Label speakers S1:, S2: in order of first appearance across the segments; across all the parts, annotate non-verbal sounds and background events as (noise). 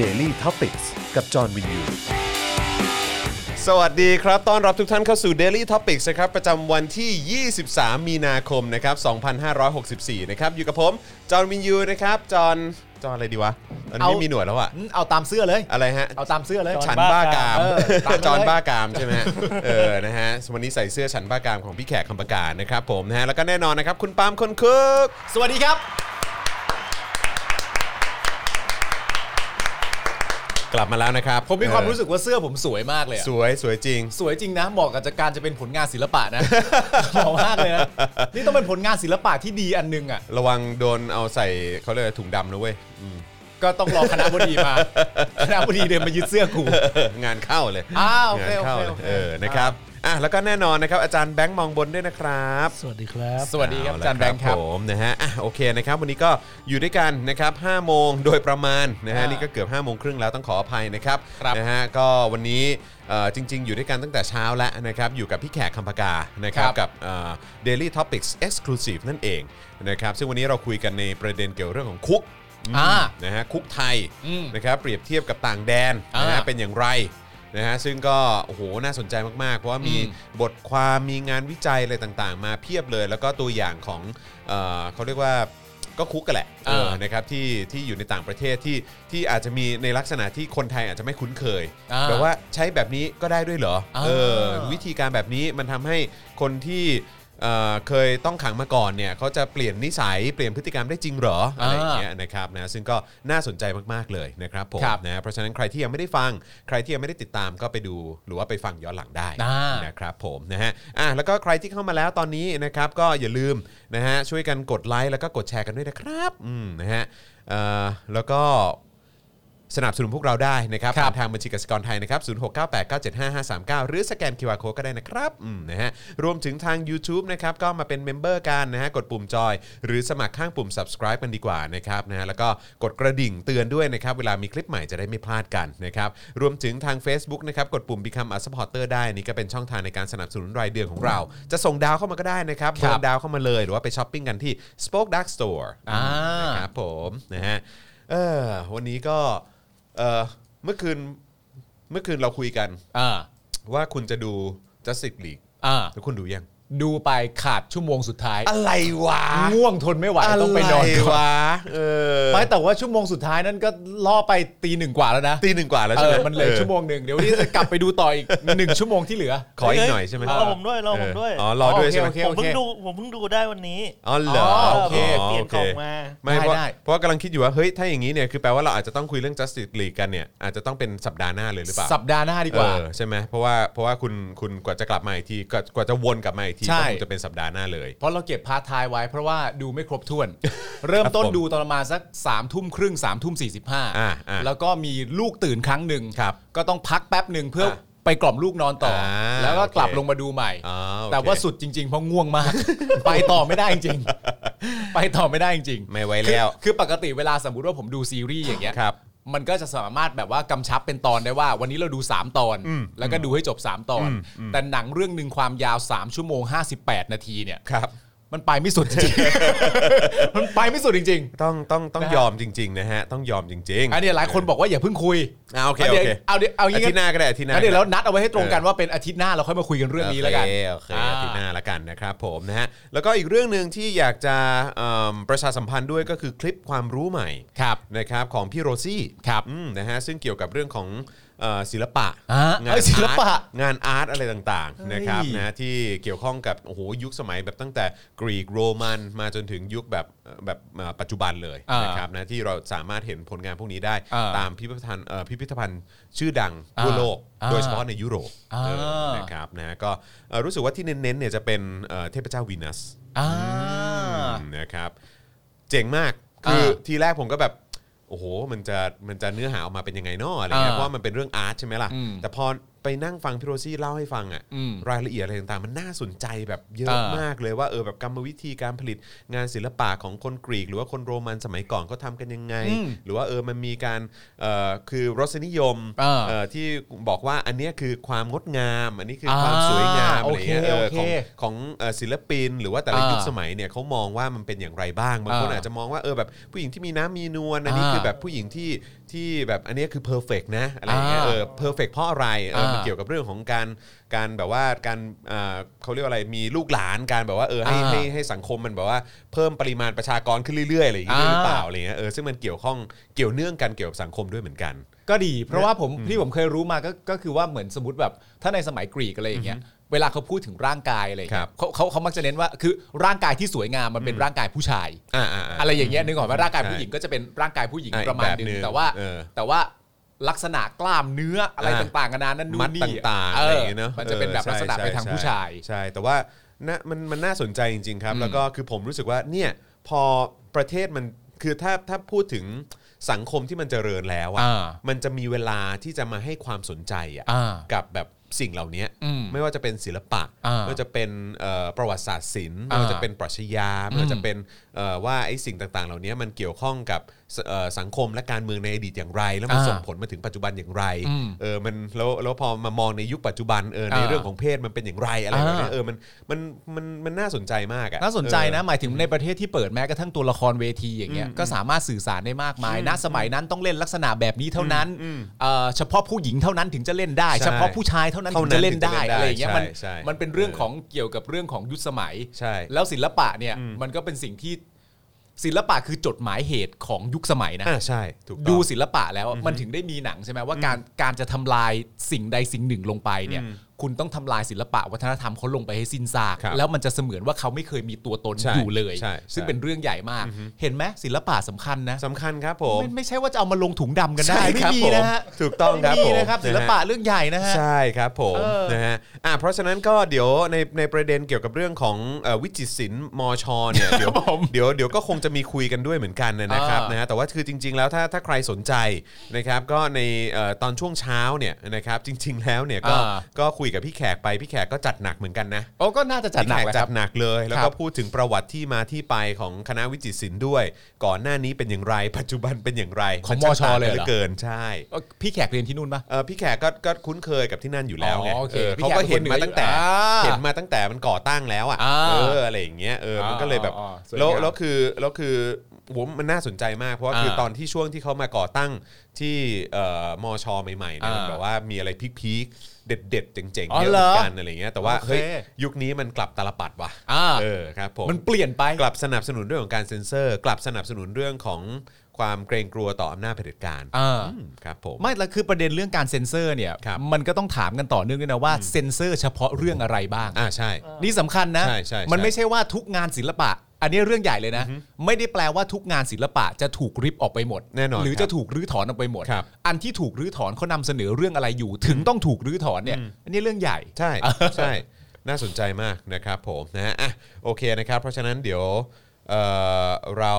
S1: Daily t o p i c กกับจอห์นวินยู
S2: สวัสดีครับ ต้อนรับทุกท่านเข้าสู่ Daily Topics นะครับ ประจำวันที่ 23 มีนาคม นะครับ 2564 นะครับ อยู่กับผม จอห์นวินยู นะครับ จอห์นจอห์นอะไรดีวะ ตอนนี้
S3: เอา
S2: ไม่มีหนวดแล้วอะ
S3: อืมเอาตามเสื้อเลย
S2: อะไรฮะ
S3: เอาตามเสื้อเลย
S2: ฉันบ้ากาม
S3: เออตามนั้นเลย
S2: จอห์นบ้ากามใช่ไหมฮะ เออ นะฮะ วันนี้ใส่เสื้อฉันบ้ากามของพี่แขกคำประกาศนะครับผมนะฮะ แล้วก็แน่นอนนะครับ คุณปาล์มคนคึก
S3: สวัสดีครับ
S2: กลับมาแล้วนะครับ
S3: ผมมีความรู้
S2: เ
S3: สึกว่าเสื้อผมสวยมากเลย
S2: ออ
S3: อะ
S2: สวยสวยจริง
S3: สวยจริงนะเหมาะกับการจะเป็นผลงานศิลปะนะ
S2: (laughs)
S3: เหมาะมากเลยนะนี่ต้องเป็นผลงานศิลปะที่ดีอันหนึงอ่ะ
S2: ระวังโดนเอาใส่เขาเรียกอะไรถุงดำนะเว้ย (laughs) อืม
S3: ก็ต้องรอคณะบดี
S2: (laughs)
S3: มา คณะบดีเดินมายึดเสื้อกู
S2: เอองานเข้าเลย
S3: อ้าวโอเค
S2: งาน
S3: โอ
S2: เข้า
S3: เค
S2: เลย
S3: โอเค
S2: เออ นะครับ อ่ะ แล้วก็แน่นอนนะครับ อาจารย์แบงค์มองบนด้วยนะครับ
S4: สวัสดีครับ
S3: สวัสดีครับ
S2: เละ
S3: อาจารย์แบงค์ครับ
S2: ผมนะฮะ อ่ะ โอเคนะครับ วันนี้ก็อยู่ด้วยกันนะครับ5โมงโดยประมาณนะฮะ
S3: อ่านี่
S2: นี่ก็เกือบ5โมงครึ่งแล้วต้องขออภัยนะครับ
S3: ครับ
S2: นะฮะ ก็วันนี้เอ่อจริง ๆ อยู่ด้วยกันตั้งแต่เช้าแล้วนะครับ อยู่กับพี่แขกคำพกา นะครับ กับเอ่อ Daily Topics Exclusive นั่นเองนะครับ ซึ่งวันนี้เราคุยกันในประเด็นเกี่ยวเรื่องของคุก
S3: อ่า
S2: นะฮะคุกไทย
S3: อืม
S2: นะครับเปรียบเทียบกับต่างแดน
S3: อ่า
S2: นะฮะเป็นอย่างไรนะฮะซึ่งก็โอ้โหน่าสนใจมาก ๆ เพราะว่ามี
S3: อืม
S2: บทความมีงานวิจัยอะไรต่างๆ มาเพียบเลย แล้วก็ตัวอย่างของเออเขาเรียกว่าก็คุกกันแหละ
S3: อ่า
S2: เออนะครับที่ที่อยู่ในต่างประเทศที่ที่อาจจะมีในลักษณะที่คนไทยอาจจะไม่คุ้นเคย
S3: อ่า
S2: แบบว่าใช้แบบนี้ก็ได้ด้วยเหรอ
S3: อ่า
S2: เออวิธีการแบบนี้มันทำให้คนที่เอ่อเคยต้องขังมาก่อนเนี่ยเขาจะเปลี่ยนนิสัยเปลี่ยนพฤติกรรมได้จริงเหรออะไรอย่างเงี้ย นะครับนะซึ่งก็น่าสนใจมาก ๆ เลยนะครับผม
S3: ครับ
S2: นะเพราะฉะนั้นใครที่ยังไม่ได้ฟัง ใครที่ยังไม่ได้ติดตามก็ไปดูหรือว่าไปฟังย้อนหลังได้
S3: อ่าน
S2: นะครับผมนะฮะอ่ะแล้วก็ใครที่เข้ามาแล้วตอนนี้นะครับก็อย่าลืมนะฮะช่วยกันกดไลค์แล้วก็กดแชร์กันด้วยนะครับอืมนะฮะเอ่อแล้วก็สนับสนุนพวกเราได้นะครับ
S3: ครับ
S2: ผ่านทางบัญชีกสิกรไทยนะครับ0698975539 หรือสแกน QR Code ก็ได้นะครับอืมนะฮะรวมถึงทาง YouTube นะครับก็มาเป็นเมมเบอร์กันนะฮะกดปุ่มจอย หรือสมัครข้างปุ่ม subscribe กันดีกว่านะครับนะฮะแล้วก็กดกระดิ่งเตือนด้วยนะครับ เวลามีคลิปใหม่จะได้ไม่พลาดกันนะครับรวมถึงทาง Facebook นะครับกดปุ่ม Become a supporter ได้นี่ก็เป็นช่องทางในการสนับสนุนรายเดือนของเรา จะส่งดาวเข้ามาก็ได้นะครับ
S3: ครับ
S2: โยนดาวเข้ามาเลยหรือว่าไปช้อปปิ้งกันที่ Spoke Dark Store
S3: อ่า
S2: ครับผมนะฮะเออวันนี้ก็เออเมื่อคืนเมื่อคืนเราคุยกัน
S3: อ่า
S2: ว่าคุณจะดู Justice League
S3: อ่า
S2: แล้วคุณดูยัง
S3: ดูไปขาดชั่วโมงสุดท้าย
S2: อะไรวะ
S3: ง่วงทนไม่ไหวต้องไปนอนก่อน
S2: วะเออ
S3: ไม่แต่ว่าชั่วโมงสุดท้ายนั้นก็ล่อไปตีหนึ่งกว่าแล้วนะ
S2: ตีหนึ่งกว่าแล้ว
S3: เอ
S2: ใช่ไห
S3: อ
S2: ม
S3: มันเลย
S2: ออ
S3: ชั่วโมงหนึ่งเดี๋ยววันนี้จะกลับไปดูต่ออีก หนึ่งชั่วโมงที่เหลือ
S2: ขออีกหน่อยใช่ไหม
S5: รอผมด้วยรอผมด้วย
S2: เอออ๋อรอด้วยใช่ไหม
S3: โอเค
S5: ผ
S3: โอ
S5: ม
S3: เค
S5: เพิ่งดูผมเพิ่งดูได้วันนี้
S2: อ๋อเหรอ
S3: อ๋อ
S2: โอ
S3: โอ
S2: เค
S3: เค
S5: เปลี่ย
S2: โอ
S5: นข
S2: เค
S5: องมา
S2: ไม่เพราะ
S3: ได้ได้
S2: เพราะว่ากำลังคิดอยู่ว่าเฮ้ยถ้าอย่างนี้เนี่ยคือแปลว่าเราอาจจะต้องคุยเรื่อง Justice League กันเนี่ยอาจจะต้องเป็นสัปดาห์หน้าเลยหรือเปล่า
S3: สัปดาห์หน้าดีกว่า
S2: เออใช่ไหมเพราะว่าเพราะว่าคุณคุณกว่าจะกลับมาอีกทีกว่ากว่าจะวนกลับมาอีกที
S3: ใช่
S2: ก็คงจะเป็นสัปดาห์หน้าเลย
S3: เพราะเราเก็บพาร์ทไทายไว้เพราะว่าดูไม่ครบถ้วน (laughs) เริ่มต้น
S2: ครับผม
S3: ดูตอนประมาณสัก3ามทุ่มครึ่ง3ามทุ่มสี่สิบห้า
S2: อ่าอ่า
S3: แล้วก็มีลูกตื่นครั้งหนึ่ง
S2: ครับ
S3: ก็ต้องพักแป๊บหนึ่งเพื่ออา ไปกล่อมลูกนอนต่ออา แล้วก็กลับ
S2: โอเค
S3: ลงมาดูใหม่
S2: อ๋อโอเค
S3: แต่ว่าสุดจริงๆเพราะง่วงมาก ไปต่อไม่ได้จริ
S2: (laughs)
S3: งๆไปต่อไม่ได้จริงๆ
S2: ไม่ไว้แล้ว
S3: คือคือปกติเวลาสมมุติว่าผมดูซีรีส์อย่างเงี้ย
S2: ครับ
S3: มันก็จะสามารถแบบว่ากำชับเป็นตอนได้ว่า วันนี้เราดู 3 ตอน แล้วก็ดูให้จบ 3 ตอน แต่หนังเรื่องหนึ่งความยาว 3 ชั่วโมง 58 นาทีเนี่ย
S2: ครับ
S3: มันไปไม่สุดจริง
S2: (laughs)
S3: ๆ มันไปไม่สุดจริง
S2: ต้องต้องต้อง
S3: นะฮะ
S2: ยอมจริง ๆ นะฮะ ต้องยอมจริง
S3: ๆอันเนี้ยหลายคนบอกว่าอย่าเพิ่งคุย
S2: อ่าโอเค
S3: งั้
S2: โอ
S3: นดี๋ยว
S2: เค
S3: เอาเดี๋ยวเอา
S2: อา
S3: งี้
S2: ทิต
S3: กัน
S2: ย์หน้าก็ได้อาทิตย์หน้า
S3: งั้นเดี๋ยวเรา
S2: ก็ไ
S3: นัดเอาไว้ให้ตรงกันว่าเป็นอาทิตย์หน้าเราค่อยมาคุยกันเรื่องนี้แล้วกัน
S2: โอเคโอเค
S3: อ่า
S2: อาทิตย์หน้าละกันนะครับผมนะฮะแล้วก็อีกเรื่องหนึ่งที่อยากจะเอิ่มประชาสัมพันธ์ด้วยก็คือคลิปความรู้ใหม่
S3: ครับ
S2: นะครับของพี่โรซี่
S3: ครับ
S2: อืมนะฮะซึ่งเกี่ยวกับเรื่องของเอ่อศิลปะ
S3: อ่ะ
S2: งาน
S3: เอ้ยศิลปะ
S2: อาร์ตงานอาร์ตอะไรต่างๆนะครับ
S3: เฮ้ย
S2: นะที่เกี่ยวข้องกับโอ้โหยุคสมัยแบบตั้งแต่กรีกโรมันมาจนถึงยุคแบบเอ่อแบบเอ่อปัจจุบันเลย
S3: อ่าน
S2: นะครับนะที่เราสามารถเห็นผลงานพวกนี้ได้
S3: อ่า
S2: ตามพิพิธภัณฑ์เอ่อพิพิธภัณฑ์ชื่อดังทั่ว
S3: อ่า
S2: โลก
S3: อ่า
S2: โดยเฉพาะในยุโรป
S3: อ่า
S2: เออนะครับ ครับนะก็เอ่อรู้สึกว่าที่เน้นๆเนี่ยจะเป็นเอ่อเทพเจ้าวีนัส
S3: อ่า
S2: นะครับเจ๋งมากคืออา ทีแรกผมก็แบบโอ้โหมันจะมันจะเนื้อหาออกมาเป็นยังไงเนาะอะไรเงี้ย
S3: อ่า
S2: เพราะว่ามันเป็นเรื่องอาร์ตใช่ไหมล่ะ
S3: อืม
S2: แต่พอ ไปนั่งฟังพี่โรซี่เล่าให้ฟังอ่ะ
S3: อืม
S2: รายละเอียดอะไรต่างๆ มันน่าสนใจแบบเยอะ
S3: อ่าม
S2: ากเลยว่าเออแบบกรรมวิธีการผลิตงานศิลปะของคนกรีก หรือว่าคนโรมันสมัยก่อนเขาทำกันยังไง
S3: อืม
S2: หรือว่าเออมันมีการเอ่อคือรสนิยม
S3: อ่า
S2: เอ่อที่บอกว่าอันเนี้ยคือความงดงาม อันนี้คืออา ความสวยงามอะ
S3: โอ
S2: ไร
S3: เค
S2: เงี้ยเออ
S3: โอเค
S2: ของของเอ่อศิลปิน หรือว่าแต่ละ
S3: อ่ายุ
S2: ยุคสมัยเนี่ยเขามองว่ามันเป็นอย่างไรบ้างบางคน
S3: อ่า
S2: อาจจะมองว่าเออแบบผู้หญิงที่มีน้ำมีนวลอันนี้คือ
S3: อ่า
S2: แบบผู้หญิงที่ที่แบบอันเนี้ยคือเพอร์เฟกนะอะไรเงี้ยเออ เพอร์เฟกเพราะอะไรเออมัน
S3: อ่า
S2: เกี่ยวกับเรื่องของการการแบบว่าการอ่าเขาเรียกว่าอะไรมีลูกหลานการแบบว่าเออให้
S3: อ่า
S2: ให้ให้สังคมมันแบบว่าเพิ่มปริมาณประชากรขึ้นเรื่อยๆอะไรอย่างเงี้ย
S3: อ่า
S2: หรือเปล่าอะไรเงี้ยเออซึ่งมันเกี่ยวข้องเกี่ยวเนื่องกันเกี่ยวกับสังคมด้วยเหมือนกัน
S3: ก็ดี เพราะว่าผมที่ผมเคยรู้มาก็ก็คือว่าเหมือนสมมติแบบถ้าในสมัยกรีกอะไรอย่างเงี้ยเวลาเขาพูดถึงร่างกายอะไรอย่าง
S2: ครับ
S3: เงี้ยเขาเขาเขามักจะเน้นว่าคือร่างกายที่สวยงามมันเป็นร่างกายผู้ชาย
S2: อ่าอ่าา
S3: อะไรอย่างเงี้ยนึกออกไหมร่างกาย
S2: ใช่
S3: ผู้หญิงก็จะเป็นร่างกายผู้หญิง
S2: อ่ะ
S3: ประมาณหนึ
S2: อีกแบบหนึ่
S3: ง
S2: ง
S3: แต่ว่า
S2: เออ
S3: แต่ว่าลักษณะกล้ามเนื้ออะไร
S2: อ่ะ
S3: ต่างๆกันานานั่นนู่
S2: มัน ด
S3: นี่
S2: ต่างๆ
S3: เอ
S2: อะไรอ
S3: อย่าง
S2: เงี้ยเนอะ
S3: มันจะเป็นแบบ
S2: ออ
S3: ลักษณะ
S2: ใ
S3: ไปทางผู้ชาย
S2: ใช่แต่ว่านะมันมันน่าสนใจจริงๆครับ
S3: อืม
S2: แล้วก็คือผมรู้สึกว่าเนี่ยพอประเทศมันคือถ้าถ้าพูดถึงสังคมที่มันเจริญแล้วอะ
S3: อ่า
S2: มันจะมีเวลาที่จะมาให้ความสนใจอะ
S3: อ่า
S2: กับแบบสิ่งเหล่านี้
S3: อืม
S2: ไม่ว่าจะเป็นศิลปะ
S3: อ่า
S2: ไม่ว่าจะเป็นเอ่อประวัติศาสตร์ศิลป์
S3: อ่า
S2: ไม่ว่าจะเป็นปรัชญาไม่ว่าจะเป็นเอ่อว่าไอ้สิ่งต่างๆ เหล่านี้มันเกี่ยวข้องกับสเอ่อสังคมและการเมืองในอดีตอย่างไร แล้วมัน
S3: อ่า
S2: ส่งผลมาถึงปัจจุบันอย่างไร
S3: อืม
S2: เออมันแล้วแล้วพอมามองในยุคปัจจุบันเออใน
S3: อ่า
S2: เรื่องของเพศมันเป็นอย่างไรอะไรแบบเนี้ย
S3: อ่า
S2: เออมันมันมันมันน่าสนใจมากอะ
S3: น่าสนใจนะ
S2: เอ
S3: หมายถึงในประเทศที่เปิดแม้กระทั่งตัวละครเวทีอย่างเงี้ยก็สามารถสื่อสารได้มากมายนะสมัยนั้นต้องเล่นลักษณะแบบนี้เท่านั้นเอ่อเฉพาะผู้หญิงเท่านั้นถึงจะเล่นได้
S2: ใช่
S3: เฉพาะผู้ชายเท่านั้น
S2: เท่า
S3: ถึง
S2: นั้
S3: จะ
S2: น
S3: เล่นได้
S2: ถึงจะเล่นได้
S3: อะไรอย่างเงี้ยมัน
S2: ใช่ใช่
S3: มันเป็นเรื่องของเกี่ยวกับเรื่องของยุคสมัย
S2: ใช่
S3: แล้วศิลปะเนี่ยมันก็เป็นสิ่งที่ศิลปะคือจดหมายเหตุของยุคสมัยนะ
S2: อ่าใช่ถูกต้อง
S3: ดูศิลปะแล้วมันถึงได้มีหนังใช่ไหมว่าการการจะทำลายสิ่งใดสิ่งหนึ่งลงไปเนี่ย คุณต้องทำลายศิลปะวัฒนธรรมเขาลงไปให้สิ้นซาก
S2: ครับ
S3: แล้วมันจะเสมือนว่าเขาไม่เคยมีตัวตน
S2: ใช่
S3: อยู่เลย
S2: ใช่ใช่
S3: ซึ่งเป็นเรื่องใหญ่มาก เห็นไหมศิลปะสำคัญนะ
S2: สำคัญครับผม
S3: ไม่ไม่ใช่ว่าจะเอามาลงถุงดำกันได้
S2: ใช่
S3: ไม่
S2: ครับ
S3: มี
S2: ผม
S3: นะฮะ
S2: ถูกต้องครับ
S3: ไม่มี
S2: ผม
S3: นะครับ
S2: นะฮะ
S3: ศิลปะเรื่องใหญ่นะฮะ
S2: ใช่ครับผม
S3: เออ
S2: นะฮะอ่ะเพราะฉะนั้นก็เดี๋ยวในในประเด็นเกี่ยวกับเรื่องของเอ่อวิจิตรศิลป์มชเนี่ยเดี๋ยว
S3: ผม
S2: เดี๋ยวเดี๋ยวก็คงจะมีคุยกันด้วยเหมือนกันนะครับ
S3: อ่าน
S2: นะฮะแต่ว่าคือจริง ๆ แล้วถ้าถ้าใครสนใจนะครับก็ในเอ่อตอนช่วงเช้าเนี่ยนะครับจริง ๆ แล้วเนี่ยก็
S3: อ่า
S2: ก็คุยกับพี่แขกไปพี่แขกก็จัดหนักเหมือนกันนะ
S3: โอ้ก็น่าจะจัดหนัก
S2: พี่
S3: แห
S2: แขก
S3: ละค
S2: จั
S3: รับ
S2: ดหนักเลยแล้ว
S3: ครั
S2: ก็
S3: บ
S2: พูดถึงประวัติที่มาที่ไปของคณะวิจิตรศิลป์ด้วย ก่อนหน้านี้เป็นอย่างไร (laughs) ปัจจุบันเป็นอย่างไร
S3: ของ
S2: นช่าง
S3: มช
S2: ต่างกัน
S3: เลยเหรอ
S2: หอเกินใช่
S3: เอ้ยพี่แขกเรียนที่นู่นปะ
S2: เออพี่แขกก็ก็คุ้นเคยกับที่นั่นอยู่แล้วไง
S3: อ๋อโอเค
S2: เออ
S3: พี่
S2: เขา
S3: แขก
S2: ก็เห็นมาตั้งแต่
S3: เป็นคนเหนืออยู่แล้ว
S2: เห็นมาตั้งแต่มันก่อตั้งแล้วอ่ะ
S3: อ่า
S2: เอออะไรอย่างเงี้ยเออมันก็เลยแบบ
S3: อ๋ออ๋อสวยงาม
S2: แล้วแล้วคือแล้วคือผมมันน่าสนใจมากเพราะว่า
S3: อ่า
S2: คือตอนที่ช่วงที่เขามาก่อตั้งที่เอ่อมชใหม่ๆเนี่ย
S3: อ่า
S2: มันแบบว่ามีอะไรพีคๆเด็ดๆเจ๋งๆ
S3: อ๋อ
S2: เยอะเห
S3: เหร
S2: มือ
S3: อน
S2: กันอะไรอย่างเงี้ยแต่ว่า
S3: โอเค
S2: เฮ้ยยุคนี้มันกลับตาลปัดว่ะ
S3: อ่า
S2: เออครับผม
S3: มันเปลี่ยนไป
S2: กลับสนับสนุนเรื่องของการเซ็นเซอร์ กลับสนับสนุนเรื่องของความเกรงกลัวต่ออำนาจเผด็จการ
S3: อ่า
S2: อืมครับผม
S3: ไม่และคือประเด็นเรื่องการเซ็นเซอร์เนี่ย
S2: ครับ
S3: มันก็ต้องถามกันต่อเนื่องด้วยนะว่าเซ็นเซอร์เฉพาะเรื่องอะไรบ้าง
S2: อ่าใช่
S3: นี่สำคัญนะ
S2: ใช่ใช่ใช่
S3: มันไม่ใช่ว่าทุกงานศิลปะ อันนี้เรื่องใหญ่เลยนะ ไม่ได้แปลว่าทุกงานศิลปะจะถูกริบออกไปหมด
S2: แน่นอน
S3: หรือ
S2: ครับ
S3: จะถูกรื้อถอนออกไปหมด
S2: ครับ
S3: อันที่ถูกรื้อถอนเขานำเสนอเรื่องอะไรอยู่ ถึงต้องถูกรื้อถอนเนี่ย อันนี้เรื่องใหญ่
S2: ใช่ ใช่ น่าสนใจมากนะครับผมนะฮะอ่ะโอเคนะครับ เพราะฉะนั้นเดี๋ยวเอ่อเรา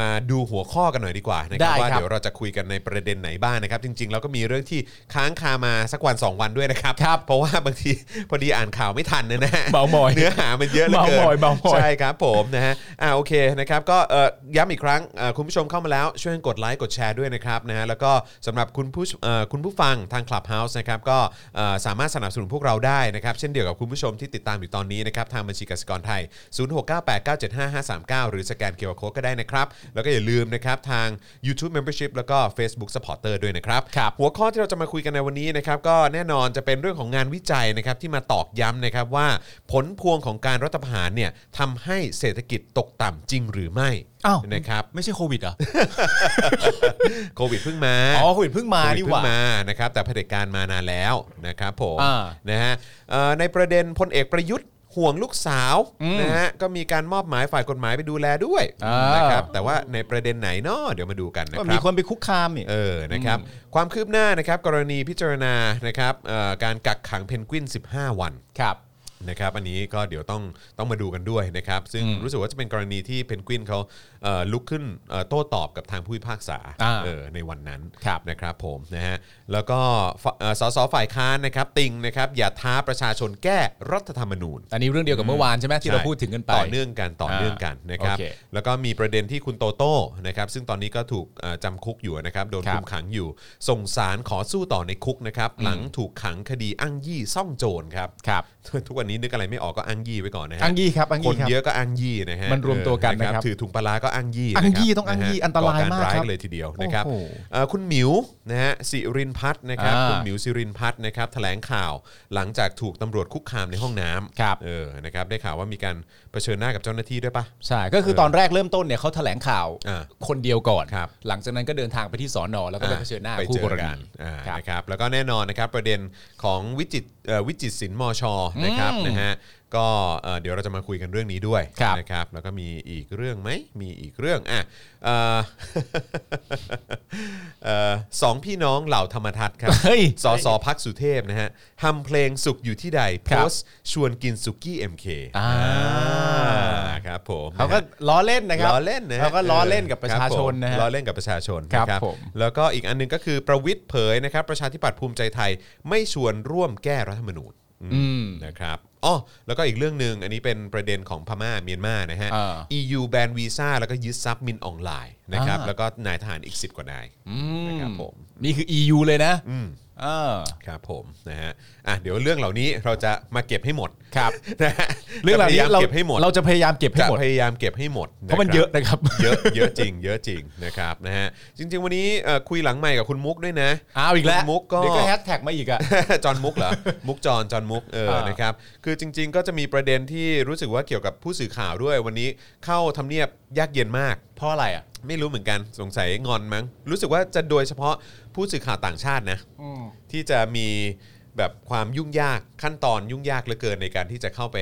S2: มาดูหัวข้อกันหน่อยดีกว่านะครับ
S3: ได้
S2: ว่า
S3: ครับ
S2: เดี๋ยวเราจะคุยกันในประเด็นไหนบ้างนะครับ จริงๆเราก็มีเรื่องที่ค้างคามาสักวัน 2 วันด้วยนะครับ เพราะว่าบางที (laughs) พอดีอ่านข่าวไม่ทันนะฮะ
S3: เมาหมอย
S2: เนื้อหามันเยอะเหลือเกิน
S3: เมาหมอยเมาหมอย
S2: ใช่ ใช่ครับผมนะฮะ อ่าโอเคนะครับก็เอ่อย้ำอีกครั้งเอ่อคุณผู้ชมเข้ามาแล้วช่วยกดไลค์กดแชร์ด้วยนะครับนะฮะแล้วก็สำหรับคุณผู้ชเอ่อคุณผู้ฟังทาง Clubhouse นะครับก็เอ่อสามารถสนับสนุนพวกเราได้นะครับเช่นเดียวกับคุณผู้ชมที่ติดตามอยู่ตอนนี้นะครับทางบัญชีกสิกรไทย 0698975539 หรือสแกนเคอร์โคก็ได้นะครับ แล้วก็อย่าลืมนะครับทาง YouTube Membership แล้วก็ Facebook Supporter ด้วยนะครับ
S3: ครับ
S2: หัวข้อที่เราจะมาคุยกันในวันนี้นะครับก็แน่นอนจะเป็นเรื่องของงานวิจัยนะครับที่มาตอกย้ำนะครับว่าผลพวงของการรัฐประหารเนี่ยทำให้เศรษฐกิจตกต่ำจริงหรือไม่
S3: อ้าว
S2: นะครับ
S3: ไม่ใช่โควิดเหรอ
S2: โควิดเพิ่งมา
S3: อ๋อโควิดเพิ่งมา
S2: โควิด
S3: นี่ห
S2: เพิ่
S3: ว่า
S2: งมานะครับแต่เผด็จการมานานแล้วนะครับผม
S3: อ่า
S2: นะฮะเอ่อในประเด็นพลเอกประยุทธ์ห่วงลูกสาวนะฮะก็มีการมอบหมายฝ่ายกฎหมายไปดูแลด้วย
S3: อ่าน
S2: นะครับแต่ว่าในประเด็นไหนเนาะเดี๋ยวมาดูกันนะค
S3: ก็
S2: รับ
S3: มีคนไปคุกคามนี่
S2: เออ นะครับ ความคืบหน้านะครับ กรณีพิจารณานะครับเอ่อการกักขังเพนกวิน 15 วัน
S3: ครับ
S2: นะครับอันนี้ก็เดี๋ยวต้องต้องมาดูกันด้วยนะครับ ซึ่ง
S3: อืม
S2: รู้สึกว่าจะเป็นกรณีที่เพนกวินเขาเอ่อลุกขึ้นเอ่อโต้ตอบกับทางผู้พิพากษา
S3: อ่า
S2: เออในวันนั้น
S3: ครับ
S2: นะครับผมนะฮะแล้วก็ฝ่าเอ่อสสฝ่ายค้านนะครับติงนะครับอย่าท้าประชาชนแก้รัฐธรรมนูญ
S3: อันนี้เรื่องเดียวกับเมื่อวานใช่ไหมที่เราพูดถึงกันไป
S2: ต่อเนื่องกันต่อเนื่องกัน
S3: อ่าน
S2: นะครับ
S3: โอเค
S2: แล้วก็มีประเด็นที่คุณโตโต้นะครับซึ่งตอนนี้ก็ถูกเอ่อจำคุกอยู่นะครับโดน
S3: ครับ
S2: คุมขังอยู่ ส่งสารขอสู้ต่อในคุกนะครับหลังถูกขังคดีอ้างยี่ซ่องโจรครับ
S3: ครับ
S2: ทุกวันนี้นึกอะไรไม่ออกก็อ้างยี่ไว้ก่อนนะฮะ
S3: อังยี่ครับอัง
S2: ค
S3: ยี่
S2: น
S3: ครับ
S2: เยอะก็อ้างยี่นะฮะ
S3: มันรวมตัวกันนะครับ
S2: เออถือถุงปลาร้าก็อ้างยี่นะครับ
S3: อ้างยี่ต้องอ้างยี่
S2: ะฮะ
S3: อันตรายมาก
S2: ก่อร
S3: ครับ
S2: เลยทีเดียวนะครับ
S3: โอ้โห
S2: เอ่อคุณหมิวนะฮะสิรินพัฒน์นะครับ
S3: อ่า
S2: คุณหมิวสิรินพัฒน์นะครับแถลงข่าวหลังจากถูกตำรวจคุกคามในห้องน้ำ
S3: ครับ
S2: เออนะครับได้ข่าวว่ามีการเผชิญหน้ากับเจ้าหน้าที่ด้วยปะ
S3: ใช่ ก็คือตอนแรกเริ่มต้นเนี่ยเขาแถลงข่าว
S2: อ่า
S3: คนเดียวก่อน
S2: ครับ
S3: หลังจากนั้นก็เดินทางไปที่สอนอแล้วก็ไปเผชิญหน้า
S2: ไป
S3: คู่
S2: เจอก
S3: รณี
S2: ันอ่า
S3: ครับ
S2: นะครับแล้วก็แน่นอนนะครับประเด็นของวิจิตรเอ่อวิจิตรศิลป์มชนะครับ
S3: อืม
S2: นะฮะก็เอ่อเดี๋ยวเราจะมาคุยกันเรื่องนี้ด้วย
S3: ครับ
S2: นะครับแล้วก็มีอีกเรื่องไหมมีอีกเรื่องอ่ะเอ่ (laughs) อ เอ่อสองพี่น้องเหล่าธรรมทัศน์ครับ
S3: เฮ้ย
S2: สอสอพักสุเทพนะฮะทำเพลงสุขอยู่ที่ใด
S3: ค
S2: โพ
S3: รับ
S2: สต์ชวนกินสุกี้ MK
S3: อ่า
S2: อ่าครับผม
S3: เขาก็ล้อเล่นนะครับ
S2: ล้อเล่นนะฮะ
S3: เขาก็ล้อเล่นกับประชาชนนะ
S2: ค
S3: ฮะ
S2: บผมล้อเล่นกับประชาชน
S3: ครับ
S2: นะ
S3: ผม
S2: แล้วก็อีกอันหนึงก็คือประวิทย์เผยนะครับ ประชาธิปัตย์ภูมิใจไทยไม่ชวนร่วมแก้รัฐธรรมนูญ
S3: อืม
S2: นะครับอ๋อแล้วก็อีกเรื่องหนึ่งอันนี้เป็นประเด็นของพม่าเมียนมานะฮะ
S3: อ่า
S2: EU แบนวีซ่าแล้วก็ยึดทรัพย์มินออนไลน์นะครับ
S3: อ่า
S2: แล้วก็นายทหารอีก 10 กว่านาย
S3: อืม
S2: นะครับผม
S3: นี่คือ EU เลยนะ
S2: อืม
S3: เออ
S2: ครับผมนะฮะอ่ะเดี๋ยวเรื่องเหล่านี้เราจะมาเก็บให้หมด
S3: ครับ
S2: นะฮะ
S3: เรื่องเหล่านี้
S2: จะพยยม
S3: เรา
S2: เก็บให้หมด
S3: เราจะพยายามเก็บให้
S2: จะ
S3: หมด
S2: พยายามเก็บให้หมด
S3: เพราะมัน
S2: คบ
S3: เยอะนะครับ
S2: เยอะเยอะจริง เยอะจริงนะครับนะฮะจริง ๆ วันนี้เอ่อคุยหลังใหม่กับคุณมุกด้วยนะ
S3: อ้าวอีกแล้ว
S2: คุณมุกก็
S3: เดี๋ยวก็แฮชแท็กมาอีกอ่ะ
S2: (laughs) จอห์นมุกเหรอมุกจอห์นจอห์นมุกเออ
S3: อ่าน
S2: นะครับคือจริง ๆ ก็จะมีประเด็นที่รู้สึกว่าเกี่ยวกับผู้สื่อข่าวด้วยวันนี้เข้าทำเนียบยากเย็นมาก
S3: เพราะอะไรอ่ะ
S2: ไม่รู้เหมือนกันสงสัยงอนมั้ง รู้สึกว่าจะโดยเฉพาะผู้สื่อข่าวต่างชาตินะที่จะมีแบบความยุ่งยากขั้นตอนยุ่งยากเหลือเกินในการที่จะเข้าไป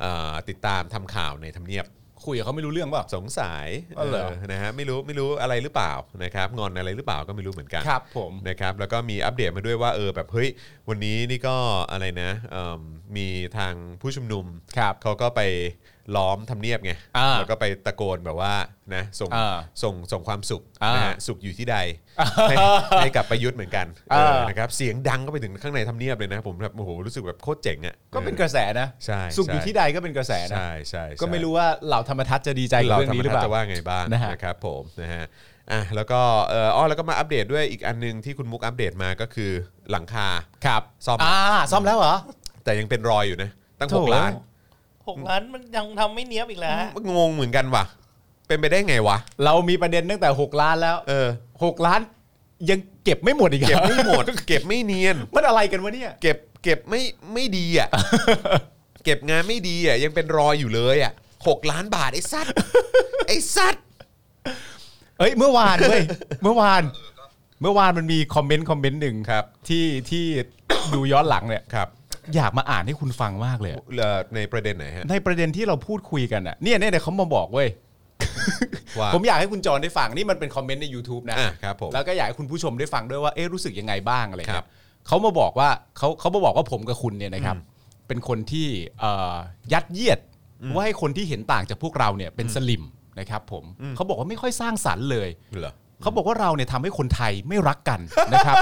S2: เอ่อติดตามทำข่าวในทำเนียบ
S3: คุยกับเขาไม่รู้เรื่องเปล่า
S2: สงสัย
S3: อ๋อเหรอ
S2: เออนะฮะไม่รู้ไม่รู้อะไรหรือเปล่านะครับงอนอะไรหรือเปล่าก็ไม่รู้เหมือนกัน
S3: ครับผม
S2: นะครับแล้วก็มีอัปเดตมาด้วยว่าเออแบบเฮ้ยวันนี้นี่ก็อะไรนะเอิ่มมีทางผู้ชุมนุม
S3: ครับ
S2: เขาก็ไปล้อมทำเนียบไง
S3: อ่า
S2: แล้วก็ไปตะโกนแบบว่านะส่ง
S3: อ่า
S2: ส่งส่งความสุข
S3: อ่าน
S2: นะฮะสุขอยู่
S3: (laughs)
S2: ที่ใดให้ให้กับประยุทธ์เหมือนกัน
S3: อ่า
S2: เออนะครับเสียงดังก็ไปถึงข้างในทำเนียบเลยนะผมแบบโอ้โหรู้สึกแบบโคตรเจ๋งอ่ะ
S3: ก็เป็นกระแสนะ
S2: ใช่
S3: สุข
S2: ใช่
S3: อยู่ที่ใดก็เป็นกระแสนะ
S2: ใช่ใช่ใช่
S3: ก็ไม่รู้ว่าเหล่าธรรมทัศน์จะดีใจกับเรื่องนี้หรือเปล่า
S2: จะว่าไงบ้าง
S3: นะฮะ
S2: นะครับผมนะฮะอ่ะแล้วก็เอ่ออ้อแล้วก็มาอัปเดตด้วยอีกอันหนึงที่คุณมุกอัปเดตมาก็คือหลังคา
S3: ครับ
S2: ซ่อม
S3: อ่าซ่อมแล้วเหรอ
S2: แต่ยังเป็นรอยอยู่นะ ตั้ง
S3: โถ่
S2: หกล้าน
S5: หกล้านมันยังทำไม่เนี้ยบอีกแล้ว
S2: งงเหมือนกันว่ะ เป็นไปได้ไงวะ
S3: เรามีประเด็นตั้งแต่ 6 ล้านแล้ว
S2: เออ
S3: 6ล้านยังเก็บไม่หมดอีกหรอ
S2: เก็บไม่หม
S3: (laughs)
S2: ด เก็บไม่เนียน
S3: มันอะไรกันวะเนี่ย
S2: เก็บเก็บไม่ไม่ดี
S3: (laughs)
S2: อ่ะ เก็บงานไม่ดีอ่ะยังเป็นรอยอยู่เลยอ่ะหกล้านบาทไอ้
S3: (laughs)
S2: สัตว์ไอ้สัตว์
S3: เอ้ยเมื่อวานเว้ย เมื่อวาน เมื่อวานมันมีคอมเมนต์คอมเมนต์หนึ่ง
S2: ครับ
S3: ที่ที่ ดูย้อนหลังเนี่ย
S2: ครับ
S3: อยากมาอ่านให้คุณฟังมากเลยอะ
S2: เอ่อในประเด็นไหนฮะ
S3: ในประเด็นที่เราพูดคุยกันอ่ะเนี่ยเนี่ยเดี๋ยวเขามาบอกเว้ย
S2: ว่า
S3: ผมอยากให้คุณจรได้ฟังนี่มันเป็นคอมเมนต์ใน YouTube นะ
S2: อ่ะครับผม
S3: แล้วก็อยากให้คุณผู้ชมได้ฟังด้วยว่าเอ๊ะรู้สึกยังไงบ้างอะไร
S2: ครั
S3: เงี้
S2: บ
S3: ยเขามาบอกว่าเขาเขามาบอกว่าผมกับคุณเนี่ยนะครับ เป็นคนที่เอ่อยัดเยียดว่าให้คนที่เห็นต่างจากพวกเราเนี่ยเป็นสลิมนะครับ ผม
S2: อืม
S3: เขาบอกว่าไม่ค่อยสร้างสรรค์เลย
S2: เหรอ
S3: เขาบอกว่าเราเนี่ยทำให้คนไทยไม่รัก (laughs) กันนะครับ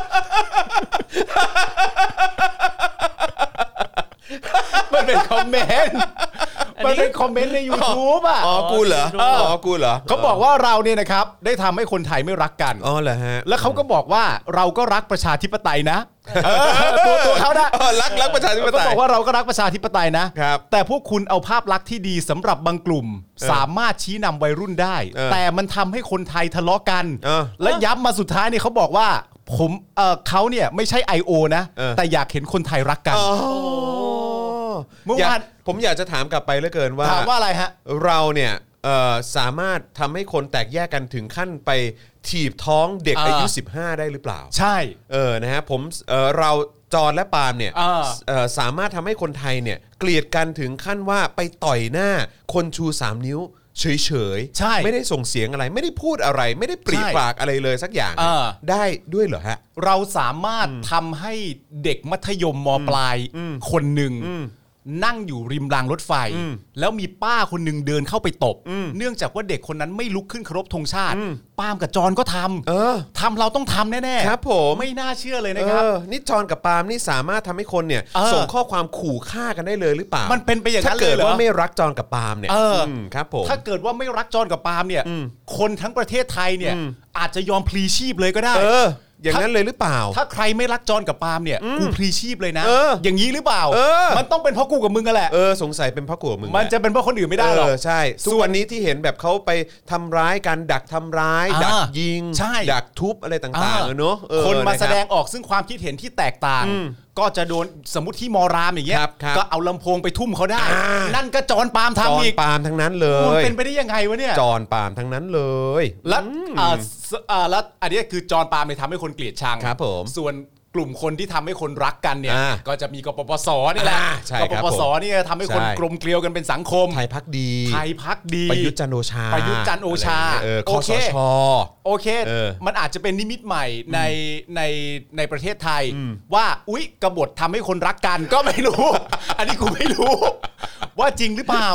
S3: มันเป็นคอมเมนต์ มันเป็นคอมเมนต์ใน YouTube อ่ะ
S2: อ๋อกูเหรอ
S5: เออ
S2: อ๋อกูเหรอ
S3: เขาบอกว่าเราเนี่ยนะครับได้ทำให้คนไทยไม่รักกัน
S2: อ๋อเหรอฮะ
S3: แล้วเขาก็บอกว่าเราก็รักประชาธิปไตยนะเออ (laughs) ตัวตัวเขานะ
S2: เออรักรักประชาธิป
S3: เขา
S2: ไตย
S3: บอกว่าเราก็รักประชาธิปไตยนะ
S2: ครับ
S3: แต่พวกคุณเอาภาพลักษณ์ที่ดีสำหรับบางกลุ่ม สามารถชี้นำวัยรุ่นได้
S2: เออ
S3: แต่มันทำให้คนไทยทะเลาะกัน
S2: เออ
S3: และย้ำมาสุดท้ายเนี่ยเขาบอกว่า ผมเออเขาเนี่ยไม่ใช่ I.O. นะ
S2: เออ
S3: แต่อยากเห็นคนไทยรักกัน เมื่อวาน
S2: ยกผมอยากจะถามกลับไปเหลือเกินว่า
S3: ถามว่าอะไรฮะ
S2: เราเนี่ยเอ่อสามารถทำให้คนแตกแยกกันถึงขั้นไปถีบท้องเด็ก
S3: เอออ
S2: อายุ 15 ได้หรือเปล่า
S3: ใช่
S2: เออนะฮะผมเอ่อเราจอนและปาล์มเนี่ย
S3: เออ
S2: เอ่อสามารถทำให้คนไทยเนี่ยเกลียดกันถึงขั้นว่าไปต่อยหน้าคนชู 3 นิ้วเฉยๆ
S3: ใช่
S2: ไม่ได้ส่งเสียงอะไรไม่ได้พูดอะไร ไม่ได้ปรี
S3: ใช่
S2: ปากอะไรเลยสักอย่าง
S3: เออ
S2: ได้ด้วยเหรอฮะ
S3: เราสามารถทำให้เด็กมัธยมมปลายคนหนึ่ง นั่งอยู่ริมรางรถไฟ
S2: อืม
S3: แล้วมีป้าคนหนึ่งเดินเข้าไปตบ
S2: อืม
S3: เนื่องจากว่าเด็กคนนั้นไม่ลุกขึ้นเคารพธงชาติ
S2: อืม
S3: ป้ามกับจอนก็ทำ
S2: เออ
S3: ทำเราต้องทำแน่ๆ
S2: ครับผม
S3: ไม่น่าเชื่อเลยนะครับ
S2: เออนี่จอนกับปาล์มนี่สามารถทำให้คนเนี่ย
S3: เออ
S2: ส่งข้อความขู่ฆ่ากันได้เลยหรือเปล่า
S3: มันเป็นไปอย่าง
S2: ถ้า
S3: นั้นเล
S2: เกิ
S3: ย
S2: ด
S3: เหรอ
S2: ว่าไม่รักจอนกับปาล์มเนี่ย
S3: เอออื
S2: มครับผม
S3: ถ้าเกิดว่าไม่รักจอนกับปาล์มเนี่ย
S2: อืม
S3: คนทั้งประเทศไทยเนี่ย
S2: อืม
S3: อาจจะยอมพลีชีพเลยก็ได้
S2: เออ อย่างนั้นเลยหรือเปล่า
S3: ถ้าใครไม่รักจอนกับปาล์มเนี่ยกูพลีชีพเลยนะ
S2: เอออย่าง
S3: นี้หรือเปล่า
S2: เออ
S3: มันต้องเป็นเพราะกูกับมึงกันแหละ
S2: เออสงสัยเป็นเพราะกลัวมึง
S3: มันจะเป็นเพราะคนอื่นไม่ได้หรอก
S2: เใช่ทุกวันนี้ที่เห็นแบบเขาไปทำร้ายกันดักทำร้าย
S3: อ่า
S2: ดักยิง
S3: ใช่
S2: ดักทุบอะไรต่างๆอะเนอะเออ
S3: คนมา
S2: ะรับ
S3: แสดงออกซึ่งความคิดเห็นที่แตกต่าง
S2: อืม
S3: ก็จะโดนสมมติที่มอรามอย่างเงี้ย
S2: ครับครับ
S3: ก็เอาลำโพงไปทุ่มเขาได้
S2: อ่านั่
S3: นั่นก็จอนปาล์ม
S2: จอน
S3: ทำอีก
S2: ปาล์มทั้งนั้นเล
S3: มัน
S2: ย
S3: เป็นไปได้ยังไงวะเนี่ย
S2: จอนปาล์มทั้งนั้นเลย
S3: และเอ่อสเอ่อแล้วอันเนี้ยคือจอนปาล์มเนี่ยทำให้คนเกลียดชัง
S2: ครับผม
S3: ส่วนกลุ่มคนที่ทำให้คนรักกันเนี่ย
S2: อ่า
S3: ก็จะมีกปปสนี่แหละ
S2: อ่าใช่
S3: ก
S2: ค
S3: ป
S2: รับ
S3: ปส
S2: ผม
S3: เนี่ยทำให้คน
S2: ใช่
S3: กลมเกลียวกันเป็นสังคม
S2: ไทยพักดี
S3: ไทยพักดี
S2: ประยุทธ์จันทร์โอชา
S3: ประยุทธ์จันทร์โอชา
S2: เออค
S3: โอ
S2: อ
S3: เค
S2: สช
S3: โอเค
S2: เออ
S3: มันอาจจะเป็นนิมิตใหม่ในในในประเทศไทย ว่าอุ๊ยกบฏทำให้คนรักกัน ก็ไม่
S2: (laughs)
S3: รู้ อันนี้กูไม่รู้ ว่าจริงหรือเปล่า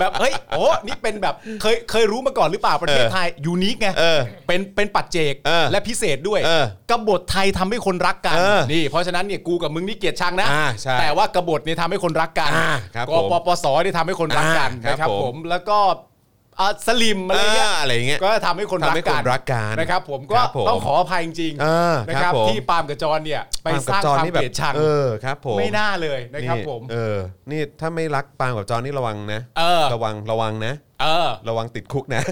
S3: แบบเฮ้ยโอ้นี่เป็นแบบเคยเคยรู้มาก่อนหรือเปล่าประเทศไทยยูนิคไง
S2: เออ
S3: เป็นเป็นปัจเจก
S2: เออ
S3: และพิเศษด้วย
S2: เออก
S3: บฏไทยทำให้คนรักกัน
S2: เออ
S3: นี่เพราะฉะนั้นเนี่ยกูกับมึงนี่เกลียดชังนะ
S2: อ่าใช่
S3: แต่ว่ากบฏเนี่ยทำให้คนรักกัน
S2: อ่าครับ
S3: ก
S2: ผม
S3: ปปสเนี่ยทำให้คนรักกัน
S2: อ่าครับ
S3: นะครับ
S2: ผม
S3: ผมแล้วก็อ่ะสลิมอะไรเงี้ย
S2: อ่าอะไรอย่างเงี้ย
S3: ก็ทำให้คนรัก
S2: ทำให้
S3: กั
S2: คน นรักกัน
S3: นะครับ ผมก็
S2: ครับผม
S3: ต้องขออภัยจริง
S2: เออ
S3: นะครับ
S2: ผม
S3: ที่ปาล์มกับจอนเนี่ยไป
S2: ปล์ม
S3: ส
S2: กับ
S3: ร้าง
S2: จอ
S3: ความ
S2: นี่
S3: เก
S2: แบบ
S3: ลียดชัง
S2: เออครับผม
S3: ไม่น่าเลยนะครับผม
S2: เออ นี่ถ้าไม่รักปาล์มกับจอนี่ระวังนะ
S3: เออ
S2: ระวังระวังนะ
S3: เออ
S2: ระวังติดคุกนะ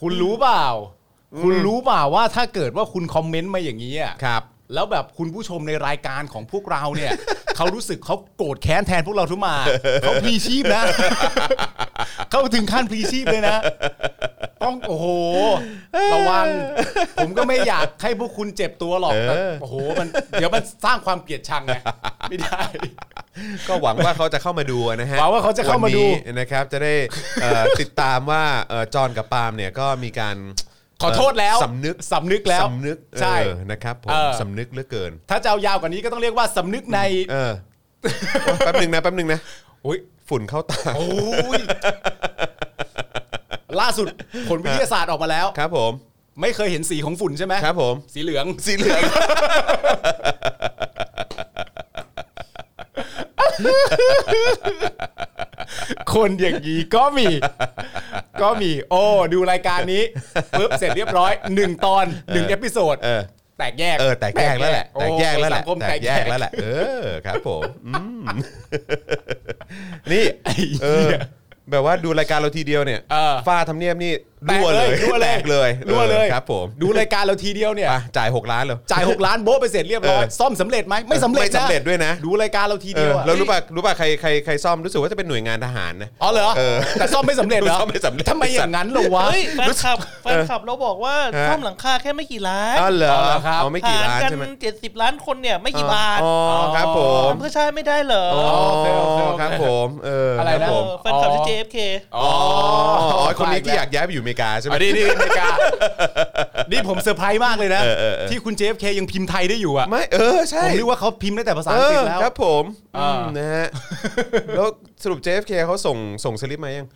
S3: คุณรู้เปล่า คุณรู้เปล่าว่าถ้าเกิดว่าคุณคอมเมนต์มาอย่างนี้อะ
S2: ครับ
S3: แล้วแบบคุณผู้ชมในรายการของพวกเราเนี่ย (laughs) เขารู้สึกเขาโกรธแค้นแทนพวกเราทุก
S2: (laughs)
S3: มาเขาพลีชีพนะ (laughs) เขาถึงขั้นพลีชีพเลยนะ ต้องโอ้โห ระวัง ผมก็ไม่อยากให้พวกคุณเจ็บตัวหรอกแต่โอ้โหมันเดี๋ยวมันสร้างความเกลียดชังไงไม่ได้
S2: ก็หวังว่าเขาจะเข้ามาดูนะฮะ
S3: หวังว่าเขาจะเข้ามาดู
S2: วันนี้นะครับ จะได้เอ่
S3: (laughs)
S2: อ ติดตามว่าเอ่อจอห์นกับปาล์มเนี่ยก็มีการ
S3: (laughs) ขอโทษแล้ว
S2: สำนึก
S3: สำนึกแล้ว
S2: สำนึก
S3: ใช่
S2: เออนะครับผม
S3: เออ
S2: สำนึกเหลือเกิน
S3: ถ้าจะเอายาวกว่านี้ก็ต้องเรียกว่าสำนึกใน
S2: เออ (laughs) โอ๊ยแป๊บหนึ่งนะแป๊บหนึ่งนะ
S3: อุ๊ย
S2: ฝุ่นเข้าตา
S3: โอ้ย ล่าสุดผลวิทยาศาสตร์ออกมาแล้ว
S2: ครับผม
S3: ไม่เคยเห็นสีของฝุ่นใช่ไหม
S2: ครับผม
S3: สีเหลือง
S2: สีเหลือง
S3: คนอย่างนี้ก็มี ก็มี โอ้ ดูรายการนี้ปุ๊บเสร็จเรียบร้อยหนึ่งตอนหนึ่งเอพิโซด
S2: เออ
S3: แตกแยก
S2: เออแตกแยกแล้วแหละ
S3: โอ้
S2: แตกแยกแล้วแหละ
S3: สังคม
S2: แต
S3: แต
S2: ก
S3: ก
S2: แย
S3: แย
S2: ก
S3: ก
S2: แล้วแหละเออครับผมอืมนี่เออแบบว่าดูรายการเราทีเดียวเนี่ย
S3: เออ
S2: ฝ้าทำเนียบนี่
S3: แต
S2: รั่ว
S3: ก
S2: เลย
S3: รั่วเล
S2: แต
S3: ย
S2: กเลย
S3: รั่วเลย
S2: ออครับผม
S3: ดูรายการเราทีเดียวเนี่ย
S2: ไปจ่าย 6 ล้านเลย
S3: จ่ายหกล้านโบ๊ะไปเสร็จเรียบร้อย
S2: เออ
S3: ซ่อมสำเร็จไหมไม่สำเร็จ
S2: ไม่
S3: นะ
S2: สำเร็จด้วยนะ
S3: ดูรายการเราที
S2: เอ
S3: เดีย
S2: อ
S3: วอะ
S2: แล้วรู้ป่ะรู้ป่ะใครใครใครซ่อมรู้สึกว่าจะเป็นหน่วยงานทหารนะ
S3: อ๋อเหรอ
S2: เออ
S3: แต่ซ่อมไม่สำเร็จเหรอ
S2: ซ่อมไม่สำเร็จ
S3: ทำไมอย่างนั้นเหรอวะ
S5: เฮ้ยแฟนคลับแฟนคลับเราบอกว่า
S2: ฮะ
S5: ซ่อมหลังคาแค่ไม่กี่ล้าน
S2: อ๋อเหรอ
S3: อ๋อเหรอครับ
S2: เอาไม่กี่ล้าน
S5: หร
S2: ใช่ไหม
S5: เจ็ดสิบล้านคนเนี่ยไม่กี่บาท
S2: อ๋อครับผม
S5: ทำเพื่อชาติไม่ได้เหรอ
S2: อ๋อ
S3: โอเคโอเคโอเค
S2: ครับผมเอออะ
S3: อะไรนะ
S5: เออแฟนคลับชื่อ JFK
S2: อ๋ออ๋อคนนี้ที่อยากย้ายไปอยู่อเมริกาใช่ไหม
S3: อันนี้นี่อเมริกา นี่ผมเซอร์ไพรส์มากเลยนะ
S2: เออเออเออ
S3: ที่คุณ JFK ยังพิมพ์ไทยได้อยู่อ่ะ
S2: ไม่เออใช่
S3: ผมนึกว่าเขาพิมพ์ได้แต่ภาษาอังกฤษแล้ว
S2: เครับผม
S3: อ่า
S2: อืมนะฮะ แล้วสรุป JFK เขาส่งส่งสลิปมายัง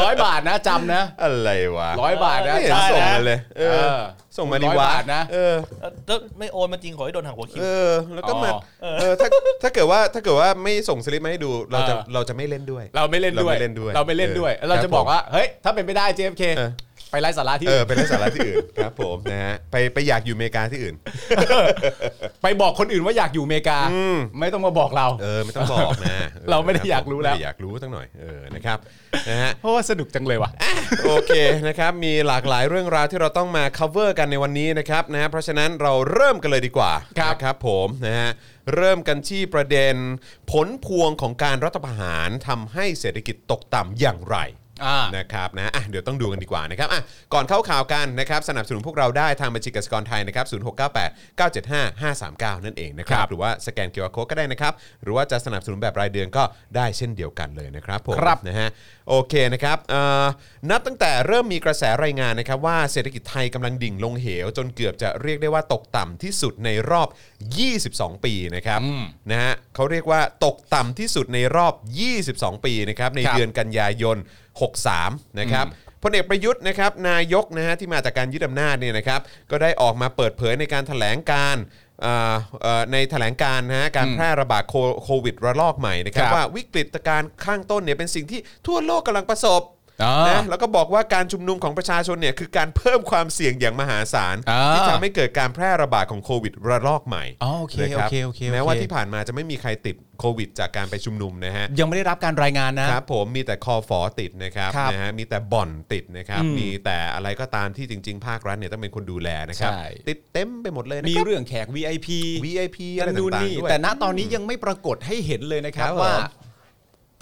S3: ร้อยบาทนะจำนะ
S2: อะไรวะ
S3: ร้อยบาทนะ
S2: ไม่เห็น
S3: จำ
S2: ส่ง
S3: นะ
S2: มาเลยเออ
S3: เออ
S2: ส่งมาดีวะ
S3: ร้อยบาทนะ
S2: เออ
S5: เออแล้วไม่โอนมาจริงขอให้โดนหักหัวคิว
S2: เออแล้วก็มา
S3: อ๋อ
S2: เออถ้าถ้าเกิดว่าถ้าเกิดว่าไม่ส่งสลิปมาให้ดูเราจะ
S3: เออ
S2: เราจะไม่เล่นด้วย
S3: เราไม่เล่นด้วย
S2: เราไม่เล่นด้วย
S3: เราไม่เล่นด้วย
S2: เออ
S3: เรา
S2: ครั
S3: จะ
S2: บ
S3: บอกว่า เฮ้ย ถ้าเป็นไม่ได้ JFK
S2: เออ
S3: ไปไล่สาระที่
S2: เออ
S3: อื่น
S2: ไปเล่นสาระที่อื่น ครับผมนะฮะไปไปอยากอยู่อเมริกาที่อื่น
S3: ไปบอกคนอื่นว่าอยากอยู่อเมริกา ไม่ต้องมาบอกเรา
S2: เออไม่ต้องบอกนะออ
S3: เราไม่ได้
S2: คบ
S3: อยากรู้แล้ว
S2: ไม่ได้อยากรู้ตั้งหน่อยเออนะครับนะฮะ
S3: เพราะว่าสนุกจังเลยว่ะ
S2: โอเคนะครับ มีหลากหลายเรื่องราวที่เราต้องมา cover กันในวันนี้นะครับนะฮะเพราะฉะนั้นเราเริ่มกันเลยดีกว่า
S3: ครับ
S2: นะครับผมนะฮะเริ่มกันที่ประเด็นผลพวงของการรัฐประหารทำให้เศรษฐกิจตกต่ำอย่างไร
S3: อ่า
S2: นะครับนะอ่ะเดี๋ยวต้องดูกันดีกว่านะครับอ่ะก่อนเข้าข่าวกันนะครับสนับสนุนพวกเราได้ทางบัญชีกสิกรไทยนะครับศูนย์หกเนั่นเองนะครั
S3: ครับ บ
S2: หรือว่าสแกนเคอร์โคก็ได้นะครับ หรือว่าจะสนับสนุนแบบรายเดือนก็ได้เช่นเดียวกันเลยนะครับผม
S3: ครับ
S2: นะฮะโอเคนะครับเอ่อนับตั้งแต่เริ่มมีกระแสรายงานนะครับว่าเศรษฐกิจไทยกำลังดิ่งลงเหว จนเกือบจะเรียกได้ว่าตกต่ำที่สุดในรอบ 22 ปีนะครับนะฮะเขาเรียกว่าตกต่ำที่สุดในรอบ 22 ปีนะครับใน
S3: ครับ
S2: เดือน กันยายน 63 นะครับพลเอกประยุทธ์นะครับนายกนะฮะที่มาจากการยึดอำนาจเนี่ยนะครับก็ได้ออกมาเปิดเผยในการถแถลงการเอ่อเอ่อในแถลงการนะฮะการแพร่ระบาดโคโควิดระลอกใหม่นะครับ
S3: ครับ
S2: ว่าวิกฤตการณ์ข้างต้นเนี่ยเป็นสิ่งที่ทั่วโลกกำลังประสบ
S3: อ่าน
S2: นะแล้วก็บอกว่าการชุมนุมของประชาชนเนี่ยคือการเพิ่มความเสี่ยงอย่างมหาศาล
S3: อ่า
S2: ที่ทำให้เกิดการแพร่ระบาดของโควิดระลอกใหม่
S3: อ๋อโอเค
S2: นะครับ
S3: โอเคโอเคโอเค
S2: แม้ว่าที่ผ่านมาจะไม่มีใครติดโควิด จากการไปชุมนุมนะฮะ
S3: ยังไม่ได้รับการรายงานนะ
S2: ครับผมมีแต่คอฟอติดนะครับ
S3: ครับ
S2: นะฮะมีแต่บ่อนติดนะครับ
S3: อืม
S2: มีแต่อะไรก็ตามที่จริง ๆ ภาครัฐเนี่ยต้องเป็นคนดูแลนะครับ
S3: ใช่
S2: ติดเต็มไปหมดเลยนะ
S3: มี
S2: ครับ
S3: เรื่องแขก VIP
S2: VIP อะไร
S3: กันนู่น
S2: ต่าง
S3: นี่
S2: ๆด้วย
S3: แต่ณตอนนี้ยังไม่ปรากฏให้เห็นเลยนะครับ
S2: ครับผม
S3: ว่า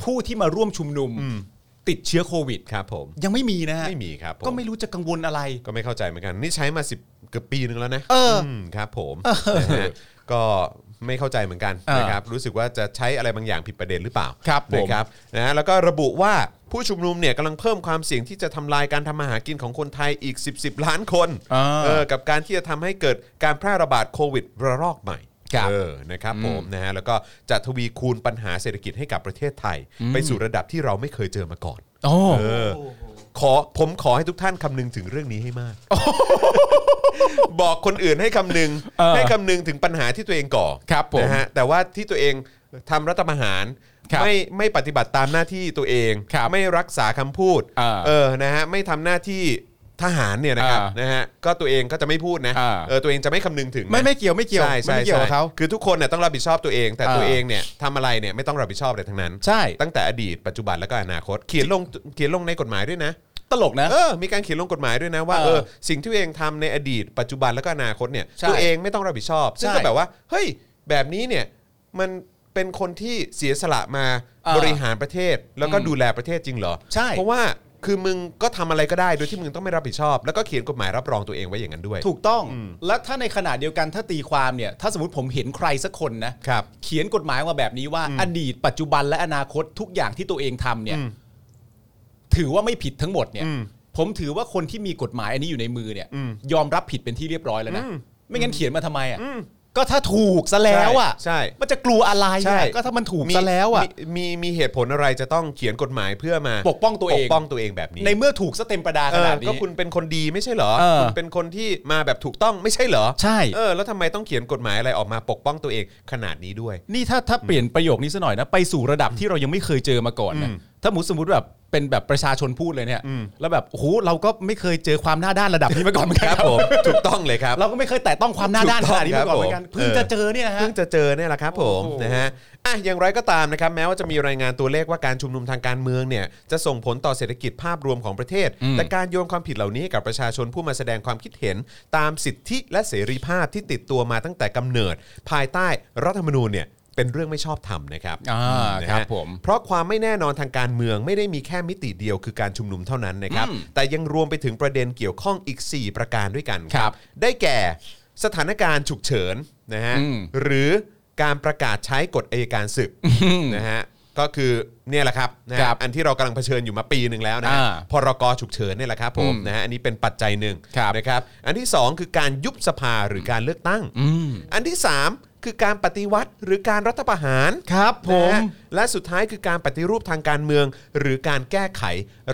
S3: ผู้ที่มาร่วมชุมนุมติดเชื้อโควิด
S2: ครับผม
S3: ยังไม่มีนะฮะ
S2: ไม่มีครับผ
S3: ก็ไม่รู้จะกังวลอะไร
S2: ก็ไม่เข้าใจเหมือนกัน นี่ใช้มา10เกือบปีนึงแล้วนะ
S3: เอออื
S2: มครับผมนะฮะก็ไม่เข้าใจเหมือนกัน
S3: เออ
S2: นะครับรู้สึกว่าจะใช้อะไรบางอย่างผิดประเด็นหรือเปล่า
S3: ครับผม
S2: นะครับนะฮะแล้วก็ระบุว่าผู้ชุมนุมเนี่ยกำลังเพิ่มความเสี่ยงที่จะทำลายการทำมาหากินของคนไทยอีก 10 10 ล้านคน
S3: อ่า
S2: เออกับการที่จะทำให้เกิดการแพร่ระบาดโควิดระลอกใหม่
S3: ครับ
S2: เออนะครับผมนะฮะแล้วก็จะทวีคูณปัญหาเศรษฐกิจให้กับประเทศไทย ไปสู่ระดับที่เราไม่เคยเจอมาก่อน
S3: โอ้
S2: เออ ขอผมขอให้ทุกท่านคำนึงถึงเรื่องนี้ให้มาก บอกคนอื่นให้คำนึง
S3: เออ
S2: ให้คำนึงถึงปัญหาที่ตัวเองก่อ
S3: ครับผม
S2: นะฮะแต่ว่าที่ตัวเองทำรัฐประหาร
S3: ครับ
S2: ไม่ไม่ปฏิบัติตามหน้าที่ตัวเอง
S3: ครับ
S2: ไม่รักษาคำพูด
S3: เออ
S2: เออนะฮะไม่ทำหน้าที่ทหารเนี่ยนะครับ
S3: เออ
S2: นะฮะก็ตัวเองก็จะไม่พูดนะ
S3: เออ
S2: เออตัวเองจะไม่คำนึงถึงนะ
S3: ไม่ไม่เกี่ยวไม่เกี่ยว
S2: ใช่ใช่
S3: ไม่เกี่ยวกับ
S2: ใช่
S3: เขา
S2: คือทุกคนเนี่ยต้องรับผิดชอบตัวเอง แต่
S3: เออ
S2: ตัวเองเนี่ยทำอะไรเนี่ยไม่ต้องรับผิดชอบอะไรทั้งนั้น
S3: ใช่
S2: ตั้งแต่อดีตปัจจุบันแล้วก็อนาคต เขียนลงเขียนลงในกฎหมายด้วยนะ
S3: ตลกนะ
S2: เออ มีการเขียนลงกฎหมายด้วยนะว่า
S3: เออ
S2: เออสิ่งที่ตัวเองทำในอดีต ปัจจุบันแล้วก็อนาคตเนี่ย
S3: ใช่
S2: ตัวเองไม่ต้องรับผิดชอบ ซึ่ง
S3: ใช่
S2: ก็แบบว่าเฮ้ยแบบนี้เนี่ยมันเป็นคนที่เสียสละมา
S3: เออบ
S2: ริหารประเทศแล้วก็
S3: อืม
S2: ดูแลประเทศจริงเหรอ
S3: ใช่
S2: เพราะว่าคือมึงก็ทำอะไรก็ได้โดยที่มึงต้องไม่รับผิดชอบ แล้วก็เขียนกฎหมายรับรองตัวเองไว้อย่างนั้นด้วย
S3: ถูกต้อง และถ้าในขณะเดียวกันถ้าตีความเนี่ย ถ้าสมมติผมเห็นใครสักคนนะ
S2: ครับ
S3: เขียนกฎหมายมาแบบนี้ว่า อดีตปัจจุบันและอนาคตทุกอย่างที่ตัวเองทำเนี่ย
S2: อืม
S3: ถือว่าไม่ผิดทั้งหมดเนี่ย
S2: อืม
S3: ผมถือว่าคนที่มีกฎหมายอันนี้อยู่ในมือเนี่ย
S2: อืม
S3: ยอมรับผิดเป็นที่เรียบร้อยแล้วนะ
S2: อืม
S3: ไม่งั้นเขียนมาทำไมอ่ะ
S2: อืม
S3: ก็ถ้าถูกซะแล้วอ่ะ
S2: ใช่ใช่
S3: มันจะกลัวอะไร
S2: ใช่
S3: อ่ะก็ถ้ามันถูกซะแล้วอ่ะ
S2: มีมีมีเหตุผลอะไรจะต้องเขียนกฎหมายเพื่อมา
S3: ปกป้องตัวเอง
S2: ปกป้องตัวเองแบบนี้
S3: ในเมื่อถูกซะเต็มประดา
S2: เอ
S3: ข
S2: อ
S3: นาดนี้
S2: ก็คุณเป็นคนดีไม่ใช่เหรอ
S3: เออ
S2: คุณเป็นคนที่มาแบบถูกต้องไม่ใช่เหรอ
S3: ใช่
S2: เออแล้วทำไมต้องเขียนกฎหมายอะไรออกมาปกป้องตัวเองขนาดนี้ด้วย (laughs)
S3: นี่ถ้าถ้าเปลี่ยนประโยคนี้ซะหน่อยนะ ไปสู่ระดับที่เรายังไม่เคยเจอมาก่อนนะ
S2: อืม
S3: ถ้าหมูสมมติแบบเป็นแบบประชาชนพูดเลยเนี่ย
S2: อืม
S3: แล้วแบบโอ้โหเราก็ไม่เคยเจอความหน้าด้านระดับนี้มาก่อนเหมือนกัน
S2: ครับผมถูกต้องเลยครับ
S3: เราก็ไม่เคยแตะต้องความหน้าด้านขนาดนี้มาก่อนเหมือนกัน
S2: ถูกต้องครับผม
S3: เพิ่งจะเจอเนี่ยนะฮะ
S2: เพิ่งจะเจอเนี่ยแหละครับผม
S3: โอ้โห
S2: นะฮะอ่ะอย่างไรก็ตามนะครับแม้ว่าจะมีรายงานตัวเลขว่าการชุมนุมทางการเมืองเนี่ยจะส่งผลต่อเศรษฐกิจภาพรวมของประเทศ
S3: อืม
S2: แต่การโยนความผิดเหล่านี้ให้กับประชาชนผู้มาแสดงความคิดเห็น ตามสิทธิและเสรีภาพที่ติดตัวมาตั้งแต่กำเนิด ภายใต้รัฐธรรมนูญเนี่ยเป็นเรื่องไม่ชอบธรรมนะครับ
S3: อ่า
S2: นะ
S3: ครั
S2: ฮะ
S3: บผม
S2: เพราะความไม่แน่นอนทางการเมืองไม่ได้มีแค่มิติเดียวคือการชุมนุมเท่านั้นนะครับ
S3: อืม
S2: แต่ยังรวมไปถึงประเด็นเกี่ยวข้องอีก 4 ประการด้วยกัน
S3: ครับ
S2: ได้แก่สถานการณ์ฉุกเฉินนะฮะ
S3: อืม
S2: หรือการประกาศใช้กฎอัยการศึกนะฮะก็คือเนี่ยแหละครับนะฮะ
S3: ครับ
S2: อันที่เรากำลังเผชิญอยู่มาปีหนึ่งแล้วนะฮะ
S3: อ่า
S2: พรกฉุกเฉินเนี่ยแหละครับผม
S3: อืม
S2: นะฮะอันนี้เป็นปัจจัยหนึ่ง
S3: ครับ
S2: นะครับอันที่ 2 คือการยุบสภาหรือการเลือกตั้ง
S3: อืม
S2: อันที่ 3 คือการปฏิวัติหรือการรัฐประหาร
S3: ครับผ
S2: นะ
S3: ม
S2: ฮะและสุดท้ายคือการปฏิรูปทางการเมือง หรือการแก้ไข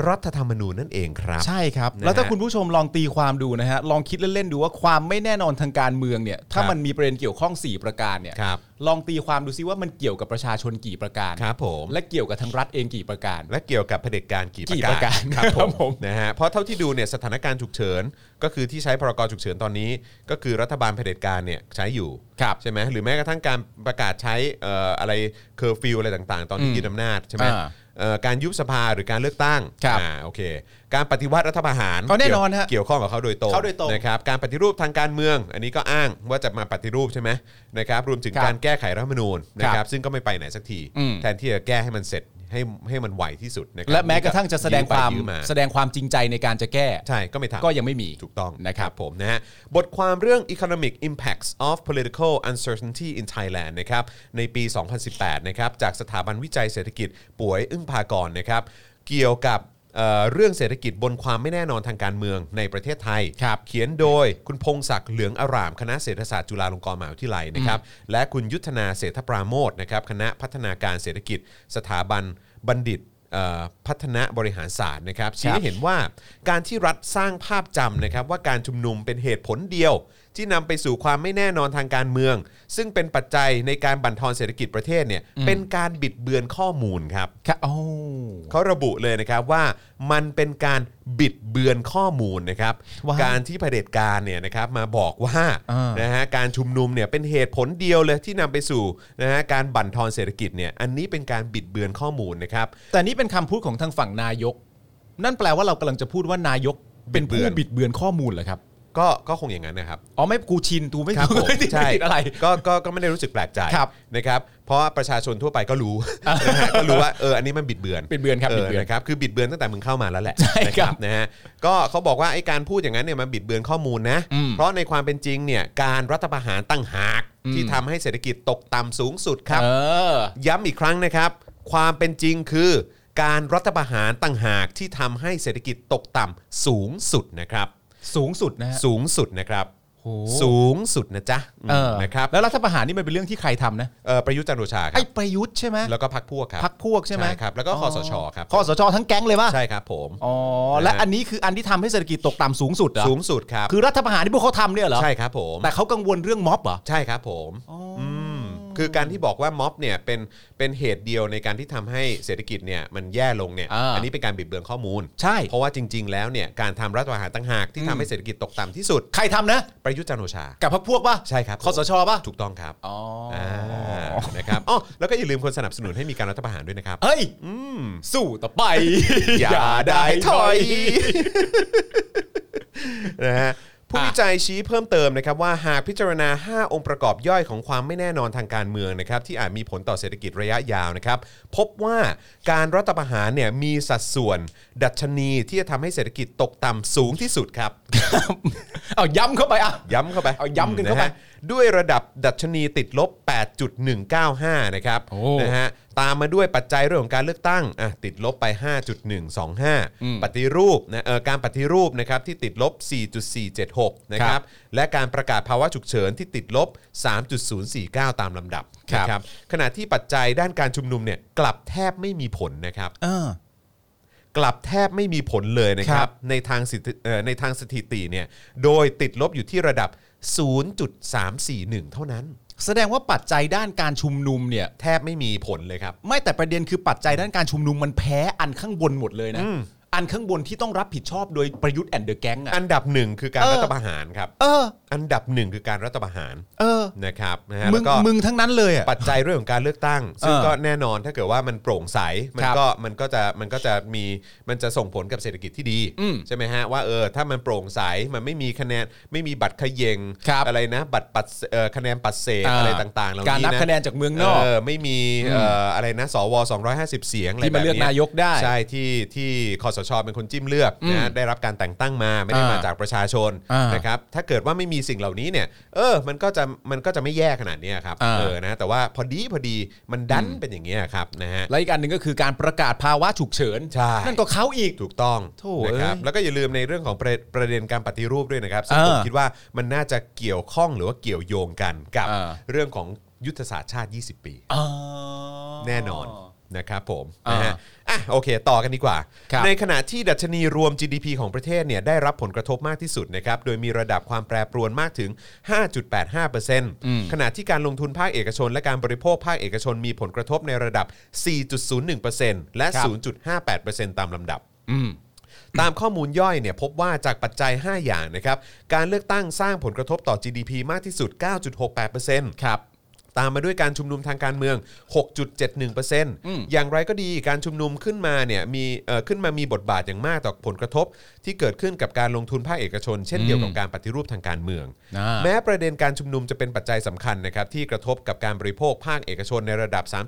S2: รัฐธรรมนูญนั่นเองครับ
S3: ใช่ครับ
S2: นะฮะ
S3: แล้วถ้าคุณผู้ชมลองตีความดูนะฮะลองคิดเล่นๆดูว่าความไม่แน่นอนทางการเมืองเนี่ย ถ้า
S2: ครับ
S3: มันมีประเด็นเกี่ยวข้อง 4 ประการเนี่ย
S2: ครับ
S3: ลองตีความดูซิว่ามันเกี่ยวกับประชาชนกี่ประการ
S2: ครับผม
S3: และเกี่ยวกับทางรัฐเองกี่ประการ
S2: และเกี่ยวกับเผด็จการกี่
S3: กี่ประการ
S2: ครับ
S3: ครับ
S2: ผ
S3: ผม ม
S2: นะฮะเพราะเท่าที่ดูเนี่ยสถานการณ์ฉุกเฉิน ก็คือที่ใช้พรกฉุกเฉินตอนนี้ ก็คือรัฐบาลเผด็จการเนี่ยใช้อยู่
S3: ครับ
S2: ใช่ไหมหรือแม้กระทั่งการประกาศใช้เอ่ออะไรเคอร์ฟิวอะไรต่างๆ ตอนที่
S3: อืม
S2: ยึดอำนาจใช่ไหม
S3: อ่า
S2: เอ่อการยุบสภาหรือการเลือกตั้ง
S3: ครับ
S2: อ่าโอเค การปฏิวัติรัฐประหาร
S3: เอาแน่นอนฮะ
S2: เกี่ยวข้องกับเขาโดยตรง
S3: เขาโดยตรง
S2: นะครับการปฏิรูปทางการเมือง อันนี้ก็อ้างว่าจะมาปฏิรูปใช่ไหมนะครับรวมถึง
S3: ครับ
S2: การแก้ไขรัฐธรรมนูญนะค
S3: ครั
S2: รับบ ซึ่งก็ไม่ไปไหนสักที
S3: อืม
S2: แทนที่จะแก้ให้มันเสร็จให้ ให้ให้มันไวที่สุดนะครั
S3: และแม้กระทั่งจะแสดงความ
S2: ยื้อไปยื้อมา
S3: แสดงความจริงใจในการจะแก้
S2: ใช่ก็ไม่ทำ
S3: ก็ยังไม่มี
S2: ถูกต้อง
S3: นะครับ
S2: ผมนะฮะบทความเรื่อง Economic Impacts of Political Uncertainty in Thailand นะครับในปี 2018 นะครับจากสถาบันวิจัยเศรษฐกิจป่วยอึ้งพากรนะครับ เกี่ยวกับเอ่อเรื่องเศรษฐกิจบนความไม่แน่นอนทางการเมืองในประเทศไทย
S3: ครับ
S2: เขียนโดยคุณพงศักดิ์เหลืองอาราม คณะเศรษฐศาสตร์จุฬาลงกรณ์มหาวิทยาลัยนะครับและคุณยุทธนาเศรษฐปราโมทนะครับคณะพัฒนาการเศรษฐกิจ สถาบันบัณฑิตเอ่อพัฒนาบริหารศาสตร์นะครับชี้
S3: ครั
S2: ให้
S3: บ
S2: เห็น เห็นว่าการที่รัฐสร้างภาพจำนะครับว่าการชุมนุมเป็นเหตุผลเดียว ที่นำไปสู่ความไม่แน่นอนทางการเมือง ซึ่งเป็นปัจจัยในการบั่นทอนเศรษฐกิจประเทศเนี่ยเป็นการบิดเบือนข้อมูลครับ
S3: ครับโอ้
S2: เขาระบุเลยนะครับว่ามันเป็นการบิดเบือนข้อมูลนะครับ
S3: ว่า
S2: การที่เผด็จการเนี่ยนะครับมาบอกว่า
S3: อ่าน
S2: นะฮะการชุมนุมเนี่ยเป็นเหตุผลเดียวเลยที่นำไปสู่นะฮะการบั่นทอนเศรษฐกิจเนี่ยอันนี้เป็นการบิดเบือนข้อมูลนะครับ
S3: แต่นี่เป็นคำพูดของทางฝั่งนายก นั่นแปลว่าเรากำลังจะพูดว่านายกเป็นผู้
S2: บิ
S3: บิ
S2: ด
S3: ด
S2: เบื
S3: เบื
S2: อ
S3: อน นข้อมูลเหรอครับ
S2: ก็ก็คงอย่างนั้นนะครับ
S3: อ๋อไม่กูชินกูไม่
S2: ครับผม
S3: (laughs) ไม่ติดไม่ติดอะไร
S2: ก็ก็ก็ไม่ได้รู้สึกแปลกใจ
S3: ครับ
S2: นะครับ เพราะว่าประชาชนทั่วไปก็
S3: (laughs)
S2: รู้นะฮะก็รู้ว่าเอออันนี้มันบิดเบือน
S3: บิดเบือนครับบิดเบือน
S2: นะครับคือบิดเบือนตั้งแต่มึงเข้ามาแล้วแหละ
S3: ใช่
S2: นะครับ นะฮะก็เขาบอกว่าไอ้การพูดอย่างนั้นเนี่ยมันบิดเบือนข้อมูลนะ
S3: อืม
S2: เพราะในความเป็นจริงเนี่ยการรัฐประหารตั้งหาก
S3: อืม
S2: ที่ทำให้เศรษฐกิจตกต่ำสูงสุดครับ
S3: เออ
S2: ย้ำอีกครั้งนะครับ ความเป็นจริงคือ การรัฐประหารตั้งหากที่ทำให้เศรษฐกิจตกต่ำสูงสุดนะครับ
S3: สูงสุดนะฮะ
S2: สูงสุดนะครับ
S3: โห
S2: สูงสุดนะจ๊ะ
S3: เออ
S2: นะครับ
S3: แล้วรัฐประหารนี่มันเป็นเรื่องที่ใครทำนะ
S2: เอ่อประยุทธ์จันทร์โอชาครั
S3: ไอ้
S2: บ
S3: ประยุทธ์ใช่ไหม
S2: แล้วก็พักพวกครับ
S3: พักพวกใช่ไหม
S2: ครับแล้วก็คอสชครับ
S3: คอสชทั้งแก๊งเลยป่ะ
S2: ใช่ครับผม
S3: อ๋อและ
S2: นะฮะ
S3: อันนี้คืออันที่ทำให้เศรษฐกิจตกต่ำสูงสุดเหรอ
S2: สูงสุดครับ
S3: คือรัฐประหารที่พวกเขาทำเนี่ยเหรอ
S2: ใช่ครับผม
S3: แต่เขากังวลเรื่องม็อบเหรอ
S2: ใช่ครับผมมคือการที่บอกว่าม็อบเนี่ยเป็นเป็นเหตุเดียวในการที่ทำให้เศรษฐกิจเนี่ยมันแย่ลงเนี่ย
S3: อ่า
S2: นนี้เป็นการบิดเบือนข้อมูล
S3: ใช่
S2: เพราะว่าจริง ๆ แล้วเนี่ยการทำรัฐประหารตั้งหากที่ทำให้เศรษฐกิจตกต่ำที่สุด
S3: ใครทำนะ
S2: ประยุทธ์จันทร์โอชา
S3: กับพักพวกป่ะ
S2: ใช่ครับผม
S3: คอสชป่ะ
S2: ถูกต้องครับ
S3: อ๋ออา
S2: นะครับอ๋อแล้วก็อย่าลืมคนสนับสนุนให้มีการรัฐประหารด้วยนะครับ
S3: เฮ้ย
S2: อืม
S3: สู้ต่อไป
S2: (laughs) อย่าได้ถอย (laughs) นะฮะผู้วิจัยชี้เพิ่มเติมนะครับว่าหากพิจารณา 5 องค์ประกอบย่อยของความไม่แน่นอนทางการเมืองนะครับที่อาจมีผลต่อเศรษฐกิจระยะยาวนะครับ พบว่าการรัฐประหารเนี่ยมีสัดส่วน ดัชนีที่จะทำให้เศรษฐกิจตกต่ำสูงที่สุดครับ
S3: เอาย้ำเข้าไปอ่ะ
S2: (laughs) ย้ำเข้าไป
S3: เอาย้ำกันเข้าไป
S2: ะฮะด้วยระดับดัชนีติดลบ 8.195 นะครับ
S3: โอ้
S2: นะฮะตามมาด้วยปัจจัยเรื่องของการเลือกตั้งอ่ะติดลบไป 5.125 ปฏิรูปนะเอ่อการปฏิรูปนะครับที่ติดลบ 4.476 นะค
S3: ครั
S2: รับ
S3: บ
S2: และการประกาศภาวะฉุกเฉินที่ติดลบ 3.049 ตามลำดับนะขณะที่ปัจจัยด้านการชุมนุมเนี่ยกลับแทบไม่มีผลนะครับ
S3: เออ
S2: กลับแทบไม่มีผลเลยนะครั
S3: ครับ บ
S2: ในทางสถิเอ่อในทางสถิติเนี่ยโดยติดลบอยู่ที่ระดับ 0.341 เท่านั้น
S3: แสดงว่าปัจจัยด้านการชุมนุมเนี่ย
S2: แทบไม่มีผลเลยครับ
S3: ไม่แต่ประเด็นคือปัจจัยด้านการชุมนุมมันแพ้อันข้างบนหมดเลยนะ
S2: อืม
S3: อันข้างบนที่ต้องรับผิดชอบโดยประยุทธ์แอนเดอร์แก๊งอ่ะ
S2: อันดับหนึ่งคือการ
S3: เออ
S2: รัฐประหารครับ
S3: เออ
S2: อันดับหนึ่งคือการรัฐประหาร
S3: เออ
S2: นะครับนะฮะ
S3: มึ
S2: แล้
S3: ง
S2: วก็
S3: มึงทั้งนั้นเลยอ่ะ
S2: ปัจจัยเรื่องของการเลือกตั้ง ซึ่ง
S3: เออ
S2: ก็แน่นอนถ้าเกิดว่ามันโปร่งใสมั
S3: ครับ
S2: ก็มันก็จะมันก็จะมีมันจะส่งผลกับเศรษฐกิจที่ดี
S3: อืม
S2: ใช่ไหมฮะว่าเออถ้ามันโปร่งใสมันไม่มีคะแนนไม่มีบัตรเขยง
S3: ครับ
S2: อะไรนะ บัตรปัดเอ่อคะแนนปัดเศษ
S3: อ่า
S2: อะไรต่างๆเหล่านี้นะ
S3: การนับคะแนนจากเมืองนอก
S2: เออไม่มีเอ่ออะไรนะสว 250 เสียงอะไร
S3: ที่มา
S2: แบบ
S3: เลือกนายกได้
S2: ใช่ที่ที่คอสชเป็นคนจิ้มเลือก
S3: อื
S2: นะ
S3: ม
S2: ได้รับการแต่งตั้งมาไม่ได้
S3: อ่าม
S2: มาจากประชาชน
S3: อ่าน
S2: นะครับถ้าเกิดว่าไม่มีสิ่งเหล่านี้เนี่ยเออมันก็จะมันก็จะไม่แย่ขนาดเนี้ยครับ
S3: อ่า
S2: เออนะแต่ว่าพอดีพอดีมันดันเป็นอย่างเงี้ยครับนะฮะ
S3: และอีกอันหนึ่งก็คือการประกาศภาวะฉุกเฉิน
S2: ใช่
S3: นั่นก็เขาอีก
S2: ถูกต้อง
S3: โถ่
S2: นะครับ
S3: เอ้ย
S2: แล้วก็อย่าลืมในเรื่องของประประเด็นการปฏิรูปด้วยนะครับซึ่ง
S3: เออ
S2: ผมคิดว่ามันน่าจะเกี่ยวข้องหรือว่าเกี่ยวโยงกันกับ
S3: อ่า
S2: เรื่องของยุทธศาสตร์ชาติ 20 ปี
S3: อ๋อ
S2: แน่นอนนะครับผม
S3: อ่าน
S2: นะฮะอ่ะโอเค ต่อกันดีกว่า
S3: ครับ
S2: ในขณะที่ดัชนีรวม GDP ของประเทศเนี่ยได้รับผลกระทบมากที่สุดนะครับโดยมีระดับความแปรปรวนมากถึง 5.85%ขณะที่การลงทุนภาคเอกชน และการบริโภคภาคเอกชนมีผลกระทบในระดับ 4.01%และ
S3: ครับ
S2: 0.58%ตามลำดับ
S3: อืม
S2: ตามข้อมูลย่อยเนี่ยพบว่าจากปัจจัย 5 อย่างนะครับการเลือกตั้งสร้างผลกระทบต่อ GDP มากที่สุด 9.68%
S3: ครับ
S2: ตามมาด้วยการชุมนุมทางการเมือง 6.71%อย่างไรก็ดีการชุมนุมขึ้นมาเนี่ยมีเอ่อขึ้นมามีบทบาทอย่างมากต่อผลกระทบ ที่เกิดขึ้นกับการลงทุนภาคเอกชน เช่นเดียวกับการปฏิรูปทางการเมือง
S3: อ่า
S2: แม้ประเด็นการชุมนุมจะเป็นปัจจัยสำคัญนะครับที่กระทบกับการบริโภคภาคเอกชนในระดับ
S3: ครับ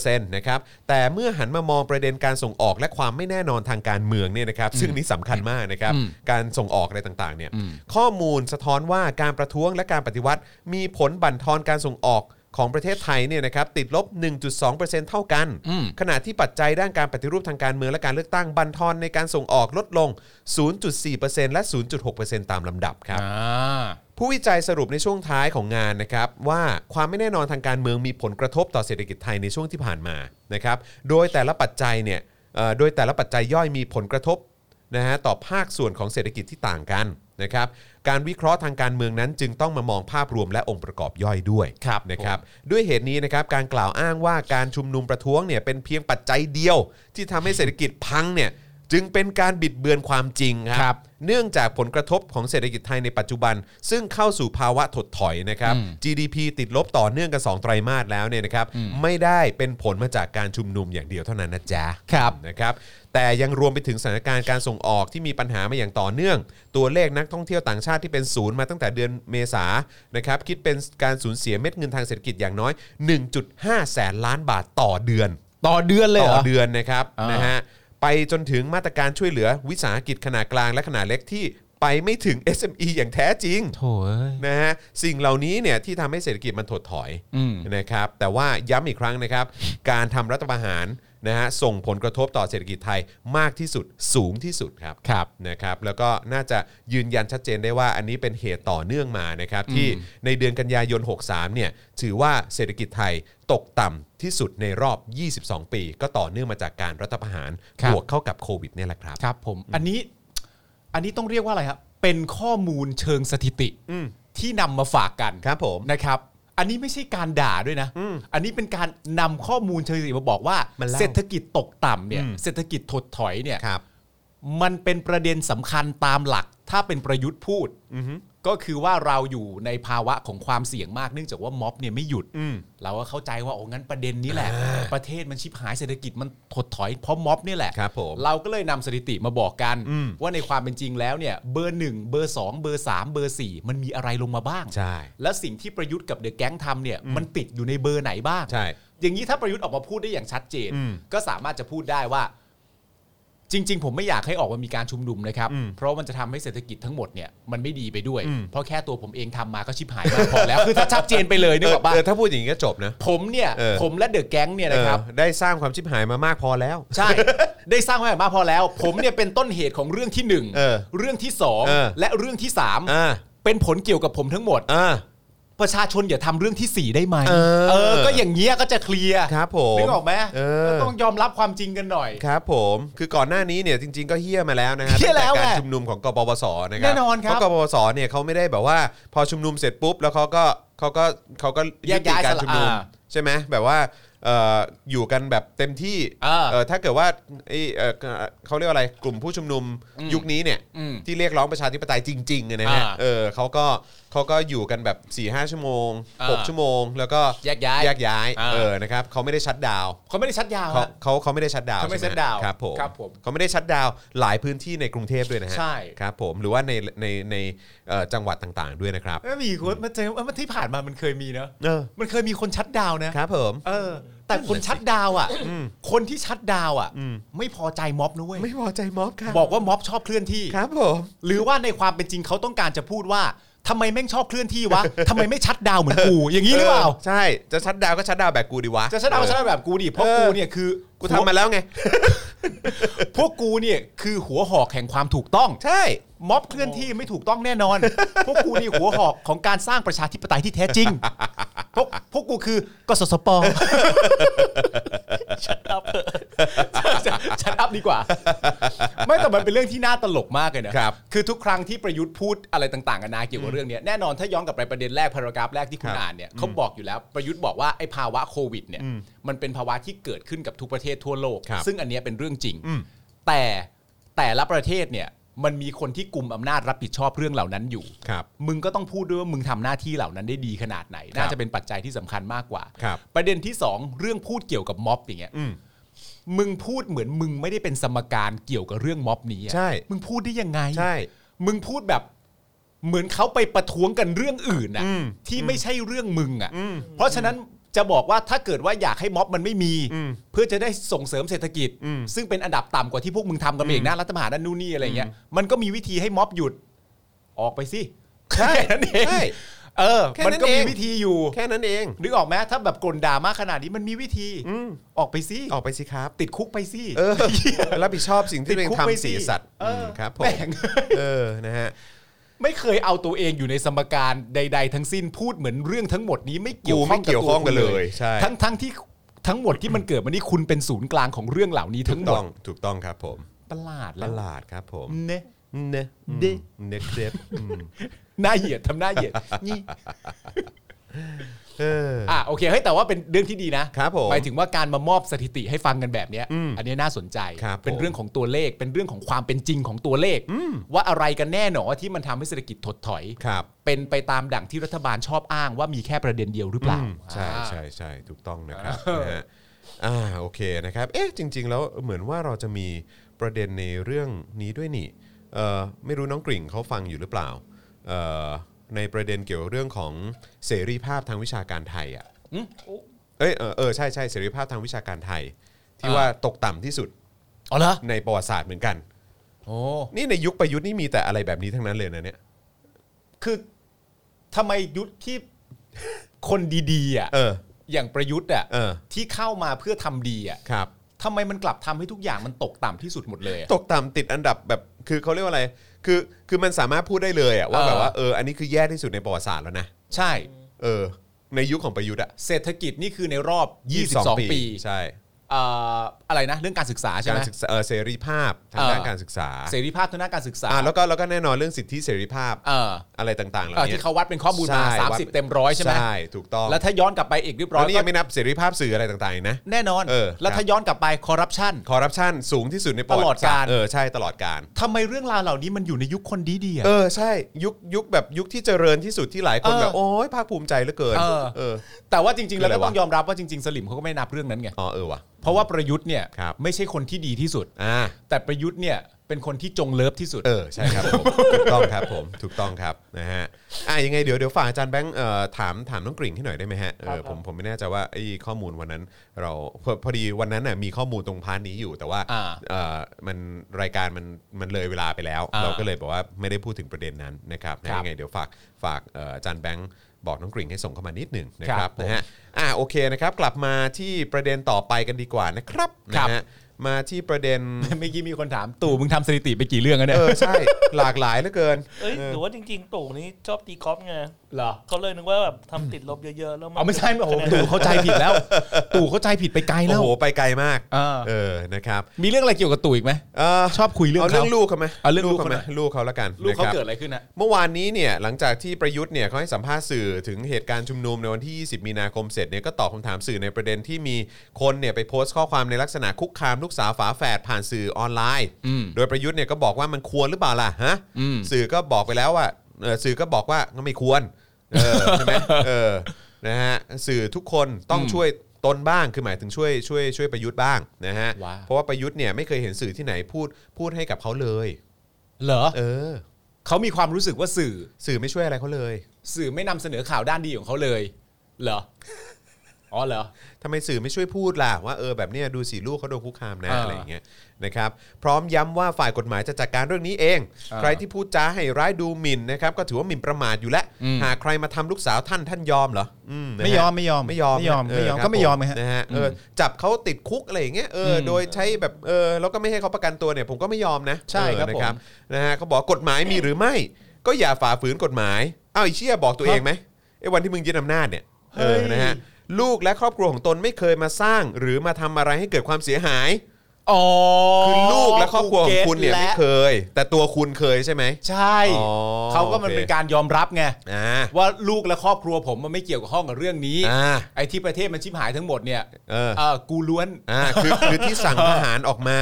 S2: 3.16%นะครับแต่เมื่อหันมามองประเด็นการส่งออกและความไม่แน่นอนทางการเมืองเนี่ยนะครับซึ่งนี่สำคัญมากนะครับ
S3: อืม
S2: การส่งออกอะไรต่างๆเนี่ยข้อมูลสะท้อนว่าการประท้วงและการปฏิวัติ มีผลบั่นทอนการส่งออกของประเทศไทยเนี่ยนะครับติดลบ 1.2%เท่ากัน
S3: อืม
S2: ขณะที่ปัจจัยด้านการปฏิรูปทางการเมืองและการเลือกตั้งบั่นทอนในการส่งออกลดลง 0.4%และ 0.6%ตามลำดับครับ
S3: อ่า
S2: ผู้วิจัยสรุปในช่วงท้ายของงานนะครับว่าความไม่แน่นอนทางการเมืองมีผลกระทบต่อเศรษฐกิจไทยในช่วงที่ผ่านมานะครับโดยแต่ละปัจจัยเนี่ยเอ่อโดยแต่ละปัจจัยย่อยมีผลกระทบนะฮะต่อภาคส่วนของเศรษฐกิจที่ต่างกันนะครับการวิเคราะห์ทางการเมืองนั้นจึงต้องมามองภาพรวมและองค์ประกอบย่อยด้วย
S3: ครับ
S2: นะครับด้วยเหตุนี้นะครับการกล่าวอ้างว่าการชุมนุมประท้วงเนี่ยเป็นเพียงปัจจัยเดียว ที่ทำให้เศรษฐกิจพังเนี่ยจึงเป็นการบิดเบือนความจริงค
S3: ครั
S2: รับ
S3: บ
S2: เนื่องจากผลกระทบของเศรษฐกิจไทยในปัจจุบัน ซึ่งเข้าสู่ภาวะถดถอยนะครับ GDP ติดลบต่อเนื่องกัน 2 ไตรมาสแล้วเนี่ยนะครับไม่ได้เป็นผลมาจากการชุมนุมอย่างเดียวเท่านั้นนะจ๊ะ
S3: ครับ
S2: นะครับแต่ยังรวมไปถึงสถานการณ์การส่งออกที่มีปัญหามาอย่างต่อเนื่อง ตัวเลขนักท่องเที่ยวต่างชาติที่เป็นศูนย์มาตั้งแต่เดือนเมษานะครับคิดเป็นการสูญเสียเม็ดเงินทางเศรษฐกิจอย่างน้อย 1.5 แสนล้านบาทต่อเดือน
S3: ต่อเดือนเลยเหรอ
S2: ต่อเดือนนะครับ
S3: อ่าน
S2: นะฮะไปจนถึงมาตรการช่วยเหลือวิสาหกิจขนาดกลางและขนาดเล็กที่ไปไม่ถึง SME อย่างแท้จริง
S3: โถ่เอ้ย
S2: นะฮะสิ่งเหล่านี้เนี่ยที่ทำให้เศรษฐกิจมันถดถอย
S3: อืม
S2: นะครับแต่ว่าย้ำอีกครั้งนะครับ การทำรัฐประหารนะฮะส่งผลกระทบต่อเศรษฐกิจไทยมากที่สุดสูงที่สุดครับ
S3: ครับ
S2: นะครับแล้วก็น่าจะยืนยันชัดเจนได้ว่าอันนี้เป็นเหตุต่อเนื่องมานะครับที่ในเดือนกันยายน 63 เนี่ยถือว่าเศรษฐกิจไทยตกต่ำที่สุดในรอบ 22 ปี ก็ต่อเนื่องมาจากการรัฐประหาร
S3: ครั
S2: บ
S3: บ
S2: วกเข้ากับโควิดเนี่ยแหละครับ
S3: ครับผมอันนี้อันนี้ต้องเรียกว่าอะไรครับ เป็นข้อมูลเชิงสถิติ
S2: อืม
S3: ที่นำมาฝากกัน
S2: ครับผม
S3: นะครับ อันนี้ไม่ใช่การด่าด้วยนะ อันนี้เป็นการนำข้อมูลเชิงสถิติมาบอกว่า
S2: มันเล่า
S3: เศรษฐกิจตกต่ำเนี่ย
S2: อืม
S3: เศรษฐกิจถดถอยเนี่ย
S2: ครับ
S3: มันเป็นประเด็นสำคัญตามหลัก ถ้าเป็นประยุทธ์พูดก็คือว่าเราอยู่ในภาวะของความเสี่ยงมากเนื่องจากว่าม็อบเนี่ยไม่หยุด
S2: อืม
S3: เราก็เข้าใจว่าโอ้งั้นประเด็นนี้แหละ ประเทศมันชิบหายเศรษฐกิจมันถดถอยเพราะม็อบนี่แหละ
S2: ครับผม
S3: เราก็เลยนำสถิติมาบอกกัน
S2: อืม
S3: ว่าในความเป็นจริงแล้วเนี่ยเบอร์หนึ่งเบอร์สองเบอร์สามเบอร์สี่มันมีอะไรลงมาบ้าง
S2: ใช่
S3: และสิ่งที่ประยุทธ์กับเดอะแก๊งทำเนี่ยมันติดอยู่ในเบอร์ไหนบ้าง
S2: ใช่
S3: อย่างนี้ถ้าประยุทธ์ออกมาพูดได้อย่างชัดเจน
S2: อืม
S3: ก็สามารถจะพูดได้ว่า จริง ๆ ผมไม่อยากให้ออกมามีการชุมนุมนะครับ
S2: อืม
S3: เพราะมันจะทำให้เศรษฐกิจทั้งหมดเนี่ยมันไม่ดีไปด้วย
S2: อืม
S3: เพราะแค่ตัวผมเองทำมาก็ชิบหายมากพอแล้ว คือถ้าชัดเจนไปเลยนึกออกปะ
S2: เออถ้าพูดอย่างนี้ก็จบนะ
S3: ผมเนี่ย
S2: เออ
S3: ผมและเดอะแก๊งเนี่ยนะครับ
S2: เออได้สร้างความชิบหายมามากพอแล้ว
S3: ใช่ ได้สร้างไว้มากพอแล้ว ผมเนี่ยเป็นต้นเหตุของเรื่องที่หนึ่ง
S2: เออ
S3: เรื่องที่สอง
S2: เออ
S3: และเรื่องที่สาม
S2: อ่า
S3: เป็นผลเกี่ยวกับผมทั้งหมด
S2: อ่า
S3: ประชาชนอย่าทำเรื่องที่สี่ได้ไหม
S2: เออ
S3: ก็อย่างเงี้ยก็จะเคลียร์
S2: ครับผม
S3: นึกออกไหม
S2: เออ
S3: ก็ต้องยอมรับความจริงกันหน่อย
S2: ครับผมคือก่อนหน้านี้เนี่ยจริง ๆ ก็เฮี้ยมาแล้วนะฮะ
S3: เหี้ยแล้ว
S2: ตั้งต่การ
S3: อะ
S2: ชุมนุมของกปปสนะครั
S3: แน่นอนครับ
S2: เพราะกปปสเนี่ยเขาไม่ได้แบบว่า พอชุมนุมเสร็จปุ๊บแล้วเขาก็เขาก็เขาก็
S3: แยกย้าย
S2: ติการ
S3: สละ
S2: ชุมนุม
S3: อ่า
S2: ใช่ไหมแบบว่าเอ่ออยู่กันแบบเต็มที่
S3: เออ
S2: เอ่อถ้าเกิดว่าไอ้เอ่อเขาเรียกว่าอะไรกลุ่มผู้ชุมนุมยุคนี้เนี่ย
S3: อืม
S2: ที่เรียกร้องประชาธิปไตยจริงๆอะนะฮะ
S3: อ่า
S2: เออเขาก็เขาก็อยู่กันแบบ4ี่ห้าชั่วโมง
S3: อ่า
S2: หกชั่วโมง แล้วก็
S3: แยกย้าย
S2: แยกย้าย
S3: อ่า
S2: เออนะครับเขาไม่ได้ชัดดาวน์
S3: เขาไม่ได้ชัดยาว
S2: เขา
S3: ฮะ
S2: เขาเขาไม่ได้ชัดดาวน์
S3: เขาไม่
S2: ใช่ห
S3: ชัตดาวน์
S2: ครับผม
S3: ครับผม
S2: เขาไม่ได้ชัดดาวน์หลายพื้นที่ในกรุงเทพด้วยนะฮะ
S3: ใช่
S2: ครับผมหรือว่าในในในเอ่อจังหวัดต่างๆด้วยนะครับ
S3: ไม่มีคนมันเจอมันที่ผ่านมามันเคยมีเนอะ
S2: เออ
S3: มันเคยมีคนชัดดาวน์นะครับ
S2: ผม
S3: เออ แต่คนชัดดาวน์อ่ะคนที่ชัดดาวน์อ่ะไม่พอใจม็อบนะเว้ย
S2: ไม่พอใจม็อบครับ
S3: บอกว่าม็อบชอบเคลื่อนที่
S2: ครับผม
S3: หรือว่าในความเป็นจริงเขาต้องการจะพูดว่าทำไมแม่งชอบเคลื่อนที่
S2: (laughs)
S3: วะ ทำไมไม่ชัดดาวน์เหมือนกูอย่างนี้หรือเปล่า
S2: ใช่จะชัดดาวน์ก็ชัดดาวน์แบบกูดีวะ
S3: จะชัดดาวน์
S2: เออ
S3: ชัดดาวน์แบบกูดิเพราะกูเนี่ยคือ
S2: กูทำมาแล้วไง
S3: พวกกูเนี่ยคือหัวหอกแห่งความถูกต้อง
S2: ใช่
S3: ม็อบเคลื่อนที่ไม่ถูกต้องแน่นอน พวกกูนี่หัวหอกของการสร้างประชาธิปไตยที่แท้จริง พวกพวกกูคือกสศป
S5: ชัดอัพ
S3: (laughs)
S5: เถอะ
S3: ชัดอัพดีกว่า ไม่แต่มันเป็นเรื่องที่น่าตลกมากเลยนะครับ คือทุกครั้งที่ประยุทธ์พูดอะไรต่างๆกันานาเกี่ยวกับเรื่องเนี้ยแน่นอนถ้าย้อนกลับไปประเด็นแรกพารากราฟแรกที่คุณ
S2: ครับ
S3: อ่านเนี่ยเขาบอกอยู่แล้วประยุทธ์บอกว่าไอ้ภาวะโควิดเนี่ยมันเป็นภาวะที่เกิดขึ้นกับทุกประเทศทั่วโลก
S2: ครับ
S3: ซึ่งอันเนี้ยเป็นเรื่องจริง
S2: อืม
S3: แต่แต่ละประเทศเนี่ย มันมีคนที่กลุ่มอำนาจรับผิดชอบเรื่องเหล่านั้นอยู่
S2: ครับ
S3: มึงก็ต้องพูดด้วยว่ามึงทำหน้าที่เหล่านั้นได้ดีขนาดไหน
S2: ครั
S3: น่า
S2: บ
S3: จะเป็นปัจจัยที่สำคัญมากกว่า
S2: ครับ
S3: ประเด็นที่สองเรื่องพูดเกี่ยวกับม็อบอย่างเงี้ย
S2: อืม
S3: มึงพูดเหมือนมึงไม่ได้เป็นสมการเกี่ยวกับเรื่องม็อบนี้อะ
S2: ใช่
S3: มึงพูดได้ยังไง
S2: ใช่
S3: มึงพูดแบบเหมือนเขาไปประท้วงกันเรื่องอื่นน่ะ
S2: อืม
S3: ที่ไม่ใช่เรื่องมึงอ่ะ
S2: อืม
S3: เพราะฉะนั้นจะบอกว่าถ้าเกิดว่าอยากให้ม็อบมันไม่มี
S2: อืม
S3: เพื่อจะได้ส่งเสริมเศรษฐกิจ
S2: อืม
S3: ซึ่งเป็นอันดับต่ำกว่าที่พวกมึงทำกันเองนะรัฐประหารนั่นนู่นนี่อะไรเงี้ยมันก็มีวิธีให้ม็อบหยุดออกไปสิ
S2: ใช่
S3: แค่นั้นเอง
S2: ใช่
S3: เออ
S2: แค่
S3: มัน
S2: นั้น
S3: ก็
S2: เอ
S3: มี
S2: ง
S3: วิธีอยู่
S2: แค่นั้นเอง
S3: นึกออกไหมถ้าแบบกลด่ามากขนาดนี้มันมีวิธี
S2: อืม
S3: ออกไปสิ
S2: ออกไปสิครับ
S3: ติดคุกไปสิ
S2: เออรับผิดชอบสิ่งที่ตัวเอง
S3: ติดคุกไป
S2: ทำ
S3: สิ
S2: สีสัตว์
S3: เออ
S2: ม
S3: อื
S2: ครับผม
S3: แม่ง
S2: เออนะฮะ
S3: ไม่เคยเอาตัวเองอยู่ในสมการใด ๆ ทั้งสิ้นพูดเหมือนเรื่องทั้งหมดนี้ไม่เกี่
S2: กู
S3: ยวข้
S2: ไม่
S3: อง
S2: เกี่ยว
S3: บ
S2: ข้อง
S3: ตั
S2: กันเล
S3: คุณ
S2: ย ใช่
S3: ทั้งทั้งที่ทั้งหมดที่มันเกิดมานี่คุณเป็นศูนย์กลางของเรื่องเหล่านี้
S2: ถู
S3: ทั้
S2: ก
S3: งหม
S2: ต้
S3: ด
S2: องถูกต้องครับผม
S3: ประหลาด
S2: ป
S3: แล้ว
S2: ระหลาดครับผม
S3: เนี่ย
S2: เนเดเนเดฟ
S3: (laughs) หน้าเหยียดทำหน้าเหยียดนี่
S2: เออ
S3: อ่ะโอเคเฮ้ยแต่ว่าเป็นเรื่องที่ดีนะครับ
S2: ผม
S3: หมายถึงว่าการมามอบสถิติให้ฟังกันแบบเนี้ย
S2: อืม
S3: อันเนี้ยน่าสนใจ
S2: ครับ
S3: เป็น
S2: ผม
S3: เรื่องของตัวเลขเป็นเรื่องของความเป็นจริงของตัวเลข ว่าอะไรกันแน่หนอที่มันทำให้เศรษฐกิจถดถอย
S2: ครับ
S3: เป็นไปตามดั่งที่รัฐบาลชอบอ้างว่ามีแค่ประเด็นเดียวหรือเปล่า
S2: อืมใช่
S3: อ่า
S2: ใช่ใช่ถูกต้องนะครับนะฮะอ่าโอเคนะครับเอ๊ะจริง ๆ แล้วเหมือนว่าเราจะมีประเด็นในเรื่องนี้ด้วยนี่เอ่อไม่รู้น้องกริ่งเขาฟังอยู่หรือเปล่าเอ่อในประเด็นเกี่ยวเรื่องของเสรีภาพทางวิชาการไทยอ่ะ
S3: อืม
S2: เอ้ยเออเออใช่ใช่เสรีภาพทางวิชาการไทย ที่ว่าตกต่ำที่สุด
S3: อ๋อเหรอ
S2: ในประวัติศาสตร์เหมือนกัน
S3: โอ้
S2: นี่ในยุคประยุทธ์นี่มีแต่อะไรแบบนี้ทั้งนั้นเลยนะเนี่ย
S3: คือทำไมยุทธที่ (laughs) คนดีๆอ่ะ
S2: เออ
S3: อย่างประยุทธ์อ่ะ
S2: เออ
S3: ที่เข้ามาเพื่อทำดีอ่ะ
S2: ครับ
S3: ทำไมมันกลับทำให้ทุกอย่างมันตกต่ำที่สุดหมดเลยอะ
S2: ตกต่ำติดอันดับแบบคือเขาเรียกว่าอะไร คือคือมันสามารถพูดได้เลยอะว่า
S3: เออ
S2: แบบว่าเอออันนี้คือแย่ที่สุดในประวัติศาสตร์แล้วนะ
S3: ใช่
S2: เออ ในยุคของประยุทธ์อะ
S3: เศรษฐกิจนี่คือในรอบ 22 ปี
S2: ใช่
S3: เอ่ออะไรนะ เรื่องการศึกษาใช่
S2: กา
S3: ไห
S2: ร
S3: ม
S2: ศึกษาเออเสรีภาพทาง
S3: เออ
S2: ด้านการศึกษา
S3: เสรีภาพทางด้านการศึกษา
S2: อ่าแล้วก็แล้วก็แน่นอนเรื่องสิทธิเสรีภาพ
S3: เออ
S2: อะไรต่างๆเหล่า
S3: เอ่อ
S2: นี้
S3: ที่เขาวัดเป็นข้อมูลมา
S2: ใช่
S3: 30 เต็มร้อยใช่ไหม
S2: ใช่ถูกต้อง
S3: แล้วถ้าย้อนกลับไปอีกเรียบร้อ
S2: แล้
S3: ยว
S2: นี่
S3: ก็
S2: ยังไม่นับเสรีภาพสื่ออะไรต่างๆอีกนะ
S3: แน่นอน
S2: เออ
S3: แล้วถ้าย้อนกลับไปคอร์รัปชัน
S2: คอร์รัปชันสูงที่สุดในประวัติศาสตร์
S3: ตลอดกาล
S2: เออใช่ตลอดการ
S3: ทำไมเรื่องราวเหล่านี้มันอยู่ในยุคคนดีๆอะ
S2: เออใช่ยุคยุคแบบยุคที่เจริญที่สุดที่หลายคน
S3: เออ
S2: แบบโอ้ยภาคภูมิใจเหลือเกิน
S3: เออ
S2: เออ
S3: แต่ว่าจริงๆแล้ว
S2: คืออะ
S3: ก็
S2: ไรวะ
S3: ต้องยอมรับว่าจริงๆ สลิมเขาก็ไม่นับเรื่องนั้นไง
S2: อ๋อเออว่ะ
S3: เพราะว่าประยุทธ์เนี่ย
S2: ครับ
S3: ไม่ใช่คนที่ดีที่สุด
S2: อ่า
S3: แต่ประยุทธ์เนี่ยเป็นคนที่จงเลิฟที่สุด (laughs)
S2: เออใช่ครับผมถูกต้องครับผมถูกต้องครับนะฮะอ่ะยังไงเดี๋ยวเดี๋ยวฝากอาจารย์แบงค์เอ่อถามถามน้องกริ่งให้หน่อยได้ไหมฮะเออผมผมไม่แน่ใจว่าไอ้ข้อมูลวันนั้น เราพอพอดีวันนั้นน่ะมีข้อมูลตรงพาร์ทนี้อยู่แต่ว่า
S3: อ่า
S2: เอ่อมันรายการมันมันเลยเวลาไปแล้ว
S3: อ่า
S2: เราก็เลยบอกว่าไม่ได้พูดถึงประเด็นนั้นนะครับนะครับ ยังไงเดี๋ยวฝากฝากเอ่ออาจารย์แบงค์บอกน้องกริ่งให้ส่งเข้ามานิดหนึ่งนะค
S3: ครั
S2: รับบ
S3: ผม
S2: นะฮะอ่ะโอเคนะครับกลับมาที่ประเด็นต่อไปกันดีกว่านะครับนะ
S3: ครับ
S2: ฮะมาที่ประเด็น
S3: เมื่อกี้มีคนถามตู่มึงทำสถิติไปกี่เรื่องอะเนี่ย
S2: เออใช่หลากหลายเหลือเกิน
S5: เอ้ยหรือว่าจริง ๆ ตู่นี่ชอบตีกอล์ฟไง
S3: เหรอ
S5: เขาเลยนึกว่าแบบทำติดลบเยอะๆแล้วน
S3: เอาไม่ใช่โอ้โห
S5: คะแนน
S3: ตู่เข้าใจผิด
S2: (laughs)
S3: แล้ว ตู่เข้าใจผิดไปไกลแล้
S2: โอ้
S3: ว
S2: โห ไปไกลมาก
S3: เออ
S2: เออ นะครับ
S3: มีเรื่องอะไรเกี่ยวกับตู่อีกไหม
S2: เออ
S3: ชอบคุยเรื่อง
S2: เอาเรื่อ
S3: เขา
S2: งลูกเขาไหม
S3: เอาเรื่องลูก
S2: เขา
S3: เขา
S2: ไหม
S3: หน่อย
S2: ลูกเขาละกัน
S3: ลูกเขา
S2: นะครับ
S3: เกิดอะไรขึ้นนะ
S2: เมื่อวานนี้เนี่ย หลังจากที่ประยุทธ์เนี่ยเขาให้สัมภาษณ์สื่อถึงเหตุการณ์ชุมนุมในวันที่ 20 มีนาคมเสร็จเนี่ย ก็ตอบคำถามสื่อในประเด็นที่มีคนเนี่ยไปโพสต์ข้อความในลักษณะคุกคามลูกสาวฝาแฝดผ่านสื่อออนไลน์
S3: อืม
S2: โดยประยุทธ์เนี่ยก็บอกว่ามันควรหรือเปล่าล่ะฮะ
S3: อืม
S2: สื่อก็บอกไปแล้วว่าเอ่อสื่อก็บอกว่าก็ไม่ควรเออใช่ไหมเออนะฮะสื่อทุกคนต้องช่วยตนบ้างคือหมายถึงช่วยช่วยช่วยประยุทธ์บ้างนะฮะ
S3: ว้าว
S2: เพราะว่าประยุทธ์เนี่ยไม่เคยเห็นสื่อที่ไหนพูดพูดให้กับเขาเลย
S3: เหรอ
S2: เออ
S3: เขามีความรู้สึกว่าสื่อ
S2: สื่อไม่ช่วยอะไรเขาเลย
S3: สื่อไม่นำเสนอข่าวด้านดีของเขาเลย เหรออ๋อเหรอ
S2: ทำไมสื่อไม่ช่วยพูดล่ะว่าเออแบบเนี้ยดูสิลูกเขาโดนคุกคามนะ
S3: อ่า
S2: อะไรอย่างเงี้ยนะครับพร้อมย้ำว่าฝ่ายกฎหมายจะจัดการเรื่องนี้เอง
S3: อ่า
S2: ใครที่พูดจาให้ร้ายดูหมิ่นนะครับก็ถือว่าหมิ่นประมาทอยู่แล้ว
S3: อืม
S2: หากใครมาทำลูกสาวท่านท่านยอมเหรออืนะฮะ
S3: ไม่ยอมไม่ยอม
S2: ไม่ยอม
S3: ไม่ยอม
S2: นะ
S3: ไม่ยอ
S2: เค
S3: ม
S2: รับ
S3: ก็ไม่ยอมไงฮะ
S2: นะฮะเออจับเขาติดคุกอะไรอย่างเงี้ยเอออ
S3: ม
S2: โดยใช้แบบเออแล้วก็ไม่ให้เขาประกันตัวเนี่ยผมก็ไม่ยอมนะ
S3: ใช่ครับ
S2: เออนะ
S3: ผม
S2: นะฮะเขาบอกกฎหมายมีหรือไม่ ก็อย่าฝ่าฝืนกฎหมายอ้าวไอ้เชี่ยบอกตัวเองไหมไอ้วันที่มึงยึดอำนาจเนี่ยเออนะฮะลูกและครอบครัวของตนไม่เคยมาสร้าง หรือมาทำอะไรให้เกิดความเสียหาย
S3: อ๋อ
S2: คือลูกและครอบครัวของคุณเนี่ยไม่เคย แต่ตัวคุณเคยใช่ไหม
S3: ใช่
S2: อ๋อ
S3: เขาก็มัน
S2: โอเค
S3: เป็นการยอมรับไง
S2: อ่า
S3: ว่าลูกและครอบครัวผมมันไม่เกี่ยวกับห้องกับเรื่องนี้
S2: อ่า
S3: ไอ้ที่ประเทศมันชิบหายทั้งหมดเนี่ย
S2: เออ (laughs)
S3: กูล้วน
S2: อ่าคือคือที่สั่งทหารออกมา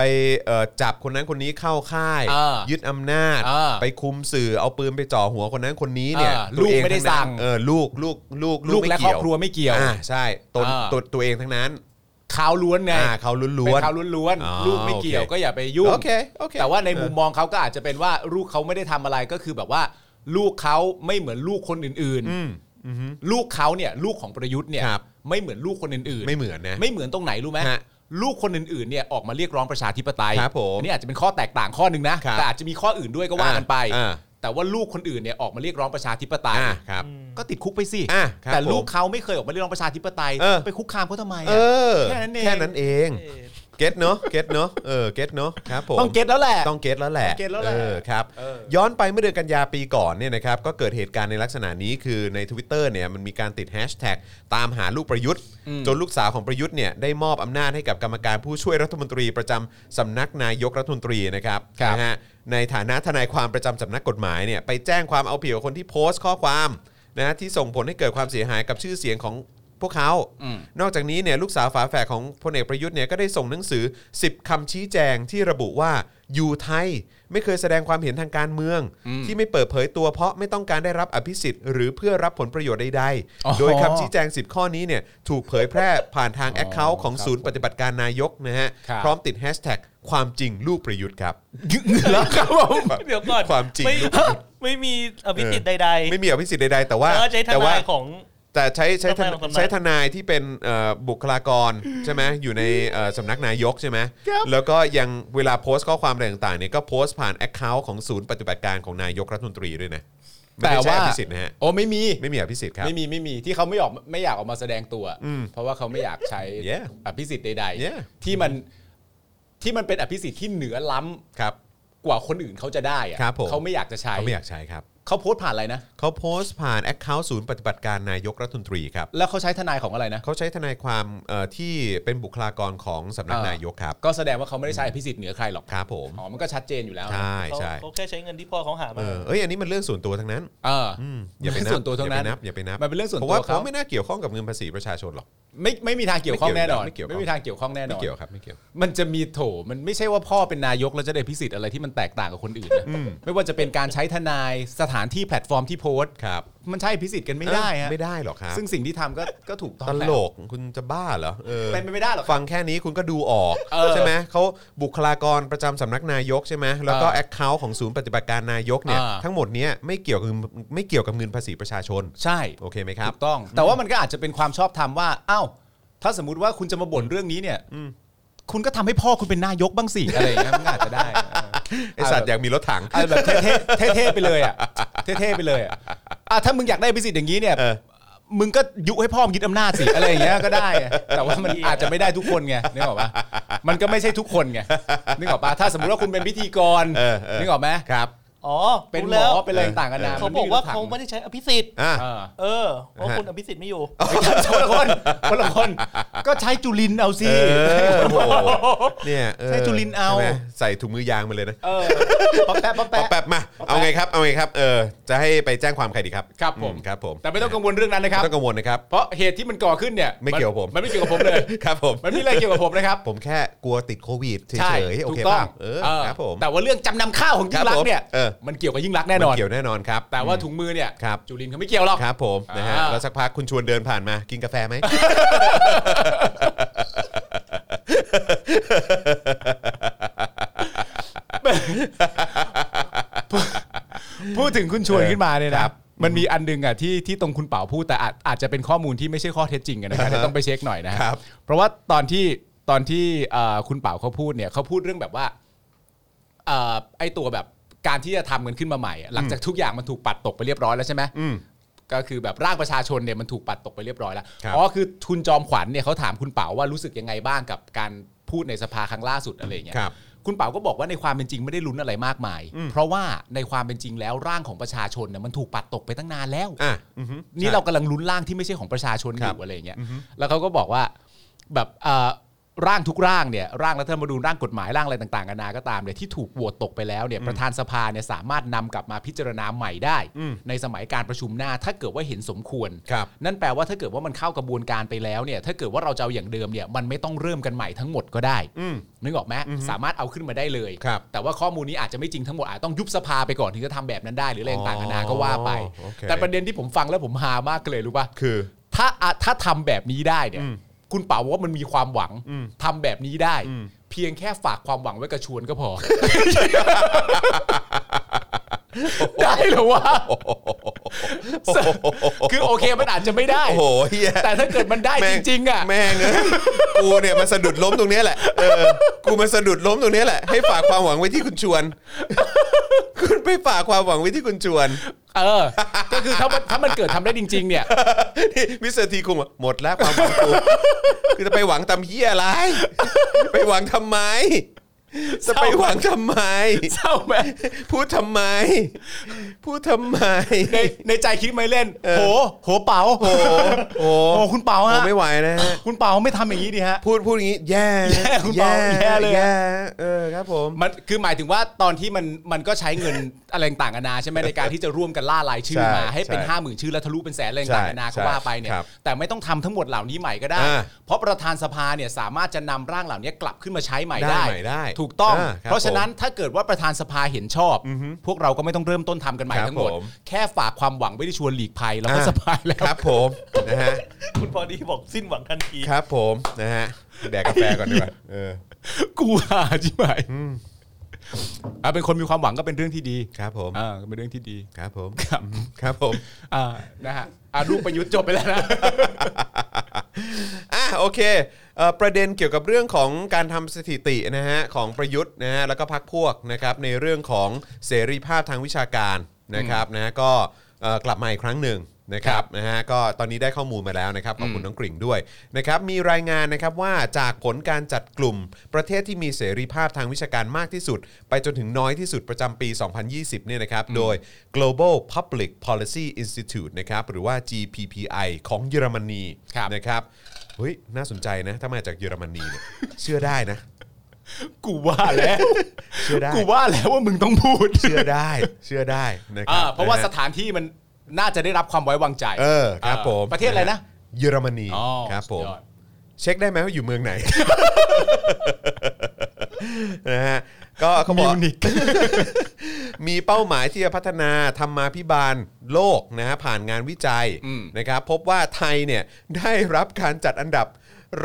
S2: ไปเอ่อจับคนนั้นคนนี้เข้าค่าย
S3: เออ
S2: ยึดอำนาจ
S3: เออ
S2: ไปคุมสื่อเอาปืนไปจ่อหัวคนนั้นคนนี้เนี่ย
S3: เออ
S2: ตัวเอ
S3: ลูกไม่ได้
S2: ทั้
S3: สั่ง
S2: เออลูกลูกลูก
S3: ลูกและครอบครัวไม่
S2: เกี่
S3: เกี่
S2: ย
S3: ยวว
S2: อ่าใช่ตน
S3: เออ
S2: ตัวตัวเองทั้งนั้น
S3: ข่าวล้วนไง
S2: อ่าเขาล้
S3: เป็
S2: วน
S3: นข่าวล้วนๆ
S2: อ๋อ
S3: ลูกไม่เกี่ยว
S2: โอเค
S3: ก็อย่าไป
S2: ๆ
S3: ยุ่ง
S2: โอเคโอเค
S3: แต่ว่าในมุมมองเขาก็อาจจะเป็นว่าลูกเขาไม่ได้ทำอะไรก็คือแบบว่า ลูกเขาไม่เหมือนลูกคนอื่น
S2: อืมอือฮึ
S3: ๆ ลูกเขาเนี่ย ลูกของประยุทธ์เนี่ย
S2: ครับ
S3: ไม่เหมือนลูกคนอื่นๆ
S2: ไม่เหมือนนะ
S3: ไม่เหมือนตรงไหนรู้ไหม
S2: ฮะ
S3: ลูกคนอื่นๆเนี่ยออกมาเรียกร้องประชาธิปไตย
S2: ครับผม
S3: อันนี่อาจจะเป็นข้อแตกต่างข้อหนึ่งนะครับ แต่อาจจะมีข้ออื่นด้วยก็ว่ากันไป
S2: อ่า
S3: แต่ว่าลูกคนอื่นเนี่ยออกมาเรียกร้องประชาธิปไตย
S2: อ่าครับ
S5: อืม
S3: ก็ติดคุกไปสิ
S2: อ่ะครับ
S3: แต่ลูกเขาไม่เคยออกมาเรียกร้องประชาธิปไตย
S2: เออ
S3: ไปคุกคามเขาทำไม
S2: เอ
S3: อะ
S2: อ
S3: แค่นั้นเอง
S2: แค่นั้นเอง
S5: เอ๊ะ
S2: เก็ตเนาะเก็ตเนาะเออเก็ตเนาะครับผม
S3: ต้องเก็ตแล้วแหละ
S2: ต้องเก็ตแล้วแหละ
S3: ต้องเก็ตแล้วแหละ
S2: ออครับ
S3: เออ
S2: ย้อนไปเมื่อเดือนกันยาปีก่อนเนี่ยนะครับ ก็เกิดเหตุการณ์ในลักษณะนี้คือใน Twitter เนี่ยมันมีการติดแฮชแท็กตามหาลูกประยุทธ์
S3: อืม
S2: จนลูกสาวของประยุทธ์เนี่ยได้มอบอำนาจให้กับกรรมการผู้ช่วยรัฐมนตรีประจำสำนักนายกรัฐมนตรีนะครับ
S3: ครับ
S2: นะฮะในฐานะทนายความประจำสำนักกฎหมายเนี่ยไปแจ้งความเอาผิดกับคนที่โพสต์ข้อความนะฮะที่ส่งผลให้เกิดความเสียหายกับชื่อเสียงของพวกเขา
S3: อืม
S2: นอกจากนี้เนี่ยลูกสาวฝาแฝดของพลเอกประยุทธ์เนี่ยก็ได้ส่งหนังสือ 10คำชี้แจงที่ระบุว่าอยู่ไทยไม่เคยแสดงความเห็นทางการเมือง
S3: อืม
S2: ที่ไม่เปิดเผยตัวเพราะไม่ต้องการได้รับอภิสิทธิ์หรือเพื่อรับผลประโยชน์ใด
S3: อ๋อ
S2: ๆ โดยคำชี้แจง 10 ข้อนี้เนี่ยถูกเผยแพร่ผ่านทาง
S3: อ๋อ
S2: แอคเคาท์ของ
S3: ครับ
S2: ศูนย์ปฏิบัติการนายกนะฮะ
S3: ครับ
S2: พร้อมติดแฮชแท็กความจริงลูกประยุทธ์ครับ (laughs)
S3: แล้วครับผม
S5: เดี๋ยวก่อน
S2: ความจริง
S5: ไม่ไม่มีอภิสิทธิ์ใดๆ
S2: ไม่มีอภิสิทธิ์ใดๆแต่ว่า
S5: แต่ว่าใช้ท
S2: แต่ว่า
S5: นายของ
S2: แต่ใช้ใช้
S5: ทนา
S2: ทาย
S5: นยของสำนัก
S2: ใช้ทนายที่เป็นเอ่อบุคลากรใช่ไหมอยู่ในเอ่อสำนักนายกใช่ไหม
S3: ครับ
S2: แล้วก็ยังเวลาโพสต์ข้อความอะไรต่างๆเนี่ยก็โพสต์ผ่านแอคเคาท์ของศูนย์ปฏิบัติการของนายกรัฐมนตรีด้วยนะไม่ได้
S3: แต่
S2: ใช้
S3: ว่า
S2: อภิสิทธิ์นะฮะ
S3: โอ้ไม่มี
S2: ไม่มีอภิสิทธิ์ครับ
S3: ไม่มีไม่มีที่เขาไม่ออกไม่อยากออกมาแสดงตัว เพราะว่าเขาไม่อยากใช้
S2: Yeah
S3: อภิสิทธิ์ใด
S2: Yeah
S3: ๆ ที่มันที่มันเป็นอภิสิทธิ์ที่เหนือล้ำ
S2: ครับ
S3: กว่าคนอื่นเขาจะได้อะ
S2: ครับผม
S3: เขาไม่อยากจะใช้
S2: เขาไม่อยากใช้ครับ
S3: เขาโพสต์ผ่านอะไรนะ
S2: เขาโพสต์ผ่านแอคเคาท์ศูนย์ปฏิบัติการนายกรัฐมนตรีครับ
S3: แล้วเขาใช้ทนายของอะไรนะ
S2: เขาใช้ทนายความเอ่อที่เป็นบุคลากรของสำนัก
S3: อ่าน
S2: นายกครับ
S3: ก็แสดงว่าเขาไม่ได้ใช้อภิสิทธิ์เหนือใครหรอก
S2: ครับผม
S3: อ๋อมันก็ชัดเจนอยู่แล้ว
S2: ใช่ใช่
S5: เขาเขาแค่ใช้เงินที่พ่อเขาหา
S2: เอ
S5: มา
S2: อเอ้ยอันนี้มันเรื่องส่วนตัวทั้งนั้น
S3: เอออ
S2: อืมอย่าไป
S3: เรื่
S2: นั
S3: อบ งส่วนตัวทั้งนั้น
S2: อย่าไปนับอย่าไปนับ
S3: มันเป็นเรื่องส่วน
S2: เพราะ
S3: ตัว
S2: ว่าเขา
S3: เขา
S2: ไม่น่าเกี่ยวข้องกับเงินภาษีประชาชนหรอก
S3: ไม่ไม่มีทางเกี่ยวข้องแน่นอน
S2: ไม่เกี่ยว
S3: ไม่มีทางเกี่ยวข้องแน่น
S2: ไม่
S3: อน
S2: เกี่ยวครับไม่เกี่ยว
S3: มันจะมีโถมันไม่ใช่ว่าพ่อเป็นนายกแล้วจะได้พิสิทธิ์อะไรที่มันแตกต่างกับคนอื่นนะไม่ว่าจะเป็นการใช้ทนายสถานที่แพลตฟอร์มที่โพสต์
S2: ครับ
S3: มันใช่พิสิทธิ์กันไม่ได้ฮะ
S2: ไม่ได้หรอกครับ
S3: ซึ่งสิ่งที่ทำก็ก็ถูกต้อง
S2: ต
S3: แว
S2: ลกคุณจะบ้าเหรอเออ
S3: เป็นไปไม่ได้หรอกครับ
S2: ฟังแค่นี้คุณก็ดูออก
S3: เออ
S2: ใช่ไหมเขาบุคลากรประจำสำนักนายกใช่ไหมแล้วก็
S3: เออ
S2: แอคเคาท์ของศูนย์ปฏิบัติการนายกเนี่ย
S3: อ่า
S2: ทั้งหมดเนี้ยไม่เกี่ยวกับไม่เกี่ยวกับเงินภาษีประชาชน
S3: ใช่
S2: โอเคไหมครับ
S3: ถูกต้อง แต่ว่ามันก็อาจจะเป็นความชอบธรรมว่าอ้าวถ้าสมมติว่าคุณจะมาบ่นเรื่องนี้เนี่ยคุณก็ทำให้พ่อคุณเป็นนายกบ้างสิอะไรอย่างเงี้ยมันก็อาจจะได้
S2: ไอสัตว์อยากมีรถถัง
S3: เออแบบเท่ๆเท่ๆไปเลยอ่ะเท่ๆไปเลยอะอ่ะถ้ามึงอยากได้พิสิทธิ์อย่างนี้เนี่ย
S2: เออ
S3: มึงก็ยุให้พ่อมึงยึดอำนาจสิอะไรอย่างเงี้ยก็ได้อะแต่ว่ามันอาจจะไม่ได้ทุกคนไงนึกออกปะมันก็ไม่ใช่ทุกคนไงนึกออกปะถ้าสมมติว่าคุณเป็นพิธีกร
S2: เออเออ
S3: นึกออกไหม
S2: ครับ
S5: อ๋อ
S3: เป็น
S5: รู้
S3: หม
S5: แล้
S3: อ
S5: ว
S3: เป็นอะไรต่างกันนะ
S5: เขาบอกว่าเขาไม่ได้ใช้อภิสิทธิ์
S2: อ่ะ
S3: เออ
S5: เออเพราะ
S2: ฮะ
S5: คุณอภิสิทธิ์ไม่อยู่
S3: คนละคนคนละคนก็ใช้จุลินเอาสิ
S2: เออโอ้โหเนี่ยเออ
S3: ใช่จุลินเอา
S2: ใช่ไหมใส่ถุงมือยางมาเลยนะ
S3: เออป๊อปแป๊บป๊อป
S2: เอา
S3: แป๊บ
S2: แป๊บมาเอาไงครับเอาไงครับเออจะให้ไปแจ้งความใครดีครับ
S3: ครับผม
S2: อืครับผม
S3: แต่ไม่ต้องกังวลเรื่องนั้นนะครับ
S2: ไม่ต้องกังวลนะครับ
S3: เพราะเหตุที่มันก่อขึ้นเนี่ย
S2: ไม่เกี่ยวกับผม
S3: มันไม่เกี่ยวกับผมเลย
S2: ครับผม
S3: มันไม่มีอะไรเกี่ยวกับผมนะครับ
S2: ผมแค่กลัวติดโควิดเฉ
S3: ใช่
S2: ยๆโอ
S3: ถู
S2: เค
S3: กต้อง
S2: ป่ะเออ
S3: เออ
S2: ครับผม
S3: แต่ว่าเรื่องจำนำข้าวของยิ่งรักษณ์เนี่
S2: ครั
S3: ย
S2: บผมเออ
S3: มันเกี่ยวกับยิ่งรักษณ์แน่นอน
S2: มัเกี่ยวแน่นอนครับ
S3: แต่ว่าถุงมือเนี่ย
S2: ครับ
S3: จุลินเขาไม่เกี่ยวหรอก
S2: ครับผมนะฮะ
S3: อ่า
S2: แล้วสักพักคุณชวนเดินผ่านมากินกาแฟไหม
S3: พูดถึงคุณชวนขึ้นมาเนี่ย
S2: ค
S3: นะ
S2: รับ
S3: มันมีอันหนึงอ่ะที่ที่ตรงคุณเป๋าพูดแต่อาจอาจจะเป็นข้อมูลที่ไม่ใช่ข้อเท็จจริงกันนะครับเดี๋ยวต้องไปเช็คหน่อยนะฮะ
S2: ครับ
S3: เพราะว่าตอนที่ตอนที่เอ่อคุณเป๋าเขาพูดเนี่ยเขาพูดเรื่องแบบว่าเอ่อไอตัวแบบการที่จะทำกันขึ้นมาใหม่อะหลังจากทุกอย่างมันถูกปัดตกไปเรียบร้อยแล้วใช่ไหม
S2: อืม
S3: ก็คือแบบร่างประชาชนเนี่ยมันถูกปัดตกไปเรียบร้อยแล้ว
S2: ครับ
S3: อ๋อคือคุณจอมขวัญเนี่ยเขาถามคุณเป๋าว่ารู้สึกยังไงบ้างกับการพูดในสภาครั้งล่าสุดอะไรอย่างเงี้ย
S2: ครับ
S3: คุณเป๋าก็บอกว่าในความเป็นจริงไม่ได้ลุ้นอะไรมากมาย เพราะว่าในความเป็นจริงแล้วร่างของประชาชนเนี่ยมันถูกปัดตกไปตั้งนานแล้ว
S2: อ่ะอือฮึ
S3: นี่เรากำลังลุ้นร่างที่ไม่ใช่ของประชาชนอ
S2: ครั
S3: ยู่
S2: บ
S3: อะไรอย่างเงี้ยแล้วเขาก็บอกว่าแบบเอ่อ ร่างทุกร่างเนี่ยร่างรัฐธรรมนูญร่างกฎหมายร่างอะไรต่างๆกันานาก็ตามเนี่ยที่ถูกโหวตตกไปแล้วเนี่ยประธานสภาเนี่ยสามารถนำกลับมาพิจารณาใหม่ได้ ในสมัยการประชุมหน้าถ้าเกิดว่าเห็นสมควร
S2: ครับ
S3: นั่นแปลว่าถ้าเกิดว่ามันเข้ากระบวนการไปแล้วเนี่ยถ้าเกิดว่าเราจะเอาอย่างเดิมเนี่ยมันไม่ต้องเริ่มกันใหม่ทั้งหมดก็ได้
S2: อืม
S3: นึกออกไหมสามารถเอาขึ้นมาได้เลย
S2: ครับ
S3: แต่ว่าข้อมูลนี้อาจจะไม่จริงทั้งหมดอาจต้องยุบสภาไปก่อนถึงจะทำแบบนั้นได้หรืออะไรต่างๆ
S2: อ๋อ
S3: นานาก็ว่าไป
S2: โอเค
S3: แต่ประเด็นที่ผมฟังแล้วผมฮามากเลยรู้ป่ะ
S2: คือ
S3: ถ้าอ่ะถ้าทำแบบนี้ได้เนี่ย
S2: อืม
S3: คุณเป๋าว่ามันมีความหวัง
S2: อืม
S3: ทำแบบนี้ได้
S2: อืม
S3: เพียงแค่ฝากความหวังไว้กับชวนก็พอ ได้เหรอวะคือโอเคมันอาจจะไม่ได้
S2: โอ้โหเฮีย
S3: แต่ถ้าเกิดมันได้
S2: แม่
S3: จริง ๆ อ่ะ
S2: แม่งเอ้ยกูเนี่ยมาสะดุดล้มตรงเนี้ยแหละเออกูมาสะดุดล้มตรงเนี้ยแหละให้ฝากความหวังไว้ที่คุณชวน คุณไปฝากความหวังไว้ที่คุณชวน
S3: เออ ก็คือถ้ามันถ้ามันเกิดทำได้จริง ๆ เนี่ย
S2: นี่มิสเตอร์ทีคงบอกหมดแล้วความหวังกูคือจะไปหวังทำเหี้ยอะไร ไปหวังทำไม จะไปหวังทำไม
S3: เศร้าไหม
S2: พูดทำไม พูดทำไม
S3: ในในใจคิดไม่เล่น โห โหเป๋าโห
S2: โอ้
S3: โอ้คุณเปาฮะ
S2: ผมไม่ไหวนะฮะ
S3: คุณเป๋าไม่ทำอย่างนี้ดิฮะ
S2: พูดพูดอย่างนี้แย่
S3: แย่คุณเปาแย่เลยอะ
S2: แย่เออครับผม
S3: มันคือหมายถึงว่าตอนที่มันมันก็ใช้เงิน (laughs) อะไรต่างกันานาใช่ไหมในการที่จะร่วมกันล่ารายชื่อมา
S2: ใช่
S3: ให้เป็น
S2: ใช่
S3: 5 0,000ชื่อแล้วทะลุเป็นแสนอะไรต่างกันานา
S2: ใช่
S3: ก็ว่าไปเนี่ย
S2: ครับ
S3: แต่ไม่ต้องทำทั้งหมดเหล่านี้ใหม่ก็ได้
S2: อ่า
S3: เพราะประธานสภาเนี่ยสามารถจะนำร่างเหล่านี้กลับขึ้นมาใช้ใหม่
S2: ได้
S3: ได้
S2: ใหม่ได้
S3: ถูกต้อง
S2: อ่าครับ
S3: เพราะฉะนั้นถ้าเกิดว่าประธานสภาเห็นชอบ พวกเราก็ไม่ต้องเริ่มต้นทำกันใหม่
S2: ครับ
S3: ทั้งหมด
S2: ผม
S3: แค่ฝากความหวังไว้ที่ชวนหลีกภัยเราก็
S2: อ่า
S3: สบายแล้ว
S2: ครับผมนะฮะ
S5: คุณพอดีบอกสิ้นหวังทันที
S2: ครับผมนะฮะแดกกาแฟก่อนดีกว่าเออ
S3: (laughs) กูหาใช่ไหมอ่าเป็นคนมีความหวังก็เป็นเรื่องที่ดี
S2: ครับผม
S3: อ่าก็เป็นเรื่องที่ดี
S2: ครับผม
S3: ครับ
S2: ครับผม
S3: อ่านะฮะอ่ารูปประยุทธ์จบไปแล้ว
S2: (laughs)
S3: นะ
S2: อ่ะโอเคเอ่อประเด็นเกี่ยวกับเรื่องของการทำสถิตินะฮะของประยุทธ์นะฮะแล้วก็พักพวกนะครับในเรื่องของเสรีภาพทางวิชาการนะครับนะฮะก็เอ่อกลับมาอีกครั้งหนึ่งนะครับนะฮะก็ตอนนี้ได้ข้อมูลมาแล้วนะครับขอบคุณน้องกริ่งด้วยนะครับมีรายงานนะครับว่าจากผลการจัดกลุ่มประเทศที่มีเสรีภาพทางวิชาการมากที่สุด ไปจนถึงน้อยที่สุดประจำปี 2020 เนี่ยนะครับ โดย Global Public Policy Institute นะครับ หรือว่า GPPI ของเยอรมนี
S3: ครับ
S2: นะครับ เฮ้ย น่าสนใจนะ ถ้ามาจากเยอรมนีเนี่ย เชื่อได้นะ
S3: กูว่าแล้ว
S2: เชื่อได้
S3: กูว่าแล้วว่ามึงต้องพูด
S2: เชื่อได้ เชื่อได้นะครั
S3: อ่า
S2: บ
S3: เพราะว่า
S2: ฮ
S3: สถานที่มันน่าจะได้รับความไว้วางใจ
S2: เออครับผม
S3: ประเทศอะไรนะ
S2: เยอรมนี
S3: อ๋อ
S2: ครับผม
S3: สุดยอด
S2: เช็คได้ไหมว่าอยู่เมืองไหน (laughs) นะฮะก็เขาบอก
S3: มิวนิก
S2: มีเป้าหมายที่จะพัฒนาธรรมาพิบาลโลกนะฮะผ่านงานวิจัย
S3: อืม
S2: นะครับพบว่าไทยเนี่ยได้รับการจัดอันดับ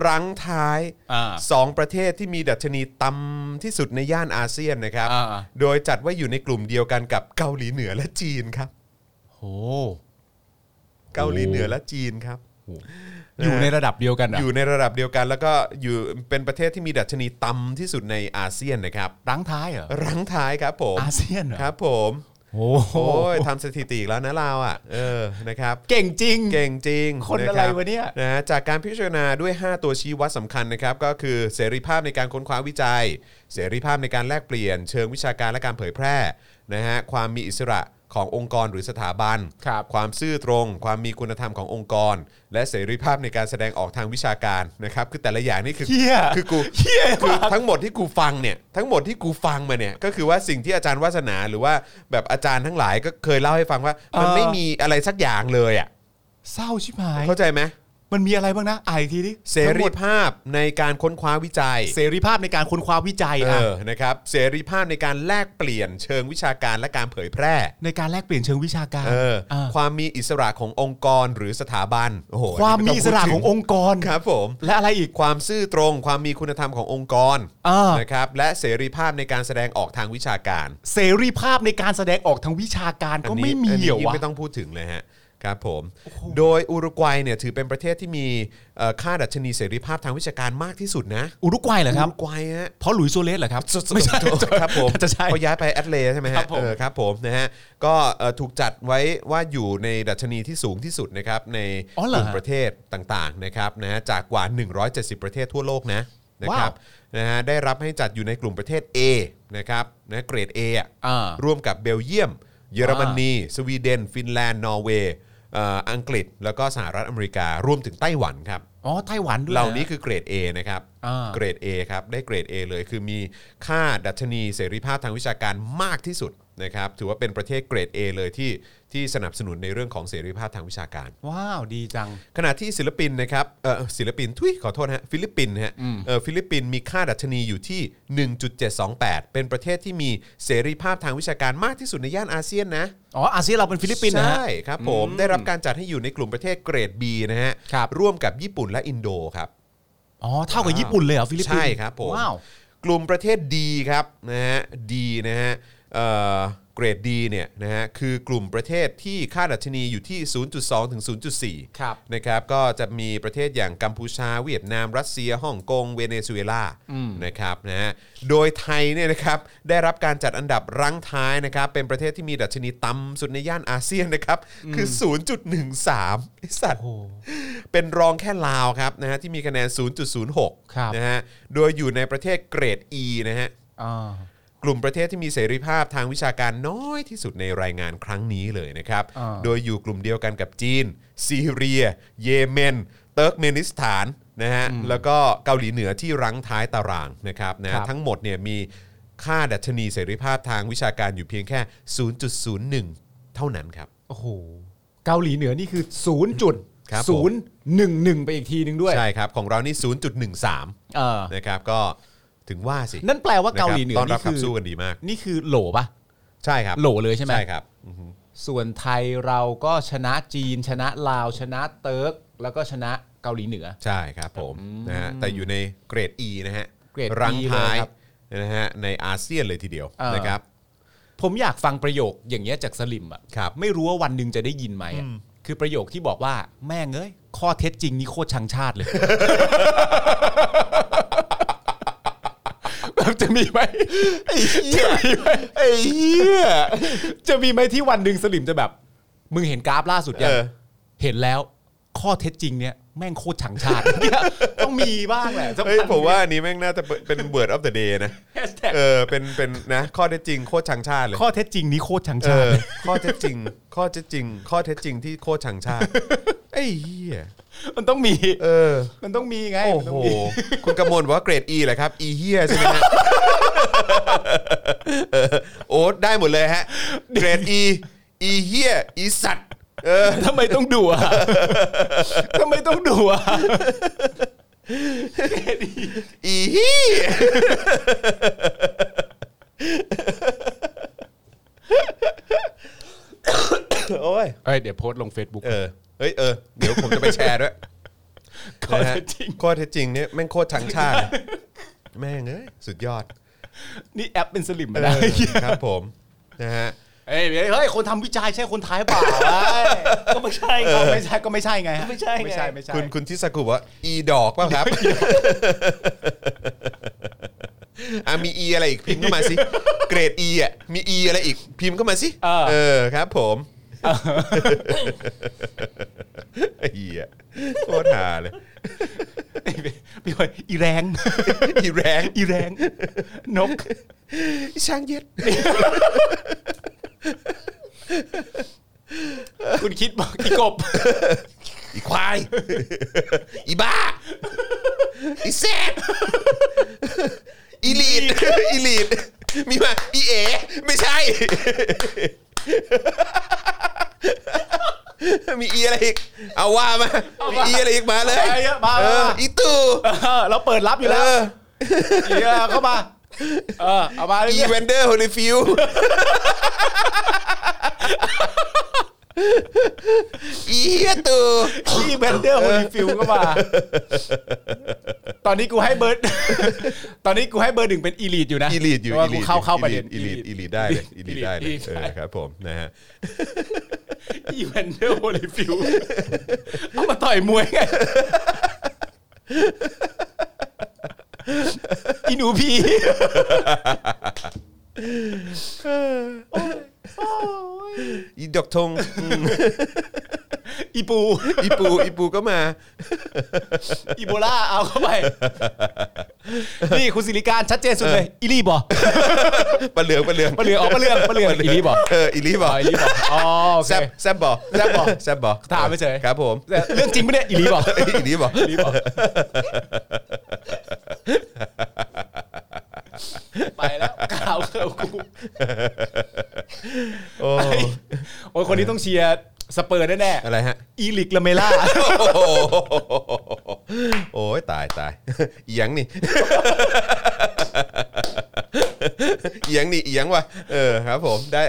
S2: รั้งท้าย
S3: อ่า
S2: 2 ประเทศที่มีดัชนีต่ำที่สุดในย่านอาเซียนนะครับ
S3: อ่า
S2: โดยจัดว่าอยู่ในกลุ่มเดียวกันกับเกาหลีเหนือและจีนครับ
S3: โห
S2: เกาหลีเหนือและจีนครับ
S3: อยู่ในระดับเดียวกันเหร
S2: อยู่ในระดับเดียวกันแล้วก็อยู่เป็นประเทศที่มีดัชนีต่ำที่สุดในอาเซียนนะครับ
S3: รั้งท้ายเหรอ
S2: รั้งท้ายครับผม
S3: อาเซียนเหรอ
S2: ครับผม
S3: โอ้โห
S2: โอ้ยทำสถิติอีกแล้วนะเราอ่ะเออนะครับ
S3: เก่งจริง
S2: เก่งจริง
S3: คนอะไร
S2: บ
S3: วะเนี่ย
S2: นะฮะจากการพิจารณาด้วย 5 ตัวชี้วัดสำคัญนะครับ ก็คือเสรีภาพในการค้นคว้าวิจัย เสรีภาพในการแลกเปลี่ยน เชิงวิชาการและการเผยแพร่นะฮะความมีอิสระขององค์กรหรือสถาบัน
S3: ครับ
S2: ความซื่อตรง ความมีคุณธรรมขององค์กร และเสรีภาพในการแสดงออกทางวิชาการนะครับคือแต่ละอย่างนี่คือ
S3: เฮีย
S2: คือกู
S3: เฮีย
S2: คือทั้งหมดที่กูฟังเนี่ยทั้งหมดที่กูฟังมาเนี่ยก็คือว่าสิ่งที่อาจารย์วาสนาหรือว่าแบบอาจารย์ทั้งหลายก็เคยเล่าให้ฟังว่า มันไม่มีอะไรสักอย่างเลยอ่ะ
S3: เศร้าชิบหาย
S2: เข้าใจไหม
S3: มันมีอะไรบ้างนะอ่านอีกทีดิ
S2: เสรีภาพในการค้นคว้าวิจัย
S3: เสรีภาพในการค้นคว้าวิจัย
S2: เอ
S3: อ่ะ
S2: อนะครับเสรีภาพในการแลกเปลี่ยนเชิงวิชาการและการเผยแพร่
S3: ในการแลกเปลี่ยนเชิงวิชาการ
S2: เออ
S3: อ่า
S2: ความมีอิสระขององค์กรหรือสถาบันโอ้โห
S3: ความ
S2: น
S3: มี
S2: นี้
S3: อิ
S2: ไต้
S3: ส
S2: พูด
S3: ระ
S2: ถึ
S3: ขององค์กร
S2: ครับผม
S3: และอะไรอีก
S2: ความซื่อตรง ความมีคุณธรรมขององค์กร
S3: อ่าน
S2: นะครับและเสรีภาพในการแสดงออกทางวิชาการ
S3: เสรีภาพในการแสดงออกทางวิชาการ
S2: อัน
S3: ก็
S2: นี้
S3: ไม่มี
S2: อันนี้
S3: เหรอ
S2: ยิ่ง
S3: วะ
S2: ไม่ต้องพูดถึงเลยฮะครับผม โดยอุรุกวัยเนี่ยถือเป็นประเทศที่มีเอ่อค่าดัชนีเสรีภาพทางวิชาการมากที่สุดนะ
S3: อุรุกวัยเหรอครับ
S2: อุรุกวัยฮะ
S3: เพราะหลุยส์โซเลสเหรอครับ
S2: ไม่ใช่ครับผม
S3: จะใช่
S2: เขาย้ายไปแอตเลใช่ไหม
S3: ครั
S2: ฮะ
S3: บผม
S2: เออครับผมนะฮะก็เอ่อถูกจัดไว้ว่าอยู่ในดัชนีที่สูงที่สุดนะครับใน
S3: อ๋อกเหรอ
S2: ลุ่มประเทศต่างๆนะครับนะฮะจากกว่า 170 ประเทศทั่วโลกนะนะค
S3: ว้า
S2: รั
S3: ว
S2: บนะฮะได้รับให้จัดอยู่ในกลุ่มประเทศ A นะครับนะเกรด A อ่ะ
S3: อ่า
S2: ร่วมกับเบลเยียม เยอรมนี สวีเดน ฟินแลนด์ นอร์เวย์เอ่ออังกฤษ แล้วก็สหรัฐอเมริการวมถึงไต้หวันครับ
S3: อ๋อไต้หวันด้วย
S2: เหล่านี้คือเกรด A นะครับ
S3: อ่า
S2: เกรด A ครับ ได้เกรด A เลยคือมีค่าดัชนีเสรีภาพทางวิชาการมากที่สุดนะครับ ถือว่าเป็นประเทศเกรด A เลยที่ที่สนับสนุนในเรื่องของเสรีภาพทางวิชาการ
S3: ว้าวดีจัง
S2: ขณะที่ศิลปินนะครับเออศิลปินทุยขอโทษนะฮะฟิลิปปินส์ฮะเออฟิลิปปินส์มีค่าดัชนีอยู่ที่ 1.728 เป็นประเทศที่มีเสรีภาพทางวิชาการมากที่สุดในย่านอาเซียนนะ
S3: อ๋ออาเซียนเราเป็นฟิลิปปินส์นะฮะ
S2: ใช่ครับผมได้รับการจัดให้อยู่ในกลุ่มประเทศเกรด B นะฮะ
S3: ครับ
S2: ร่วมกับญี่ปุ่นและอินโดครับ
S3: อ๋อเท่ากับญี่ปุ่นเลยเหรอฟิลิปปินส์
S2: ใช่ครับผม
S3: ว้าว
S2: กลุ่มประเทศดีครับนะฮะดีนะฮะเอ่อเกรดดีเนี่ยนะฮะคือกลุ่มประเทศที่ค่าดัชนีอยู่ที่ 0.2 ถึง 0.4
S3: ครับ
S2: นะครับก็จะมีประเทศอย่างกัมพูชา เวียดนาม รัสเซียฮ่องกง เวเนซุเอลานะครับนะฮะโดยไทยเนี่ยนะครับได้รับการจัดอันดับรั้งท้ายนะครับเป็นประเทศที่มีดัชนีต่ำสุดในย่านอาเซียนนะครับคือ 0.13ไอ้สัตว์เป็นรองแค่ลาวครับนะฮะที่มีคะแนน
S3: ครับ
S2: 0.06นะฮะโดยอยู่ในประเทศเกรด E นะฮะ
S3: อ่าก
S2: ลุ่มประเทศที่มีเสรีภาพทางวิชาการน้อยที่สุดในรายงานครั้งนี้เลยนะครับ
S3: อ่า
S2: โดยอยู่กลุ่มเดียวกันกับจีน ซีเรีย เยเมน เติร์กเมนิสถานนะฮะแล้วก็เกาหลีเหนือที่รั้งท้ายตารางนะครับนะ
S3: ครั
S2: ฮะ
S3: บ
S2: ทั้งหมดเนี่ยมีค่าดัชนีเสรีภาพทางวิชาการอยู่เพียงแค่ 0.01 เท่านั้นครับ
S3: โอ้โหเกาหลีเหนือนี่คือศูนย์จุด
S2: ครับผม
S3: ศูนย์หนึ่งหนึ่งไปอีกทีหนึ่งด้วย
S2: ใช่ครับ ของเรานี่ 0.13
S3: เออ
S2: นะครับก็ถึงว่าสิ
S3: นั่นแปลว่าเกาหลีเหนื
S2: ะ
S3: อ
S2: ครับต้อนรั
S3: นี่
S2: บขั
S3: คื
S2: บสู้กันดีมาก
S3: นี่คือโหลปะ
S2: ใช่ครับ
S3: โหลเลยใช่ไหม
S2: ใช่ครับอือฮึ
S3: ส่วนไทยเราก็ชนะจีน ชนะลาว ชนะเติร์กแล้วก็ชนะเกาหลีเหนือ
S2: ใช่ครับผมนะฮะแต่อยู่ในเกรด E นะฮะ
S3: เกรด E
S2: รั้งท้าย
S3: เลยครับ
S2: นะฮะในอาเซียนเลยทีเดียว
S3: เออ
S2: นะครับ
S3: ผมอยากฟังประโยคอย่างเงี้ยจากสลิมอะ
S2: ครับ
S3: ไม่รู้ว่าวันหนึ่งจะได้ยินไหมอะคือประโยคที่บอกว่าแม่งเอ้ยข้อเท็จจริงนี่โคตรชังชา
S2: (laughs)
S3: ติเลย แบบจะมีไหมจะมีไหม
S2: ไอ้เหี้ย
S3: จะมีไหมที่วันหนึ่งสลิมจะแบบ มึงเห็นกราฟล่าสุดยัง
S2: เออ
S3: เห็นแล้ว ข้อเท็จจริงเนี่ยแม่งโคตรชังชาติ ต้องมีบ้างแหละสัก
S2: เฮ้ย
S3: พัน
S2: ผมว่าอันนี้แม่งน่าจะเป็น word of the day นะ
S3: แฮชแท็ก
S2: เออเป็นเป็นนะ ข้อเท็จจริงโคตรชังชาติเลย
S3: ข้อเท็จจริงนี้โคตรชัง
S2: เอ
S3: ชาติ
S2: อ
S3: เลย
S2: ข้อเท็จจริง ข้อเท็จจริง ข้อเท็จจริงที่โคตรชังชา
S3: (laughs)
S2: ติไอ้เหี้ย
S3: มันต้องมี
S2: เออ
S3: มันต้องมีไง
S2: โอ้
S3: มันต้
S2: โห
S3: งมี
S2: คุณกำมลบอกว่าเกรด E เหรอครับ E เหี้ยใช่ไหมฮะเออโอ้ได้หมดเลยฮะเกรด E E เหี้ย E สัตว์เออ
S3: ทำไมต้องดุ (laughs) อ่ะ ทำไมต้องดุอ่ะ
S2: อีเหี้ยโอ้ย
S3: เอ้ยเดี๋ยวโพสต์ลง Facebook
S2: เออ เฮ้ย เออ เดี๋ยวผมจะไปแชร์ด้วย
S3: ข้อ
S2: นะฮะ
S3: เท็จจริง
S2: ข้อเท็จจริงเนี่ยแม่งโคตรชังชาติ แม่งเอ้ย สุดยอด
S3: นี่แอปเป็นสลิมมา
S2: เอ
S3: ได้
S2: อครับผม นะฮะ
S3: เอ้ยเดี๋ยวเฮ้ย คนทำวิจัยใช่คนไทยเปล่าวะ
S5: ก็ไม่ใช่ค
S3: ก็
S5: รับ
S3: ไม่ใช่ก็ไม่ใช่ไงฮะ
S5: ไม่ใช่ไง
S3: ไม่ใช่ไม่ใช่
S2: คุณคุณทิสกุบอกว่า อีดอกเปล่ะครับ อ่ะมีอีอะไรอีกพิมพ์เข้ามาสิ เกรดอีอ่ะ มีอีอะไรอีกพิมพ์เข้ามาสิ เออครับผมไอ้เหี้ยโคตรหาเลย
S3: (laughs) พี่คนอีแรง
S2: อีแรง
S3: อีแรง นก
S2: อีช่างเย็ด
S3: คุณคิดบอกอีกบ (laughs)
S2: (laughs) อีควาย อีบ้า (laughs) อีแซด (laughs) อีลีด (laughs) อีลีด มีมา อีเอ ไม่ใช่ (laughs) มีอีอะไรอีก เอาว่ามา มีอีอะไรอีกมาเลย
S3: เอาไปเยอะมา
S2: เออ
S3: มา
S2: อีตู่
S3: เออเราเปิดรับอยู่
S2: เอ
S3: แล้ว
S2: อ
S3: เอียเข้ามา เออเอามาเรื่
S2: อี
S3: อย
S2: แวนเดอร์โฮลิฟิว (laughs) อีเฮียตู่
S3: ๆอีเวนเดอร์โฮลิฟิลเข้ามา ตอนนี้กูให้เบอร์ (laughs) ตอนนี้กูให้เบอร์หนึ่งเป็นอีลีดอยู่นะ
S2: อีลีดอยู่
S3: (laughs) เพราะว่ากู
S2: อีลีด
S3: เข้าเข้า
S2: อีลีด
S3: ประเด็น
S2: อีลีดอีลีดได้เลยอีลีดได้เลย
S3: อีลีด
S2: เอ
S3: ได้
S2: อครับผมนะฮะ
S3: อีแวนเดอร์โฮลิฟิลด์เอามาต่อยมวยไง อีหนูพี
S2: อีดอกทง (laughs) อืม
S3: อีปู
S2: อีปูอีปูก็มา
S3: อีโบลาเอาเข้าไป นี่คุณสิริการชัดเจนสุดเลยอีลี่บอ
S2: ปลาเหลืองปลาเหลือง
S3: ปลาเหลืองอ๋อปลาเหลืองปลาเหลืองอีลี่บอ
S2: เอออีลีบ
S3: อ๋
S2: อ
S3: ออีลี่บออ๋อโอเค
S2: แซบแซบบ่แซบบ่แซบบ่
S3: ถามเฉย
S2: ครับผม (laughs)
S3: แต่เรื่องจริงปะเนี่ยอีลี่บอ
S2: อีลีบอ
S3: อีลี่บอไปแล้วข่าวเข้ากู
S2: โอ้
S3: โอ้ยคนนี้ต้องเชียร์สเปอร์แน่
S2: อะไรฮะ
S3: ๆอีลิกลาเมล่า
S2: โอ้โหโอ้ยตายต (laughs) ายเอียงนี่เอียงนี่เอียงว่ะเออครับผมได้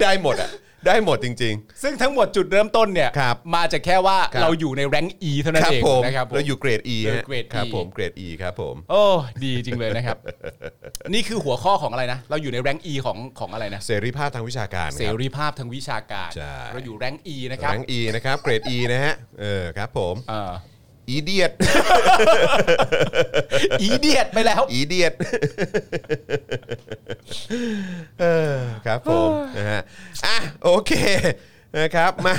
S2: ได้หมดอ่ะได้หมดจริง
S3: ซึ่งทั้งหมดจุดเริ่มต้นเนี่ย
S2: ครับ
S3: มาจากแค่ว่า
S2: ครับ
S3: เราอยู่ในแรงอีเท่านั้
S2: ๆ
S3: น
S2: ครับ
S3: เอง
S2: ผม
S3: นะครับผม
S2: เราอยู่เกรด E
S3: เราอยู่
S2: ฮะ
S3: เกรด E
S2: ครับผมเกรด E ครับผม
S3: โอ้ดีจริงเลยนะครับ นี่คือหัวข้อของอะไรนะ เราอยู่ในแรงอีของของอะไรนะ
S2: เสรีภาพทางวิชาการค
S3: เส
S2: รับ
S3: รีภาพทางวิชาการ
S2: ใช่
S3: เราอยู่แรงอีนะครับ
S2: แรง E นะครับเกรด E นะฮะเออครับผม
S3: เออ
S2: อีเดียด
S3: อีเดียดไปแล้ว
S2: อีเดียด (laughs) เออครับผมนะฮะอ่ะโอเคนะครับมา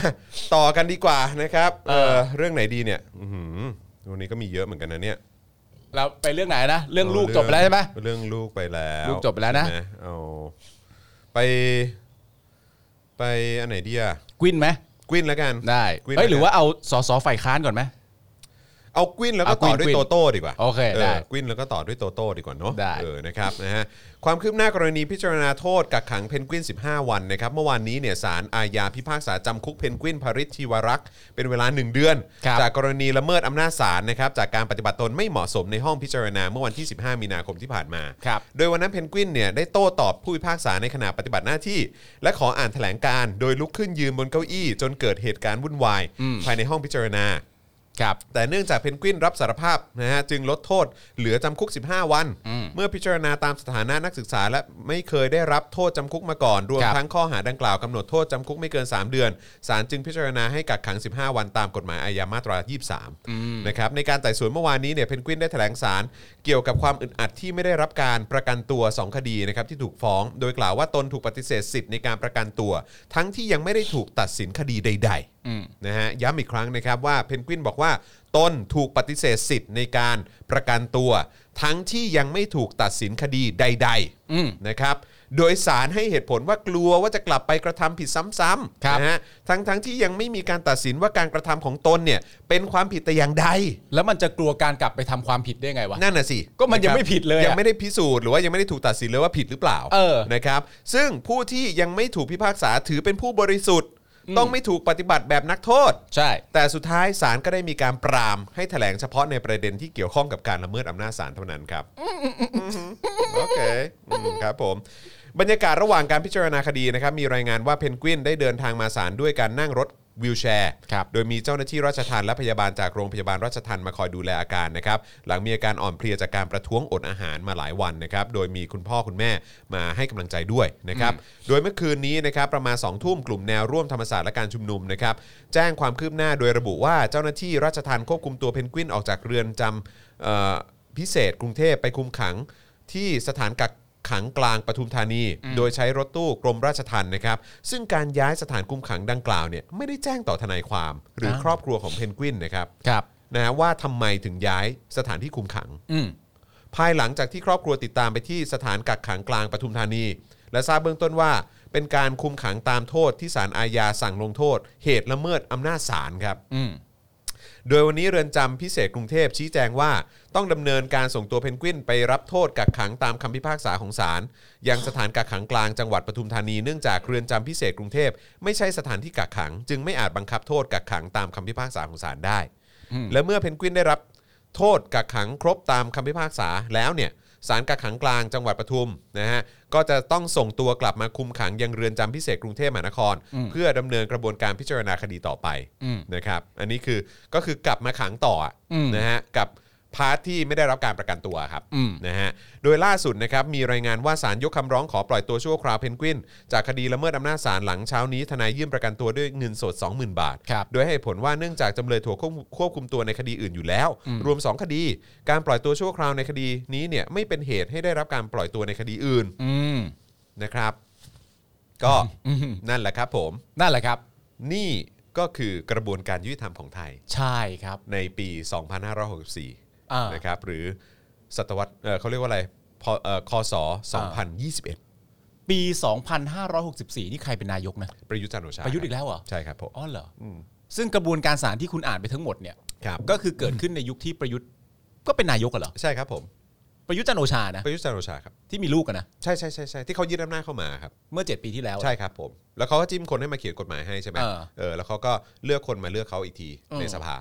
S2: ต่อกันดีกว่านะครับเออเรื่องไหนดีเนี่ยอื้อหือวันนี้ก็มีเยอะเหมือนกันนะเนี่ย
S3: เราไปเรื่องไหนนะ เรื่องลูกจบไปแล้วใช่ไหม
S2: เรื่องลูกไปแล้ว
S3: ลูกจบไปแล้วนะ
S2: ใช่หมเอาไป ไปอันไหนดีอะ
S3: กวินไหม
S2: กวินแล้วกัน
S3: ได้
S2: กวิน
S3: เฮ้ย
S2: แล้
S3: หรือ
S2: กัน
S3: ว่าเอาสสฝ่ายค้านก่อนไหม
S2: เอากวินแล้วก็
S3: เอาก
S2: ต่
S3: วิ
S2: อน ด้วย
S3: กวิน
S2: โตโต้ดีกว่า
S3: โอเคได้
S2: กวินแล้วก็ต่อด้วยโตโต้ดีกว่าเนาะ
S3: ได้
S2: เออนะครับนะฮะความคืบหน้ากรณีพิจารณาโทษกักขังเพนกวิน 15 วันนะครับเมื่อวานนี้เนี่ยศาลอาญาพิพากษาจำคุกเพนกวินพริชชีวรักษ์เป็นเวลา 1 เดือน
S3: ครับ
S2: จากกรณีละเมิดอำนาจศาลนะครับจากการปฏิบัติตนไม่เหมาะสมในห้องพิจารณาเมื่อวันที่ 15 มีนาคมที่ผ่านมา
S3: ครับ
S2: โดยวันนั้นเพนกวินเนี่ยได้โต้ตอบผู้พิพากษาในขณะปฏิบัติหน้าที่ และขออ่านแถลงการณ์โดยลุกขึ้นยืนบนเก้าอี้ จนเกิดเหตุการณ์วุ่นวาย
S3: อืม
S2: ภายในห้องพิจารณา
S3: ครับ
S2: แต่เนื่องจากเพนกวินรับสารภาพนะฮะจึงลดโทษเหลือจำคุก 15 วัน
S3: อืม
S2: เมื่อพิจารณาตามสถานะนักศึกษา และไม่เคยได้รับโทษจำคุกมาก่อน รวม
S3: ครับ
S2: ทั้งข้อหาดังกล่าวกำหนดโทษจำคุกไม่เกิน 3 เดือนศาลจึงพิจารณาให้กักขัง 15 วันตามกฎหมายอาญามาตรา 23 นะครับในการไต่สวนเมื่อวานนี้เนี่ยเพนกวินได้แถลงสารเกี่ยวกับความอึดอัดที่ไม่ได้รับการประกันตัว 2 คดีนะครับที่ถูกฟ้อง โดยกล่าวว่าตนถูกปฏิเสธสิทธิ์ในการประกันตัว ทั้งที่ยังไม่ได้ถูกตัดสินคดีใด ๆ
S3: อืม
S2: นะฮะย้ำอีกครั้งนะครับว่าเพนกวินบอกว่า ตนถูกปฏิเสธสิทธิ์ในการประกันตัว ทั้งที่ยังไม่ถูกตัดสินคดีใด
S3: อืม
S2: ๆนะครับโดยสารให้เหตุผลว่ากลัวว่าจะกลับไปกระทำผิดซ้ำ
S3: ครั
S2: ๆ
S3: บ
S2: นะฮะทั้งๆที่ยังไม่มีการตัดสินว่าการกระทำของตนเนี่ยเป็นความผิดแต่อย่างใด
S3: แล้วมันจะกลัวการกลับไปทำความผิดได้ไงวะ
S2: นั่นน่ะสิ
S3: ก็มันยั
S2: ะ
S3: ง
S2: ครับ
S3: ไม่ผิดเลยอะ
S2: ยังไม่ได้พิสูจน์หรือว่ายังไม่ได้ถูกตัดสินเลยว่าผิดหรือเปล่า
S3: เออ
S2: นะครับ ซึ่งผู้ที่ยังไม่ถูกพิพากษาถือเป็นผู้บริสุทธิ์
S3: อืม
S2: ต้องไม่ถูกปฏิบัติแบบนักโทษ
S3: ใช่
S2: แต่สุดท้ายศาลก็ได้มีการปรามให้แถลงเฉพาะในประเด็นที่เกี่ยวข้องกับการละเมิดอำนาจศาลเท่านั้นครับโอเคอืมครับผมบรรยากาศระหว่างการพิจารณาคดีนะครับมีรายงานว่าเพนกวินได้เดินทางมาศาลด้วยการนั่งรถวิวแชร์
S3: ครับ
S2: โดยมีเจ้าหน้าที่ราชทันและพยาบาลจากโรงพยาบาลราชทันมาคอยดูแลอาการนะครับหลังมีอาการอ่อนเพลียจากการประท้วงอดอาหารมาหลายวันนะครับโดยมีคุณพ่อคุณแม่มาให้กำลังใจด้วยนะครับโดยเมื่อคืนนี้นะครับประมาณ2องทุ่มกลุ่มแนวร่วมธรรมศาสตร์และการชุมนุมนะครับแจ้งความคืบหน้าโดยระบุว่าเจ้าหน้าที่ราชทันควบคุมตัวเพนกวินออกจากเรือนจำเอ่อพิเศษกรุงเทพไปคุมขังที่สถานกัก ขังกลางปทุมธานี โดยใช้รถตู้กรมราชทัณฑ์นะครับ ซึ่งการย้ายสถานคุมขังดังกล่าวเนี่ยไม่ได้แจ้งต่อทนายความ หรือ
S3: ครับ
S2: ครอบครัวของเพนกวินนะครับ
S3: ครับ
S2: นะฮะว่าทำไมถึงย้ายสถานที่คุมขัง
S3: อืม
S2: ภายหลังจากที่ครอบครัวติดตามไปที่สถานกักขังกลางปทุมธานี และทราบเบื้องต้นว่า เป็นการคุมขังตามโทษที่ศาลอาญาสั่งลงโทษ เหตุละเมิดอำนาจศาลครับ
S3: อืม
S2: โดยวันนี้เรือนจำพิเศษกรุงเทพชี้แจงว่าต้องดำเนินการส่งตัวเพนกวินไปรับโทษกักขังตามคำพิพากษาของศาลยังสถานกักขังกลางจังหวัดปทุมธานีเนื่องจากเรือนจำพิเศษกรุงเทพไม่ใช่สถานที่กักขัง จึงไม่อาจบังคับโทษกักขังตามคำพิพากษาของศาลได้
S3: อืม
S2: และเมื่อเพนกวินได้รับโทษกักขังครบตามคำพิพากษาแล้วเนี่ยศาลกักขังกลางจังหวัดปทุมนะฮะก็จะต้องส่งตัวกลับมาคุมขังยังเรือนจำพิเศษกรุงเทพมหานคร เพื่อดำเนินกระบวนการพิจารณาคดีต่อไป
S3: อืม
S2: นะครับ อันนี้คือก็คือกลับมาขังต่ออะ
S3: อืม
S2: นะฮะกับพาร์ทที่ไม่ได้รับการประกันตัวครับ
S3: อืม
S2: นะฮะโดยล่าสุดนะครับมีรายงานว่าศาลยกคำร้องขอปล่อยตัวชั่วคราวเพนกวิน จากคดีละเมิดอำนาจศาลหลังเช้านี้ทนายยื่นประกันตัวด้วยเงินสด 20,000 บาท
S3: ครับ
S2: โดยให้เหตุผลว่าเนื่องจากจำเลยถูกควบควบคุมตัวในคดีอื่นอยู่แล้ว รวม 2 คดี การปล่อยตัวชั่วคราวในคดีนี้เนี่ยไม่เป็นเหตุให้ได้รับการปล่อยตัวในคดีอื่น
S3: อืม
S2: นะครับ ก็นั่นแหละครับผม
S3: นั่นแหละครับ
S2: นี่ก็คือกระบวนการยุติธรรมของไทย
S3: ใช่ครับ
S2: ในปี 2564
S3: อ่าน
S2: นะครับ หรือ ศตวรรษเอ่อเขาเรียกว่าอะไรพอเอ่อคศ2021
S3: ปี 2564 นี่ใครเป็นนายกนะ
S2: ประยุทธ์จันทร์โอชา
S3: ประยุทธ์อีกแล้วเหรอ
S2: ใช่ครับผม
S3: อ๋อเหรออซึ่งกระบวนการสารที่คุณอ่านไปทั้งหมดเนี่ย
S2: ครับ
S3: ก็คือเกิดขึ้นในยุคที่ประยุทธ์ก็เป็นนายกอะเหรอ
S2: ใช่ครับผม
S3: ประยุทธ์จันทร์โอชานะ
S2: ประยุทธ์จันทร์โอชาครับ
S3: ที่มีลูกกันนะ
S2: ใช่ใช่ใช่ใช่ที่เขายึดอำนาจเข้ามาครับ
S3: เมื่อ 7 ปีที่แล้วอะ
S2: ใช่ครับผมแล้วเขาก็จิ้มคนให้มาเขียนกฎหมายให้ใช่ไหม
S3: เออ
S2: เออแล้วเขาก็เลือกคนมาเลือกเขาอีกที
S3: เออ
S2: ในสภา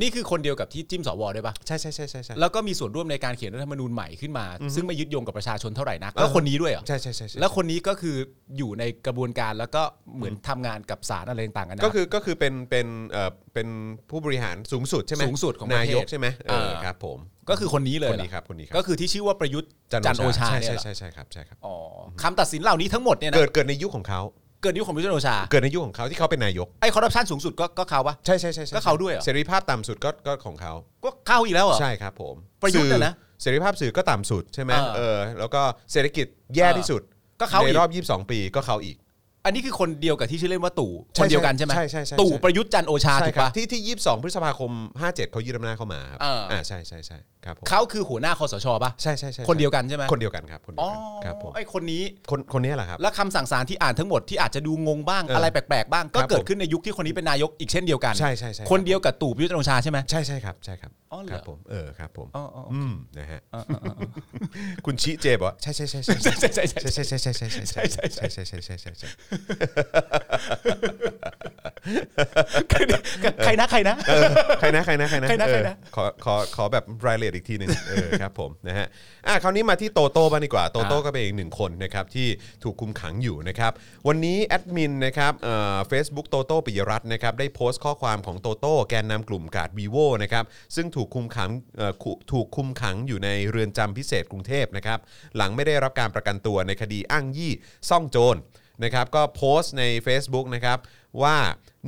S3: นี่คือคนเดียวกับที่จิ้มสวด้วยปะ
S2: ใช่ใช่ใช่ใช่ใช่
S3: แล้วก็มีส่วนร่วมในการเขียนรัฐธรรมนูญใหม่ขึ้นมา ซึ่งไม่ยึดโยงกับประชาชนเท่าไหร่นัก
S2: เออ
S3: ก็คนนี้ด้วยเหรอ
S2: ใช่ใช่ใช่ใช่
S3: แล้วคนนี้ก็คืออยู่ในกระบวนการแล้วก็เหมือนทำงานกับสารอะไรต่างๆกันนะ
S2: ก็คือก็คือเป็นเป็นเอ่อเป็นผู้บริหารสูงสุดใช่ไหม
S3: สูงสุดของประเท
S2: นา
S3: ศ
S2: ยกใช่ไหมเออ
S3: เออ
S2: ครับผม
S3: ก็คือคนนี้เลย
S2: คน
S3: เหรอ
S2: นี้ครับคนนี้ครั
S3: ก็
S2: บ
S3: คือที่ชื่อว่าประยุทธ์จันทร์โอชา
S2: ใช่
S3: เนี่ย
S2: ใช่
S3: เหรอ
S2: ใช่ใช่ครับใช่ครับ
S3: อ๋อคำตัดสินเหล่านี้ทั้งหมดเนี่ยนะ
S2: เกิดเกิดในยุคของเขา
S3: เกิดยุคของประยุทธ์จันทร์โอชา
S2: เกิดในยุคของเขาที่เขาเป็นนายก
S3: ไอ้คอร์รัปชันสูงสุดก็ก็เขาปะ
S2: ใช่ใช่ใช่ใช่
S3: ก็เขาด้วยเหรอ
S2: เสรีภาพต่ำสุดก็ก็ของเขา
S3: ก็เข้าอีกแล้วเหรอ
S2: ใช่ครับผม
S3: ประยุทธ์น่ะนะ
S2: สื่อเสรีภาพสื่อก็ต่ำสุดใช่ไหม
S3: เออ
S2: เออแล้วก็เศรษฐกิจแย่
S3: เออ
S2: ที่สุด
S3: ก็เขาอีก
S2: ในรอบ 22 ปีก็เขาอีก
S3: อันนี้คือคนเดียวกับที่ชื่อเล่นว่าตู่
S2: ใช่
S3: คนเดียวกันใช่ไหม
S2: ใช่ใช่ใช่
S3: ตู่ประยุทธ์จันทร์โอชา
S2: ใช่
S3: ถูก
S2: ครับ
S3: ปะ
S2: ที่ที่ยี่สิบสองพฤษภาคมห้าเจ็ดเขายึดอำนาจเข้ามาครับ
S3: เอออ่
S2: ่าใช่ใช่ใช่ครับผม
S3: เขาคือหัวหน้าคอสชปะ
S2: ใช่ใช่ใช่
S3: คนเดียวกันใช่ไหม
S2: คนเดียวกันครับคนเดี
S3: อ๋
S2: ย
S3: อ
S2: วกันครับผม
S3: ไอ้คนนี้
S2: คนคนนี้แหละครับ
S3: และคำสั่งสารที่อ่านทั้งหมดที่อาจจะดูงงบ้าง
S2: เอออ
S3: อะไรแปลกๆบ้างก็
S2: ครับ
S3: เกิดขึ้นในยุคที่คนนี้เป็นนายกอีกเช่นเดียวกัน
S2: ใช่ใช่ใช่
S3: คนเดียวกับตู่ประยุทธ์จันทร์โอชาใช่ไหม
S2: ใช่ใช่ครับใช่ครับ
S3: อ๋อเหร
S2: ค
S3: อ
S2: รับผมเออครับผม
S3: อ๋ออ๋อ
S2: อืมนะฮะคุณชี้เจบอกว่าใช่ใช่ใช่ใช่ใช่
S3: ใช่ใช่ใช่ใช่
S2: ใช่ใช่ใช่ใช่ใช่ใช่ใช่ใช่ใช่ใช่ใช่ใช่ใช่
S3: ใครนะใครนะ
S2: เออใครนะใครนะใครนะ
S3: ใครนะใครนะ
S2: เออขอขอขอแบบรายละเอียดอีกทีหนึ่งเอ (laughs) อครับผมนะฮะอ่ะคราวนี้มาที่โตโต้บ้างดีกว่าโตโต้ก็เป็นอีกหนึ่งคนนะครับที่ถูกคุมขังอยู่นะครับวันนี้แอดมินนะครับเฟซบุ๊กโตโต้ปิยรัตน์นะครับได้โพสต์ข้อความของโตโต้แกนนำกลุ่มกาดวีโวนะครับซึ่งถูกคุมขังเอ่อคุถูกคุมขังอยู่ในเรือนจำพิเศษกรุงเทพนะครับหลังไม่ได้รับการประกันตัวในคดีอ้างยี่ซ่องโจร นะครับก็โพสต์ใน Facebook นะครับว่า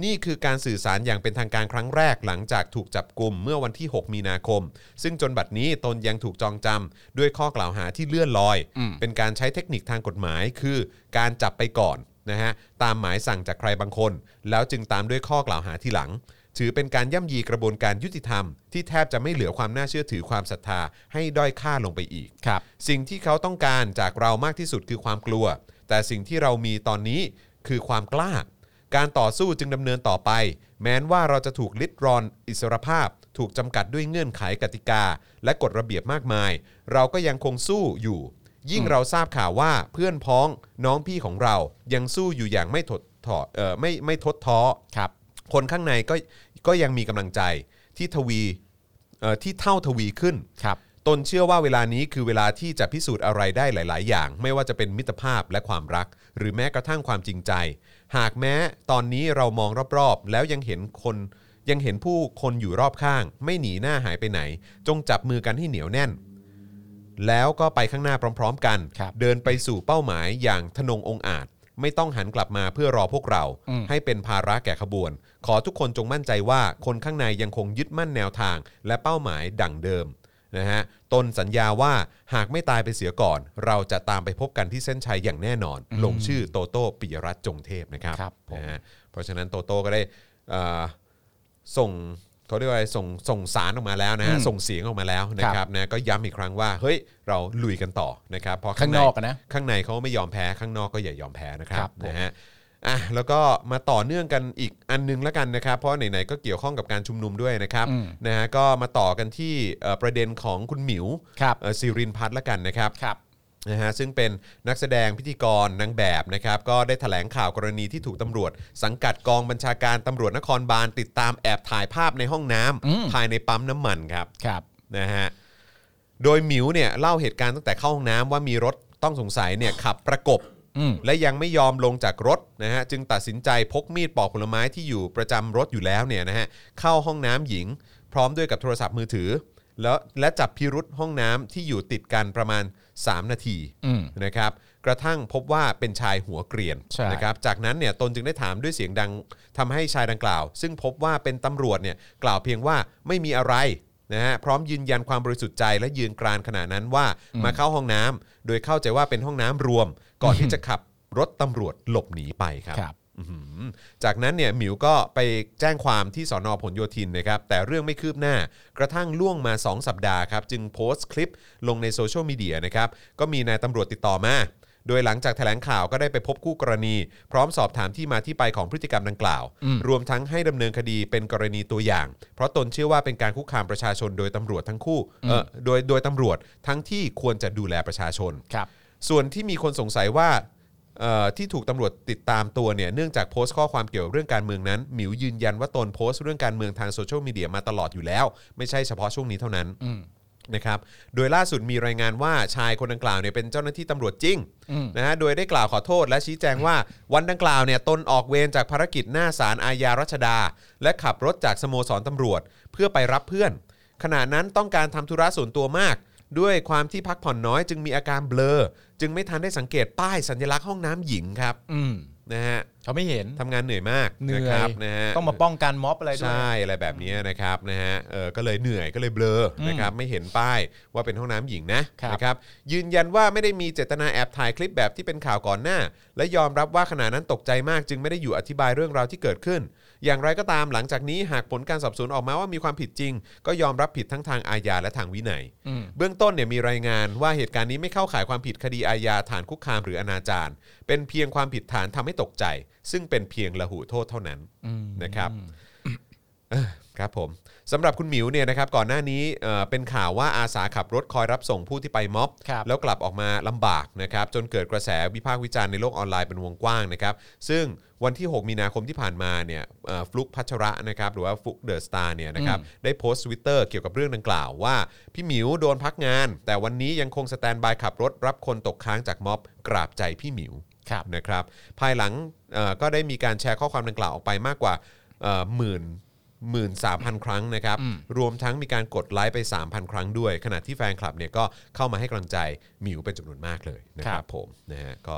S2: นี่คือการสื่อสารอย่างเป็นทางการครั้งแรกหลังจากถูกจับกลุ่มเมื่อวันที่ 6 มีนาคม ซึ่งจนบัดนี้ตนยังถูกจองจำด้วยข้อกล่าวหาที่เลื่อนลอย เป็นการใช้เทคนิคทางกฎหมายคือการจับไปก่อนนะฮะตามหมายสั่งจากใครบางคน แล้วจึงตามด้วยข้อกล่าวหาทีหลัง ถือเป็นการย่ำยีกระบวนการยุติธรรม ที่แทบจะไม่เหลือความน่าเชื่อถือความศรัทธาให้ด้อยค่าลงไปอีก
S3: ครับ
S2: สิ่งที่เขาต้องการจากเรามากที่สุดคือความกลัว แต่สิ่งที่เรามีตอนนี้คือความกล้า การต่อสู้จึงดำเนินต่อไป แม้นว่าเราจะถูกลิดรอนอิสรภาพ ถูกจำกัดด้วยเงื่อนไขกติกา และกฎระเบียบมากมาย เราก็ยังคงสู้อยู่ ยิ่งเราทราบข่าวว่าเพื่อนพ้องน้องพี่ของเรายังสู้อยู่อย่างไม่ถดถอเอ่อไม่ไม่ทดท้อ
S3: ครับ
S2: คนข้างในก็ก็ยังมีกำลังใจที่ทวีเอ่อที่เท่าทวีขึ้น
S3: ครับ
S2: ตนเชื่อว่าเวลานี้คือเวลาที่จะพิสูจน์อะไรได้หลาย ๆ อย่าง ไม่ว่าจะเป็นมิตรภาพและความรัก หรือแม้กระทั่งความจริงใจ หากแม้ตอนนี้เรามองรอบ ๆ แล้วยังเห็นคนยังเห็นผู้คนอยู่รอบข้าง ไม่หนีหน้าหายไปไหน จงจับมือกันให้เหนียวแน่น แล้วก็ไปข้างหน้าพร้อม ๆ กัน
S3: ครับ
S2: เดินไปสู่เป้าหมายอย่างทนงองอาจ ไม่ต้องหันกลับมาเพื่อรอพวกเรา
S3: อืม
S2: ให้เป็นภาระแก่ขบวน ขอทุกคนจงมั่นใจว่าคนข้างในยังคงยึดมั่นแนวทาง และเป้าหมายดั่งเดิมนะฮะตนสัญญาว่าหากไม่ตายไปเสียก่อน เราจะตามไปพบกันที่เส้นชัยอย่างแน่นอน ลงชื่อโตโต้ปิยรัตน์จงเทพนะครับ
S3: ครับผม
S2: นะฮะเพราะฉะนั้นโตโต้ก็ได้เอ่อส่งเขาเรียกว่าอะไรส่งส่งสารออกมาแล้วนะฮะส่งเสียงออกมาแล้วนะครับนะก็ย้ำอีกครั้งว่าเฮ้ยเราลุยกันต่อนะครับเพราะ
S3: ข้าง
S2: ใ
S3: นอกอะนะ
S2: ข้างในเขาไม่ยอมแพ้ข้างนอกก็อย่ายอมแพ้นะครั
S3: ครับ บผม
S2: นะฮะอ่ะแล้วก็มาต่อเนื่องกันอีกอันนึงแล้วกันนะครับ เพราะไหนๆก็เกี่ยวข้องกับการชุมนุมด้วยนะครับ
S3: อืม
S2: นะฮะก็มาต่อกันที่เอ่อประเด็นของคุณหมิว
S3: ครับ
S2: เอ่อสิรินพัฒน์ละกันนะครับ
S3: ครับ
S2: นะฮะซึ่งเป็นนักแสดงพิธีกรนางแบบนะครับก็ได้แถลงข่าวกรณีที่ถูกตำรวจ สังกัดกองบัญชาการตำรวจนครบาลติดตามแอบถ่ายภาพในห้องน้
S3: อืม
S2: ำภายในปั๊มน้ำมันครับ
S3: ครับ
S2: นะฮะ โดยหมิวเนี่ยเล่าเหตุการณ์ตั้งแต่เข้าห้องน้ำว่ามีรถต้องสงสัยเนี่ยขับประกบ
S3: อืม
S2: และยังไม่ยอมลงจากรถนะฮะจึงตัดสินใจพกมีดปอกผลไม้ที่อยู่ประจำรถอยู่แล้วเนี่ยนะฮะเข้าห้องน้ำหญิง พร้อมด้วยกับโทรศัพท์มือถือ แล้วและจับพิรุษห้องน้ำที่อยู่ติดกันประมาณ 3 นาที
S3: อืม
S2: นะครับกระทั่งพบว่าเป็นชายหัวเกรียน
S3: ใช่
S2: นะครับจากนั้นเนี่ยตนจึงได้ถามด้วยเสียงดังทำให้ชายดังกล่าว ซึ่งพบว่าเป็นตำรวจเนี่ยกล่าวเพียงว่าไม่มีอะไรนะฮะพร้อมยืนยันความบริสุทธิ์ใจและยืนกรานขณะนั้นว่ามาเข้าห้องน้ำโดยเข้าใจว่าเป็นห้องน้ำรวม ก่อนที่จะขับรถตำรวจหลบหนีไปครับ
S3: ครับ
S2: อื้อหือจากนั้นเนี่ยหมิวก็ไปแจ้งความที่สอนอผลโยธินนะครับ แต่เรื่องไม่คืบหน้ากระทั่งล่วงมา 2 สัปดาห์ครับ จึงโพสต์คลิปลงในโซเชียลมีเดียนะครับ ก็มีนายตำรวจติดต่อมา โดยหลังจากแถลงข่าวก็ได้ไปพบคู่กรณี พร้อมสอบถามที่มาที่ไปของพฤติกรรมดังกล่าว รวมทั้งให้ดำเนินคดีเป็นกรณีตัวอย่าง เพราะตนเชื่อว่าเป็นการคุกคามประชาชนโดยตำรวจทั้งคู่เออโดยโดยตำรวจทั้งที่ควรจะดูแลประชาชน
S3: ครับ
S2: ส่วนที่มีคนสงสัยว่าเอ่อที่ถูกตำรวจติดตามตัวเนี่ยเนื่องจากโพสต์ข้อความเกี่ยวเรื่องการเมืองนั้นหมิวยืนยันว่าตนโพสต์เรื่องการเมืองทางโซเชียลมีเดียมาตลอดอยู่แล้ว ไม่ใช่เฉพาะช่วงนี้เท่านั้นนะครับโดยล่าสุดมีรายงานว่าชายคนดังกล่าวเนี่ยเป็นเจ้าหน้าที่ตำรวจจริงนะฮะโดยได้กล่าวขอโทษและชี้แจงว่าวันดังกล่าวเนี่ยตนออกเวรจากภารกิจหน้าศาลอาญารัชดา และขับรถจากสโมสรตำรวจ เพื่อไปรับเพื่อน ขณะนั้นต้องการทำธุระส่วนตัวมาก ด้วยความที่พักผ่อนน้อยจึงมีอาการเบลอ จึงไม่ทันได้สังเกตป้ายสัญลักษณ์ห้องน้ำหญิงครับ
S3: อืม
S2: นะฮะ
S3: เขาไม่เห็น
S2: ทำงานเหนื่อยมาก
S3: เหนื่
S2: นะ
S3: อ
S2: ครั
S3: ย
S2: บนะฮะ
S3: ต้องมาป้องกันม็อบอะไรด้วย
S2: ใช่อะไรแบบนี้นะครับนะฮะเออก็เลยเหนื่อยก็เลยเบลออ
S3: ม
S2: นะครับไม่เห็นป้ายว่าเป็นห้องน้ำหญิงนะครับ นะครับยืนยันว่าไม่ได้มีเจตนาแอบถ่ายคลิปแบบที่เป็นข่าวก่อนหน้า และยอมรับว่าขณะนั้นตกใจมาก จึงไม่ได้อยู่อธิบายเรื่องราวที่เกิดขึ้น อย่างไรก็ตามหลังจากนี้หากผลการสอบสวนออกมาว่ามีความผิดจริง ก็ยอมรับผิดทั้งทางอาญาและทางวินัย
S3: อืม
S2: เบื้องต้นเนี่ยมีรายงานว่าเหตุการณ์นี้ไม่เข้าข่ายความผิดคดีอาญาฐานคุกคามหรืออนาจารเป็นเพียงความผิดฐานทำให้ตกใจ ซึ่งเป็นเพียงละหูโทษเท่านั้น
S3: อืม
S2: นะครับเอ้อครับผมสำหรับคุณหมิวเนี่ยนะครับก่อนหน้านี้เอ่อเป็นข่าวว่าอาสาขับรถคอยรับส่งผู้ที่ไปม็อบ
S3: ครับ
S2: แล้วกลับออกมาลำบากนะครับจนเกิดกระแสวิพากษ์วิจารณ์ในโลกออนไลน์เป็นวงกว้างนะครับซึ่งวันที่ 6 มีนาคมที่ผ่านมาเนี่ยเอ่อฟลุกพัชระนะครับหรือว่าฟลุกเดอะสตาร์เนี่ยนะครับได้โพสต์ทวิตเตอร์เกี่ยวกับเรื่องดังกล่าวว่า พี่หมิวโดนพักงาน แต่วันนี้ยังคงสแตนบายขับรถรับคนตกค้างจากม็อบกราบใจพี่หมิว
S3: ครับ
S2: นะครับภายหลังเอ่อก็ได้มีการแชร์ข้อความดังกล่าวออกไปมากกว่าหมื่นหมื่นสามพันครั้งนะครับ รวมทั้งมีการกดไลค์ไป 3,000 ครั้งด้วย ขณะที่แฟนคลับเนี่ยก็เข้ามาให้กำลังใจหมิวเป็นจำนวนมากเลยนะค
S3: ครั
S2: รับบ ผมนะฮะก็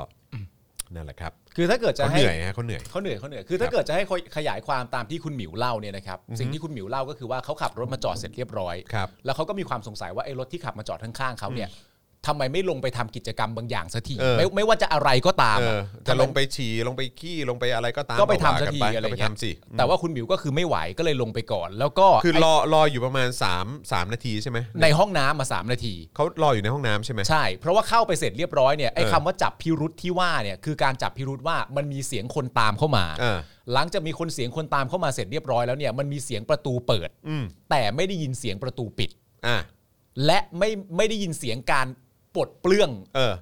S2: นั่นแหละครับ
S3: คือถ้าเกิดจะ
S2: เขา
S3: ให้
S2: เหนื่อยฮะเขาเหนื่อย
S3: เขาเหนื่อยเขาเหนื่อยคือถ้าเกิดจะให้ขยายความตามที่คุณหมิวเล่าเนี่ยนะครับสิ่งที่คุณหมิวเล่าก็คือว่าเขาขับรถมาจอดเสร็จเรียบร้อย
S2: ครับ
S3: แล้วเขาก็มีความสงสัยว่าไอ้รถที่ขับมาจอดข้างๆเขาเนี่ยทำไมไม่ลงไปทำกิจกรรมบางอย่างสักที
S2: เออ
S3: ไม่ไม่ว่าจะอะไรก็ตาม
S2: เอ
S3: อะ
S2: อจะลงไปฉี่ลงไปขี้ลงไปอะไรก็ตาม
S3: ก็ไป
S2: ว่า
S3: ทำสัก
S2: น
S3: ที
S2: ป
S3: อะไร
S2: ก็ไป
S3: เงี้ย
S2: ทำสิ
S3: แต่ว่าคุณหมิวก็คือไม่ไหวก็เลยลงไปก่อน แล้วก็
S2: คือรอรออยู่ประมาณ 3 3 นาทีใช่ไหม
S3: ในห้องน้ำมา 3 นาที
S2: เขารออยู่ในห้องน้ำใช่ไหม
S3: ใช่ เพราะว่าเข้าไปเสร็จเรียบร้อยเนี่ยไอ้
S2: เออ
S3: คำว่าจับพิรุษที่ว่าเนี่ยคือการจับพิรุษว่ามันมีเสียงคนตามเข้ามา
S2: เออ
S3: หลังจากมีคนเสียงคนตามเข้ามาเสร็จเรียบร้อยแล้วเนี่ยมันมีเสียงประตูเปิด
S2: อืม
S3: แต่ไม่ได้ยินเสียงประตูปิด
S2: อ่ะ
S3: และไม่ไม่ได้ยินเสียงการปลดเปลื้อง
S2: เออ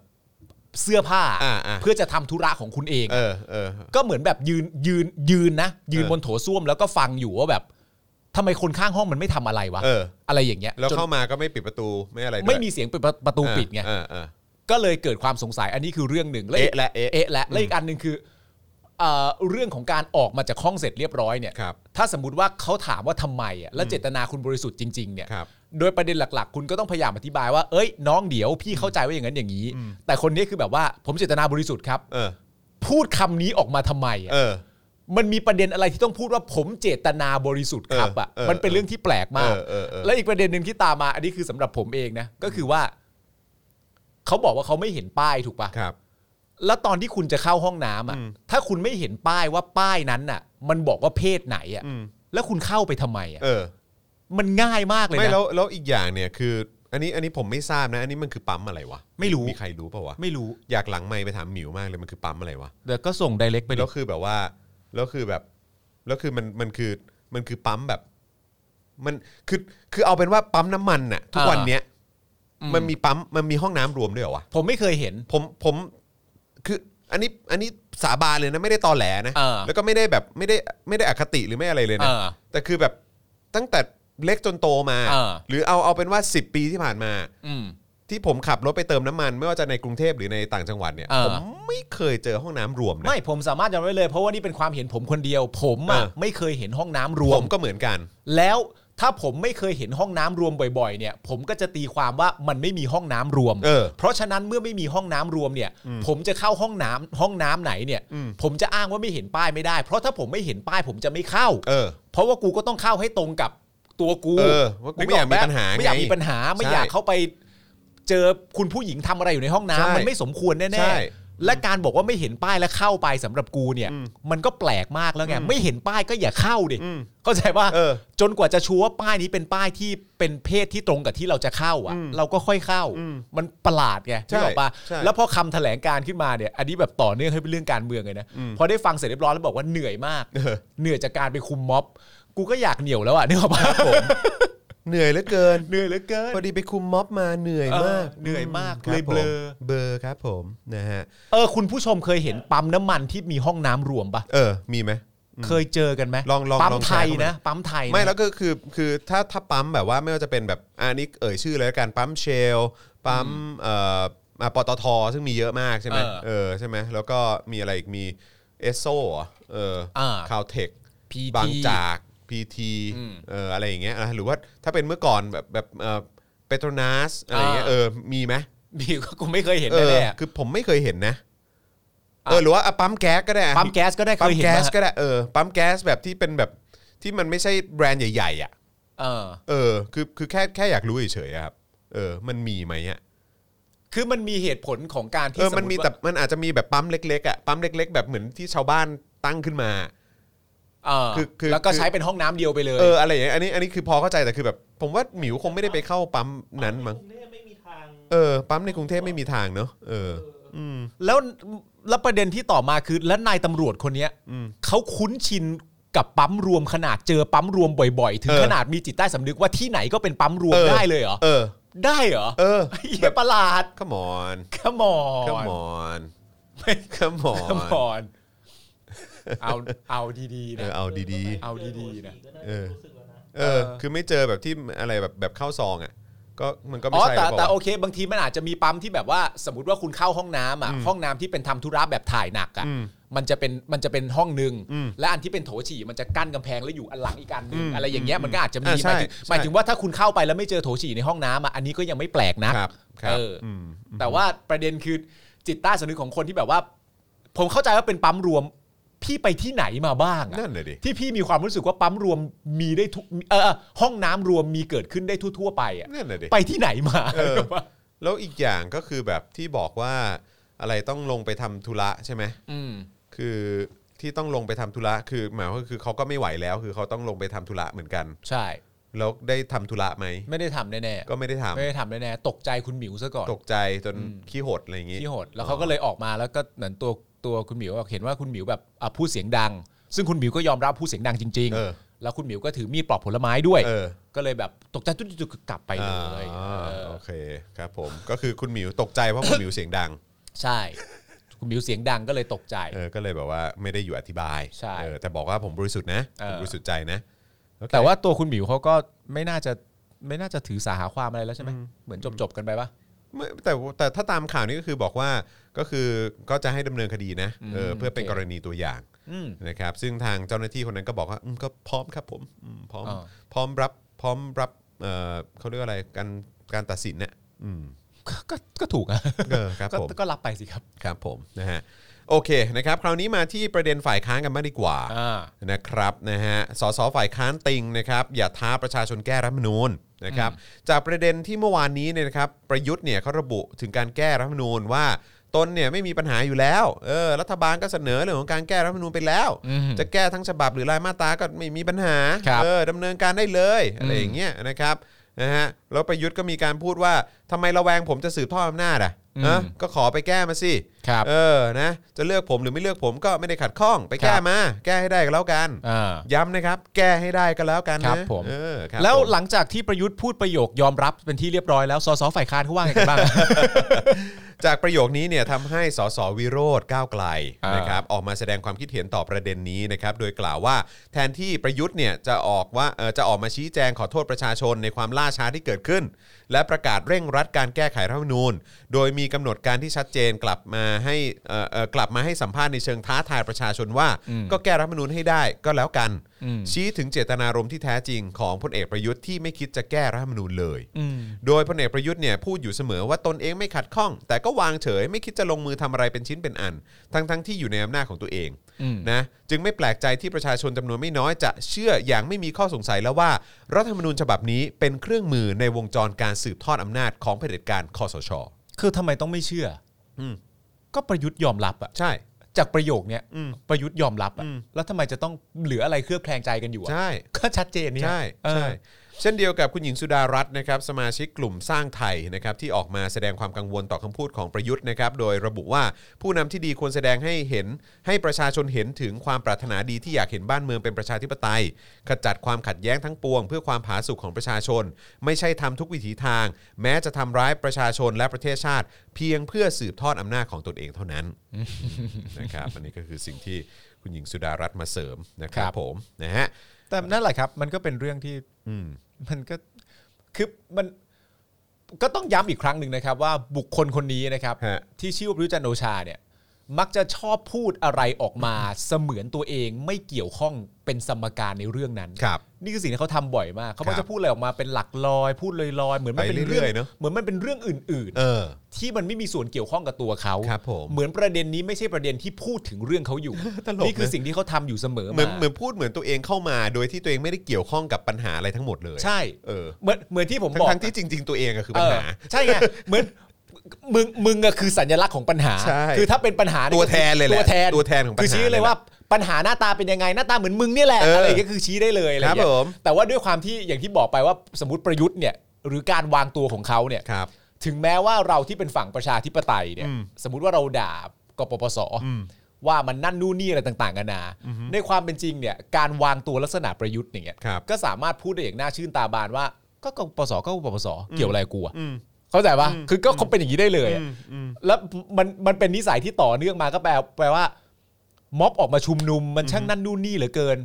S3: เสื้อผ้า
S2: อ่าอ่า
S3: เพื่อจะทำธุระของคุณเอง
S2: เออเออ
S3: ก็เหมือนแบบยืนยืนยืนนะ ยืน
S2: เออ
S3: บนโถส้วมแล้วก็ฟังอยู่ว่าแบบทำไมคนข้างห้องมันไม่ทำอะไรวะ
S2: เออ
S3: อะไรอย่างเงี้ย
S2: แล้ว
S3: จน
S2: เข้ามาก็ไม่ปิดประตูไม่อะไรด้วย
S3: ไม่มีเสียงปิดประประตูปิดไง
S2: เออเออ
S3: ก็เลยเกิดความสงสัยอันนี้คือเรื่องหนึ่งอีก
S2: เอ๊ะและเอ๊ะ
S3: เอ๊ะและและอีกอันหนึ่งคือเอ่อเรื่องของการออกมาจากห้องเสร็จเรียบร้อยเนี่ย
S2: ครับ
S3: ถ้าสมมติว่าเขาถามว่าทำไมอ่ะและเจตนาคุณบริสุทธิ์จริงๆเนี่ย
S2: ครับ
S3: โดยประเด็นหลักๆ คุณก็ต้องพยายามอธิบายว่า เอ้ย น้องเดี๋ยวพี่เข้าใจว่าอย่างนั้นอย่างนี้ แต่คนนี้คือแบบว่าผมเจตนาบริสุทธิ์ครับ
S2: เออ
S3: พูดคำนี้ออกมาทำไมอะ
S2: เออ
S3: มันมีประเด็นอะไรที่ต้องพูดว่าผมเจตนาบริสุทธิ์ครับอ่ะ
S2: เออเออ
S3: มันเป็นเรื่องที่แปลกมาก
S2: เออเออเออ
S3: และอีกประเด็นหนึ่งที่ตามมา อันนี้คือสำหรับผมเองนะ ก็คือว่าเขาบอกว่าเขาไม่เห็นป้ายถูกปะ
S2: ครับ
S3: แล้วตอนที่คุณจะเข้าห้องน้ำอ่ะ ถ้าคุณไม่เห็นป้ายว่าป้ายนั้นน่ะ มันบอกว่าเพศไหนอ่ะ
S2: อืม
S3: แล้วคุณเข้าไปทำไมอ่ะ
S2: เออ
S3: มันง่ายมากเลย
S2: ไม่
S3: นะ
S2: แล้วแล้วอีกอย่างเนี่ยคือ อันนี้อันนี้ผมไม่ทราบนะ อันนี้มันคือปั๊มอะไรวะ
S3: ไม่รู้
S2: มีใครรู้ป่าวะ
S3: ไม่รู้
S2: อยากหลังไมค์ไปถามหมิวมากเลยมันคือปั๊มอะไรวะ
S3: เดี๋ยวก็ส่งไดเรกไปดิ
S2: แล้วคือแบบว่าแล้วคือแบบแล้วคือมันมันคือมันคือปั๊มแบบ มันคือคือเอาเป็นว่าปั๊มน้ำมันน่ะ ทุกวันเนี้ย
S3: อืม
S2: มันมีปั๊มมันมีห้องน้ำรวมด้วยเหรอวะ
S3: ผมไม่เคยเห็น
S2: ผมผมคืออันนี้อันนี้สาบานเลยนะ ไม่ได้ตอแหลนะ
S3: เออ
S2: แล้วก็ไม่ได้แบบไม่ได้ไม่ได้อคติหรือไม่อะไรเลย
S3: เอ
S2: นะ
S3: อ
S2: แต่คือแบบตั้งแต่เล็กจนโตมา
S3: เออ
S2: หรือเอาเอาเป็นว่า 10 ปีที่ผ่านมา
S3: อืม
S2: ที่ผมขับรถไปเติมน้ำมัน ไม่ว่าจะในกรุงเทพหรือในต่างจังหวัดเนี่ย
S3: เออ
S2: ผมไม่เคยเจอห้องน้ำรวมนะ
S3: ไม่ผมสามารถยอมไว้เลยเพราะว่านี่เป็นความเห็นผมคนเดียว ผมอ่ะ
S2: เออ
S3: ไม่เคยเห็นห้องน้ำรว
S2: ผม มก็เหมือนกัน
S3: แล้วถ้าผมไม่เคยเห็นห้องน้ำรวมบ่อยๆ เนี่ย ผมก็จะตีความว่ามันไม่มีห้องน้ำรวม
S2: เออ
S3: ราะฉะนั้นเมื่อไม่มีห้องน้ำรวมเนี่ย ผมจะเข้าห้องน้ำห้องน้ำไหนเนี่ย ผมจะอ้างว่าไม่เห็นป้ายไม่ได้ เพราะถ้าผมไม่เห็นป้ายผมจะไม่เข้า
S2: เออ
S3: เพราะว่ากูก็ต้องเข้าให้ตรงกับตัวกู
S2: เออว่ากูไม่อยากมี
S3: นึ
S2: ปัญหาไง
S3: ไม่อยากมีปัญหาไม่
S2: ใช่
S3: อยากเข้าไป เจอคุณผู้หญิงทำอะไรอยู่ในห้อง
S2: ใช่
S3: น้ำมันไม่สมควร
S2: ใช่
S3: แน่ๆ และการบอกว่าไม่เห็นป้ายแล้วเข้าไปสำหรับกูเนี่ย มันก็แปลกมากแล้วไงไม่เห็นป้ายก็อย่าเข้าดิ
S2: อืม
S3: เข้าใจว่า
S2: เออ
S3: จนกว่าจะชัวร์ว่าป้ายนี้เป็นป้ายที่เป็นเพศที่ตรงกับที่เราจะเข้าอ่ะ เราก็ค่อยเข้า มันประหลาดไง
S2: ใช่
S3: ที่บอกป่ะ
S2: ใช่
S3: แล้วพอคำแถลงการขึ้นมาเนี่ย อันนี้แบบต่อเนื่องให้เป็นเรื่องการเมืองเลยนะพอได้ฟังเสร็จเรียบร้อยแล้วบอกว่าเหนื่อยมาก เหนื่อยจากการไปคุมม็อบ กูก็อยากเหนียวแล้วอ่ะนึกออกปะ
S2: เหนื่อยเหลือเกิน
S3: เหนื่อยเหลือเกิน
S2: พอดีไปคุมม็อบมาเหนื่อยมาก
S3: เออเหนื่อยมาก
S2: ครับ
S3: เลยเบลอ
S2: ผมเบลอครับผมนะฮะ
S3: เออคุณผู้ชมเคยเห็นปั๊มน้ำมันที่มีห้องน้ำรวมปะ
S2: เออมีไหม
S3: เคยเจอกันไหม
S2: ลองลอง
S3: ปั๊
S2: ล
S3: ม
S2: องแช
S3: ไท
S2: ร์
S3: ย
S2: เข้ามา
S3: นะ ปั๊มไทยนะ
S2: ไม่แล้วก็คือคือถ้าถ้าปั๊มแบบว่าไม่ว่าจะเป็นแบบอันนี้เอ่ยชื่อเลยละกันปั๊มเชลปั๊มเอ่ออ่ะปตทซึ่งมีเยอะมากใช่ไหมเออใช่ไหมแล้วก็มีอะไรอีกมีเอสโซเออคาวเทค
S3: พี
S2: บาง
S3: ที
S2: จากพีทีเอออะไรอย่างเงี้ยอ่ะหรือว่าถ้าเป็นเมื่อก่อนแบบแบบเออเปโตรนาสอะไรอย่างเงี้ย
S3: อ่า
S2: เออมีไหม
S3: มีกูไม่เคยเห็น
S2: เออ
S3: แน่ๆอะ
S2: คือผมไม่เคยเห็นนะเออหรือว่าอ่ะปั๊มแก๊สก็ได้อ่ะ
S3: ปั๊มแก๊สก็ได้เค
S2: ปั๊ม
S3: ยเห็น
S2: แก๊
S3: ปะ
S2: สก็ได้เออปั๊มแก๊สแบบที่เป็นแบบที่มันไม่ใช่แบรนด์ใหญ่ๆอ่ะ
S3: เออ
S2: เออคือคือแค่แค่อยากรู้เฉยๆอะครับเออ มันมีไหมอ่ะ
S3: คือมันมีเหตุผลของการที่
S2: เออมันมีแต่
S3: สติว่
S2: มันอาจจะมีแบบปั๊มเล็กๆอ่ะปั๊มเล็ก ๆ แบบเหมือนที่ชาวบ้านตั้งขึ้นมา
S3: เออ
S2: คือคือ
S3: แล้วก็ใช้เป็นห้องน้ำเดียวไปเลย
S2: เอออะไรอย่างเงี้ยอันนี้อันนี้คือพอเข้าใจแต่คือแบบผมว่าหมิวคงไม่ได้ไปเข้าปั๊มนั้นมั้ง
S5: กรุงเทพไม่มีทาง
S2: เออปั๊มในกรุงเทพไม่มีทางเนอะเออ อืม
S3: แล้วแล้วประเด็นที่ต่อมาคือแล้วนายตำรวจคนเนี้ย
S2: อืม
S3: เขาคุ้นชินกับปั๊มรวมขนาดเจอปั๊มรวมบ่อยๆ ถึง
S2: เออ
S3: ขนาดมีจิตใต้สำนึกว่าที่ไหนก็เป็นปั๊มรวมได้เลยเหรอ
S2: เออ
S3: ได้เหรอ
S2: เออ
S3: เหี้ยประหลาด
S2: ขมอน
S3: ขมอ
S2: ข
S3: น
S2: ม (laughs) อนขมอ
S3: ขม
S2: น
S3: อนเอาเอาดีๆ
S2: เอ
S3: นะ
S2: อเอาดี
S3: เอาดีๆนะ
S2: เออ
S5: รู้สึกแล้วนะ
S2: ๆ เออ คือไม่เจอแบบที่อะไรแบบแบบเข้าซองอ่ะ ก็มันก็
S3: อ๋
S2: ไม่
S3: อ
S2: ใช่
S3: แต่
S2: หรือเป
S3: แต่
S2: ล่า
S3: โอ
S2: วะ
S3: เค บางทีมันอาจจะมีปั๊มที่แบบว่า สมมติว่าคุณเข้าห้องน้ำอ่ะห้องน้ำที่เป็นทำธุระแบบถ่ายหนักอ่ะ
S2: อืม
S3: มันจะเป็นมันจะเป็นห้องหนึ่ง
S2: อืม
S3: และอันที่เป็นโถฉี่มันจะกั้นกำแพงแล้วอยู่อันหลังอีกอันหนึ่
S2: อื
S3: ง
S2: ม
S3: อะไรอย่างเงี้ยมันก็อาจจะมี
S2: อ่าใช่
S3: หมายถึง
S2: ใช่
S3: หมายถึงว่าถ้าคุณเข้าไปแล้วไม่เจอโถฉี่ในห้องน้ำอ่ะอันนี้ก็ยังไม่แปลกนะครับ
S2: ครั
S3: เอบ ออ
S2: ม
S3: แต่ว่าประเด็นคือจิตใต้สำนึกของคนที่แบบว่า ผมเข้าใจว่าเป็นปั๊มรวมพี่ไปที่ไหนมาบ้างอะ
S2: นั่นเลยดิ
S3: ที่พี่มีความรู้สึกว่าปั๊มรวมมีได้ทุกเออเออห้องน้ำรวมมีเกิดขึ้นได้ทั่ว ๆ ไปอ่ะ
S2: นั่นเลยดิ
S3: (laughs) ไปที่ไหนมา
S2: เออ แล้วอีกอย่างก็คือแบบที่บอกว่าอะไรต้องลงไปทำธุระใช่ไหม
S3: อืม
S2: คือที่ต้องลงไปทำธุระคือหมายว่าคือเขาก็ไม่ไหวแล้ว คือเขาต้องลงไปทำธุระเหมือนกัน
S3: ใช่
S2: แล้วได้ทำธุระไหม
S3: ไม่ได้ทำแน่
S2: ก็ไม่ได้ทำ
S3: ๆไม่ได้ทำแน่ๆตกใจคุณหมิวซะก่อน
S2: ตกใจจน
S3: อืม
S2: ขี้หดอะไรอย่างงี้
S3: ที่โหดแล้วเขาก็เลยออกมาแล้วก็เหมือนตัวตัวคุณหมิวบอกเห็นว่าคุณหมิวแบบอ่ะพูดเสียงดัง ซึ่งคุณหมิวก็ยอมรับพูดเสียงดังจริง
S2: เออ
S3: ๆ แล้วคุณหมิวก็ถือมีดปลอกผลไม้ด้วย
S2: เออ
S3: ก็เลยแบบตกใจตุ๊ดๆกลับไปเล
S2: อ่าย
S3: เออ
S2: โอเคครับผม ก็คือคุณหมิวตกใจเพราะคุณหมิวเสียงดัง
S3: ใช่ คุณหมิวเสียงดังก็เลยตกใจ
S2: เออ ก็เลยแบบว่าไม่ได้อยู่อธิบาย
S3: ใช่
S2: เออแต่บอกว่าผมบริสุทธิ์นะ
S3: เออ
S2: ผมบริสุทธิ์ใจนะโอเค
S3: แต่ว่าตัวคุณหมิวเขาก็ไม่น่าจะไม่น่าจะถือสาหาความอะไรแล้วใช่ไหมเหมือนจบจบๆกันไปปะ
S2: ไม่แต่ว่าแต่ถ้าตามข่าวนี้ก็คือบอกว่า ก็คือก็จะให้ดำเนินคดีนะ เออ
S3: อืม
S2: เพื่อเป็น
S3: โอเค
S2: กรณีตัวอย่าง
S3: อืม
S2: นะครับ ซึ่งทางเจ้าหน้าที่คนนั้นก็บอกว่าอืมก็พร้อมครับผมอืมพร้อม
S3: อ่า
S2: พร้อมรับ พร้อมรับ เออเขาเรียกว่าอะไร การ การตัดสินเนี่ยอืม
S3: ก็ก็ก็ถูกอะ
S2: เออครับ
S3: ก็
S2: ผม
S3: ก็รับไปสิครับ
S2: ครับผมนะฮะโอเคนะครับคราวนี้มาที่ประเด็นฝ่ายค้านกันมากดีกว่า
S3: อ่า
S2: นะครับนะฮะสสฝ่ายค้านติงนะครับอย่าท้าประชาชนแก้รัฐธรรมนูญนะครับจากประเด็นที่เมื่อวานนี้เนี่ยนะครับประยุทธ์เนี่ยเขาระบุถึงการแก้รัฐธรรมนูญว่าตนเนี่ยไม่มีปัญหาอยู่แล้วเออรัฐบาลก็เสนอเรื่องของการแก้รัฐธรรมนูญไปแล้ว
S3: อืม
S2: จะแก้ทั้งฉบับหรือรายมาตราก็ไม่มีปัญหา
S3: ครับ
S2: เออดำเนินการได้เลยอะไรอย่างเงี้ยนะครับนะฮะแล้วประยุทธ์ก็มีการพูดว่าทำไมระแวงผมจะสืบทอดอำนาจอ่ะเออก็ขอไปแก้มาสิ
S3: ครับ
S2: เออ นะ จะเลือกผมหรือไม่เลือกผมก็ไม่ได้ขัดข้อง ไปแก้
S3: ครับ
S2: มา แก้ให้ได้ก็แล้วกัน
S3: อ่า
S2: ย้ำนะครับ แก้ให้ได้ก็แล้วกัน
S3: ครั
S2: นะ
S3: บผม
S2: เออครับ
S3: แล้ว
S2: ผม
S3: หลังจากที่ประยุทธ์พูดประโยคยอมรับเป็นที่เรียบร้อยแล้วสสฝ่ายค้านเขาว่าไงกันบ้าง
S2: จากประโยคนี้เนี่ยทำให้สสวิโรธก้าวไกล
S3: อ่าน
S2: นะครับ ออกมาแสดงความคิดเห็นต่อประเด็นนี้นะครับ โดยกล่าวว่าแทนที่ประยุทธ์เนี่ยจะออกว่าเอ่อจะออกมาชี้แจงขอโทษประชาชนในความล่าช้าที่เกิดขึ้น และประกาศเร่งรัดการแก้ไขรัฐธรรมนูญ โดยมีกำหนดการที่ชัดเจนกลับมาให้เอ่อเอ่อกลับมาให้สัมภาษณ์ในเชิงท้าทายประชาชนว่า
S3: อืม
S2: ก็แก้รัฐธรรมนูญให้ได้ก็แล้วกัน
S3: อืม
S2: ชี้ถึงเจตนารมณ์ที่แท้จริงของพลเอกประยุทธ์ที่ไม่คิดจะแก้รัฐธรรมนูญเลย
S3: อืม
S2: โดยพลเอกประยุทธ์เนี่ยพูดอยู่เสมอว่าตนเองไม่ขัดข้อง แต่ก็วางเฉยไม่คิดจะลงมือทำอะไรเป็นชิ้นเป็นอัน ทั้งๆที่อยู่ในอำนาจของตัวเอง
S3: อืม
S2: นะจึงไม่แปลกใจที่ประชาชนจำนวนไม่น้อยจะเชื่ออย่างไม่มีข้อสงสัยแล้วว่า รัฐธรรมนูญฉบับนี้เป็นเครื่องมือในวงจรการสืบทอดอำนาจของเผด็จการคอสช
S3: คือทำไมต้องไม่เชื่ออ
S2: ม
S3: ก็ประยุทธ์ยอมรับอะ
S2: ใช่
S3: จากประโยคเนี้ย
S2: อืม
S3: ประยุทธ์ยอมรับอะ
S2: อืม
S3: แล้วทำไมจะต้องเหลืออะไรเคลือบแคลงใจกันอยู่อะ
S2: ใช่
S3: ก็ชัดเจนเนี่ย
S2: ใช่
S3: เออ
S2: ใช่เช่นเดียวกับคุณหญิงสุดารัตน์นะครับสมาชิกกลุ่มสร้างไทยนะครับที่ออกมาแสดงความกังวลต่อคำพูดของประยุทธ์นะครับโดยระบุว่าผู้นำที่ดีควรแสดงให้เห็น ให้ประชาชนเห็นถึงความปรารถนาดีที่อยากเห็นบ้านเมืองเป็นประชาธิปไตย ขจัดความขัดแย้งทั้งปวง เพื่อความผาสุกของประชาชน ไม่ใช่ทำทุกวิถีทาง แม้จะทำร้ายประชาชนและประเทศชาติ เพียงเพื่อสืบทอดอำนาจของตนเองเท่านั้น นะครับอันนี้ก็คือสิ่งที่คุณหญิงสุดารัตน์มาเสริมนะครั
S3: ครับ บ
S2: ผมนะฮะ
S3: แต่นั่นแหละครับ มันก็เป็นเรื่องที่
S2: อืม
S3: มันก็คือมันก็ต้องย้ำอีกครั้งหนึ่งนะครับ ว่าบุคคลคนนี้นะครับ
S2: ฮะ
S3: ที่ชื่อว่าประยุทธ์จันทร์โอชาเนี่ย มักจะชอบพูดอะไรออกมาเสมือนตัวเองไม่เกี่ยวข้องเป็นสมการในเรื่องนั้น
S2: ครับ
S3: นี่คือสิ่งที่เขาทำบ่อยมาก เขา
S2: ครั
S3: ก็
S2: บ
S3: จะพูดอะไรออกมาเป็นหลักลอย พูดลอยๆ เหมือนมัน
S2: ไป
S3: เป็น
S2: เรื่
S3: เรื่
S2: อ
S3: อย
S2: ๆ
S3: ง
S2: เนอะ
S3: เหมือนมันเป็นเรื่องอื่น
S2: เออ
S3: ๆ ที่มันไม่มีส่วนเกี่ยวข้องกับตัวเขา
S2: ครับผม
S3: เหมือนประเด็นนี้ไม่ใช่ประเด็นที่พูดถึงเรื่องเขาอยู่
S2: (laughs) ตลกนะ
S3: นี่คือสิ่งที่เขาทำอยู่เสมอ
S2: เหมื
S3: มา
S2: อนเหมือนพูดเหมือนตัวเองเข้ามาโดยที่ตัวเองไม่ได้เกี่ยวข้องกับปัญหาอะไรทั้งหมดเลย
S3: ใช่
S2: เออ
S3: เหมือนเหมือนที่ผม
S2: ทั้
S3: บ
S2: ง
S3: อก
S2: ทั้งที่จริง ๆ ตัวเองอะคือ
S3: เอ
S2: ปัญ
S3: อ
S2: หา
S3: ใช่ไง เหมือนมึงมึงอะคือสัญลักษณ์ของปัญหา
S2: ใช่
S3: คือถ้าเป็นปัญหานี่
S2: ตัวแทนเลยแหละ
S3: ตัวแทน
S2: ตัวแทนของปัญหา
S3: คือชี้เลยว่าปัญหาหน้าตาเป็นยังไงหน้าตาเหมือนมึงเนี่ยแหละ
S2: เอออ
S3: อะไรอย่างเงี้ยคือชี้ได้เลยอะไรอย่า
S2: ค
S3: งเงี้
S2: รับผ
S3: ย
S2: ม
S3: แต่ว่าด้วยความที่อย่างที่บอกไปว่าสมมติประยุทธ์เนี่ยหรือการวางตัวของเขาเนี่ย
S2: ครับ
S3: ถึงแม้ว่าเราที่เป็นฝั่งประชาธิปไตยเนี่ย
S2: อืม
S3: สมมติว่าเราด่ากปปสว่ามันนั่นนู่นนี่อะไรต่างๆกันานาในความเป็นจริงเนี่ยการวางตัวลักษณะประยุทธ์อย่างเงี้ย
S2: ครับ
S3: ก็สามารถพูดได้อย่างน่าชื่นตาบานว่า ก็กปปสก็กปปสเกี่ยวอะไรกูอะเข้าใจปะคือก็คงเป็นอย่างนี้ได้เลยอะ แล้วมันมันเป็นนิสัยที่ต่อเนื่องมาก็แปลแปลว่า ม็อบออกมาชุมนุมมันช่างนั่นนู่นนี่เหลือเกิน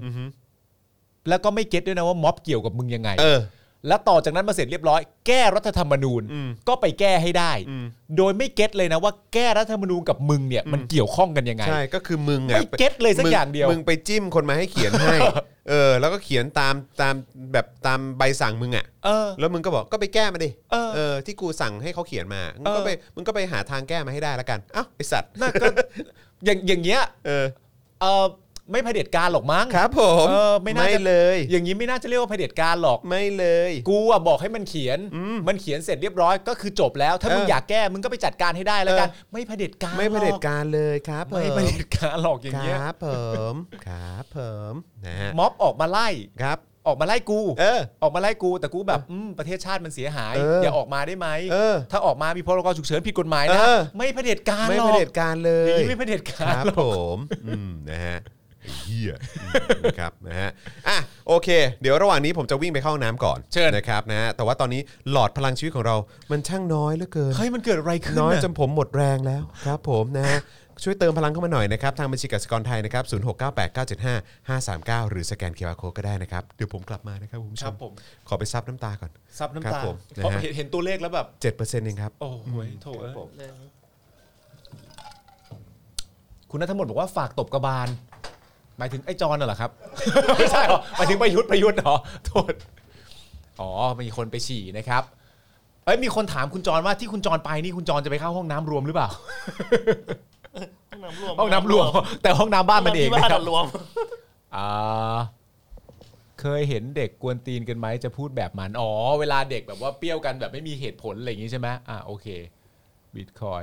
S3: แล้วก็ไม่เก็ตด้วยนะว่าม็อบเกี่ยวกับมึงยังไง
S2: เออ
S3: แล้วต่อจากนั้นมาเสร็จเรียบร้อย แก้รัฐธรรมนูญ
S2: อืม
S3: ก็ไปแก้ให้ได้
S2: อืม
S3: โดยไม่เก็ตเลยนะว่าแก้รัฐธรรมนูญกับมึงเนี่ยมันเกี่ยวข้องกันยังไง
S2: ใช่ก็คือมึงอะ
S3: ไม่เก็ตเลยสัก
S2: มึ
S3: อย่างเดียว
S2: มึงไปจิ้มคนมาให้เขียนให้ เออ แล้วก็เขียนตามตามแบบตามใบสั่งมึงอะ
S3: เออ
S2: แล้วมึงก็บอกก็ไปแก้มาดิ
S3: เออ
S2: ที่กูสั่งให้เขาเขียนมามึงก็
S3: เออ
S2: ไปมึงก็ไปหาทางแก้มาให้ได้ละกันอ้าวไอสัตว์
S3: น่าก็ อย่างอย่างเงี้ย
S2: เออ
S3: เออไม่เผด็จการหรอกมั้ง
S2: ครับผม
S3: เออไม่น่าจะ
S2: เลย
S3: อย่างนี้ไม่น่าจะเรียกว่าเผด็จการหรอก
S2: ไม่เลย
S3: กูอะบอกให้มันเขียน มันเขียนเสร็จเรียบร้อยก็คือจบแล้ว ถ้ามึ
S2: เอ
S3: ง
S2: ออ
S3: อยากแก้มึงก็ไปจัดการให้ได้แล้วกัน
S2: เออ
S3: ไม่เผด็จการ
S2: ไม่เผด็จการเลยครับ
S3: หรอกไม่
S2: ผ
S3: เผด็จการหรอกอย่างเงี้ย
S2: ครับผมครับผมนะฮะ
S3: ม็อบออกมาไล่
S2: ครับ
S3: ออกมาไล่กู
S2: เออ
S3: ออกมาไล่กูแต่กูแบบมประเทศชาติมันเสียหาย
S2: เอออ
S3: ย่าออกมาได้ไหม
S2: เออ
S3: ถ้าออกมามีพรกฉุกเฉินผิดกฎหมายนะ
S2: เออ
S3: ไม่เผด็จการ
S2: ไม่
S3: หร
S2: เผ
S3: อก
S2: ด็จการเล
S3: อย ย่างนี้ไม่เผด็จ
S2: ค
S3: การ
S2: รับ
S3: หรอก
S2: ผมอืมนะฮะไอ้เฮียอืมนะครับนะฮะอ่ะโอเค เดี๋ยวระหว่างนี้ผมจะวิ่งไปเข้าน้ำก่อน
S3: เชิญ
S2: นะครับนะฮะแต่ว่าตอนนี้หลอดพลังชีวิตของเรามันช่างน้อยเหลือเกิน
S3: เฮ้ยมันเกิดอะไรขึ้น
S2: น้อย
S3: น่ะ
S2: จนผมหมดแรงแล้วครับผมนะฮะ ช่วยเติมพลังเข้ามาหน่อยนะครับ ทางบัญชีกสิกรไทยนะครับ 0698975539 หรือสแกนเคอร์โคก็ได้นะครับ เดี๋ยวผมกลับมานะครับคุณผู้ช
S3: ครั
S2: ม
S3: บผม
S2: ขอไปซับน้ำตาก่อน
S3: ซับน้ำ
S2: ครั
S3: ตา
S2: บผมนะฮะ
S3: เพราะเห็นเห็นตัวเลขแล้วแบบ
S2: 7%เองครับ
S3: โอ้โหยโถเอ้ยคุณนัทมนต์บอกว่าฝากตบกระบาล หมายถึงไอ้จอนน่ะเหรอครับ (laughs) ไม่ใช่เหรอหมายถึงประยุทธ์ประยุทธ์เหรอโทษอ๋อมีคนไปฉี่นะครับเอ้ยมีคนถามคุณจอนว่าที่คุณจอนไปนี่คุณจอนจะไปเข้าห้องน้ำรวมหรือเปล่า
S5: ห้องน้ำรวม
S3: ห้องน้ำรวม แต่ห้องน้ำบ้านมันเอง
S5: ที่
S3: นะค
S5: บ้า
S3: รับ
S5: นรวม
S3: อ่าเคยเห็นเด็กกวนตีนกันไหมจะพูดแบบมันอ๋อเวลาเด็กแบบว่าเปรี้ยวกันแบบไม่มีเหตุผลอะไรอย่างนี้ใช่ไหมอ่าโอเคบิตคอย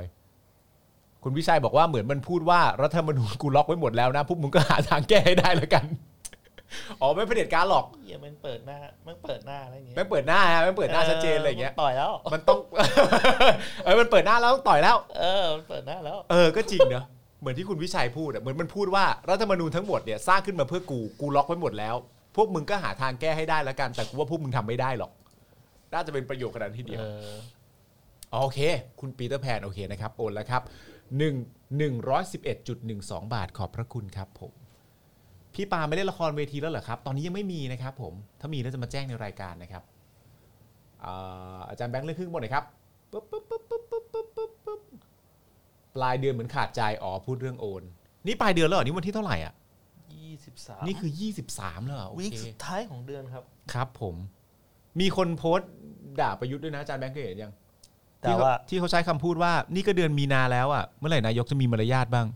S3: คุณวิชัยบอกว่าเหมือนมันพูดว่ารัฐธรรมนูญกูล็อกไว้หมดแล้วนะพวกมึงก็หาทางแก้ให้ได้แล้วกัน (laughs) อ๋อไม่เผด็จการหรอก
S5: เหี้ยมันเปิดหน้า มันเปิดหน้าอะไรอย่างเงี้ย
S3: ไม่เปิดหน้าฮะไม่เปิดหน้าชัดเจนอะไรอย่างเงี้ย
S5: มันต่อยแล้ว
S3: มันต้อง (laughs) เออมันเปิดหน้าแล้วต้องต่อยแล้ว
S5: เออมันเปิดหน้าแล้ว
S3: เออก็จริงเนอะเหมือนที่คุณวิชัยพูดอะเหมือนมันพูดว่ารัฐธรรมนูญทั้งหมดเนี่ยสร้างขึ้นมาเพื่อกูกูล็อกไว้หมดแล้ว พวกมึงก็หาทางแก้ให้ได้แล้วกันแต่กูว่าพวกมึงทำไม่ได้หรอก น่าจะเป็นประโยชน์ขนาดที่เดียว
S5: เออ
S3: อ๋อโอเค คุณปีเตอร์แพนโอเคนะครับ โอนแล้วครับ 1 111.12 บาทขอบพระคุณครับผม พี่ปาไม่เล่นละครเวทีแล้วเหรอครับ ตอนนี้ยังไม่มีนะครับผม ถ้ามีแล้วจะมาแจ้งในรายการนะครับอ่าอาจารย์แบงค์เลื่อนครึ่งบนหน่อยครับปึ๊บปึ๊บปึ๊บปึ๊บปึ๊บปึ๊บปึ๊บปึ๊บปลายเดือนเหมือนขาดใจอ๋อพูดเรื่องโอน นี่ปลายเดือนแล้วเหรอ นี่วันที่เท่าไหร่อ่ะ
S5: ยี่สิบสาม
S3: นี่คือ 23แล้วเหรอโอ
S5: วีค
S3: เค
S5: สุดท้ายของเดือนครับ
S3: ครับผม มีคนโพสต์ด่าประยุทธ์ด้วยนะอาจารย์แบงค์เคยเห็นยัง
S5: แต่ว่า
S3: ที่เขที่เขาใช้คำพูดว่านี่ก็เดือนมีนาแล้วอ่ะเมื่อไหร่นายกจะมีมารยาท (laughs) บ้าง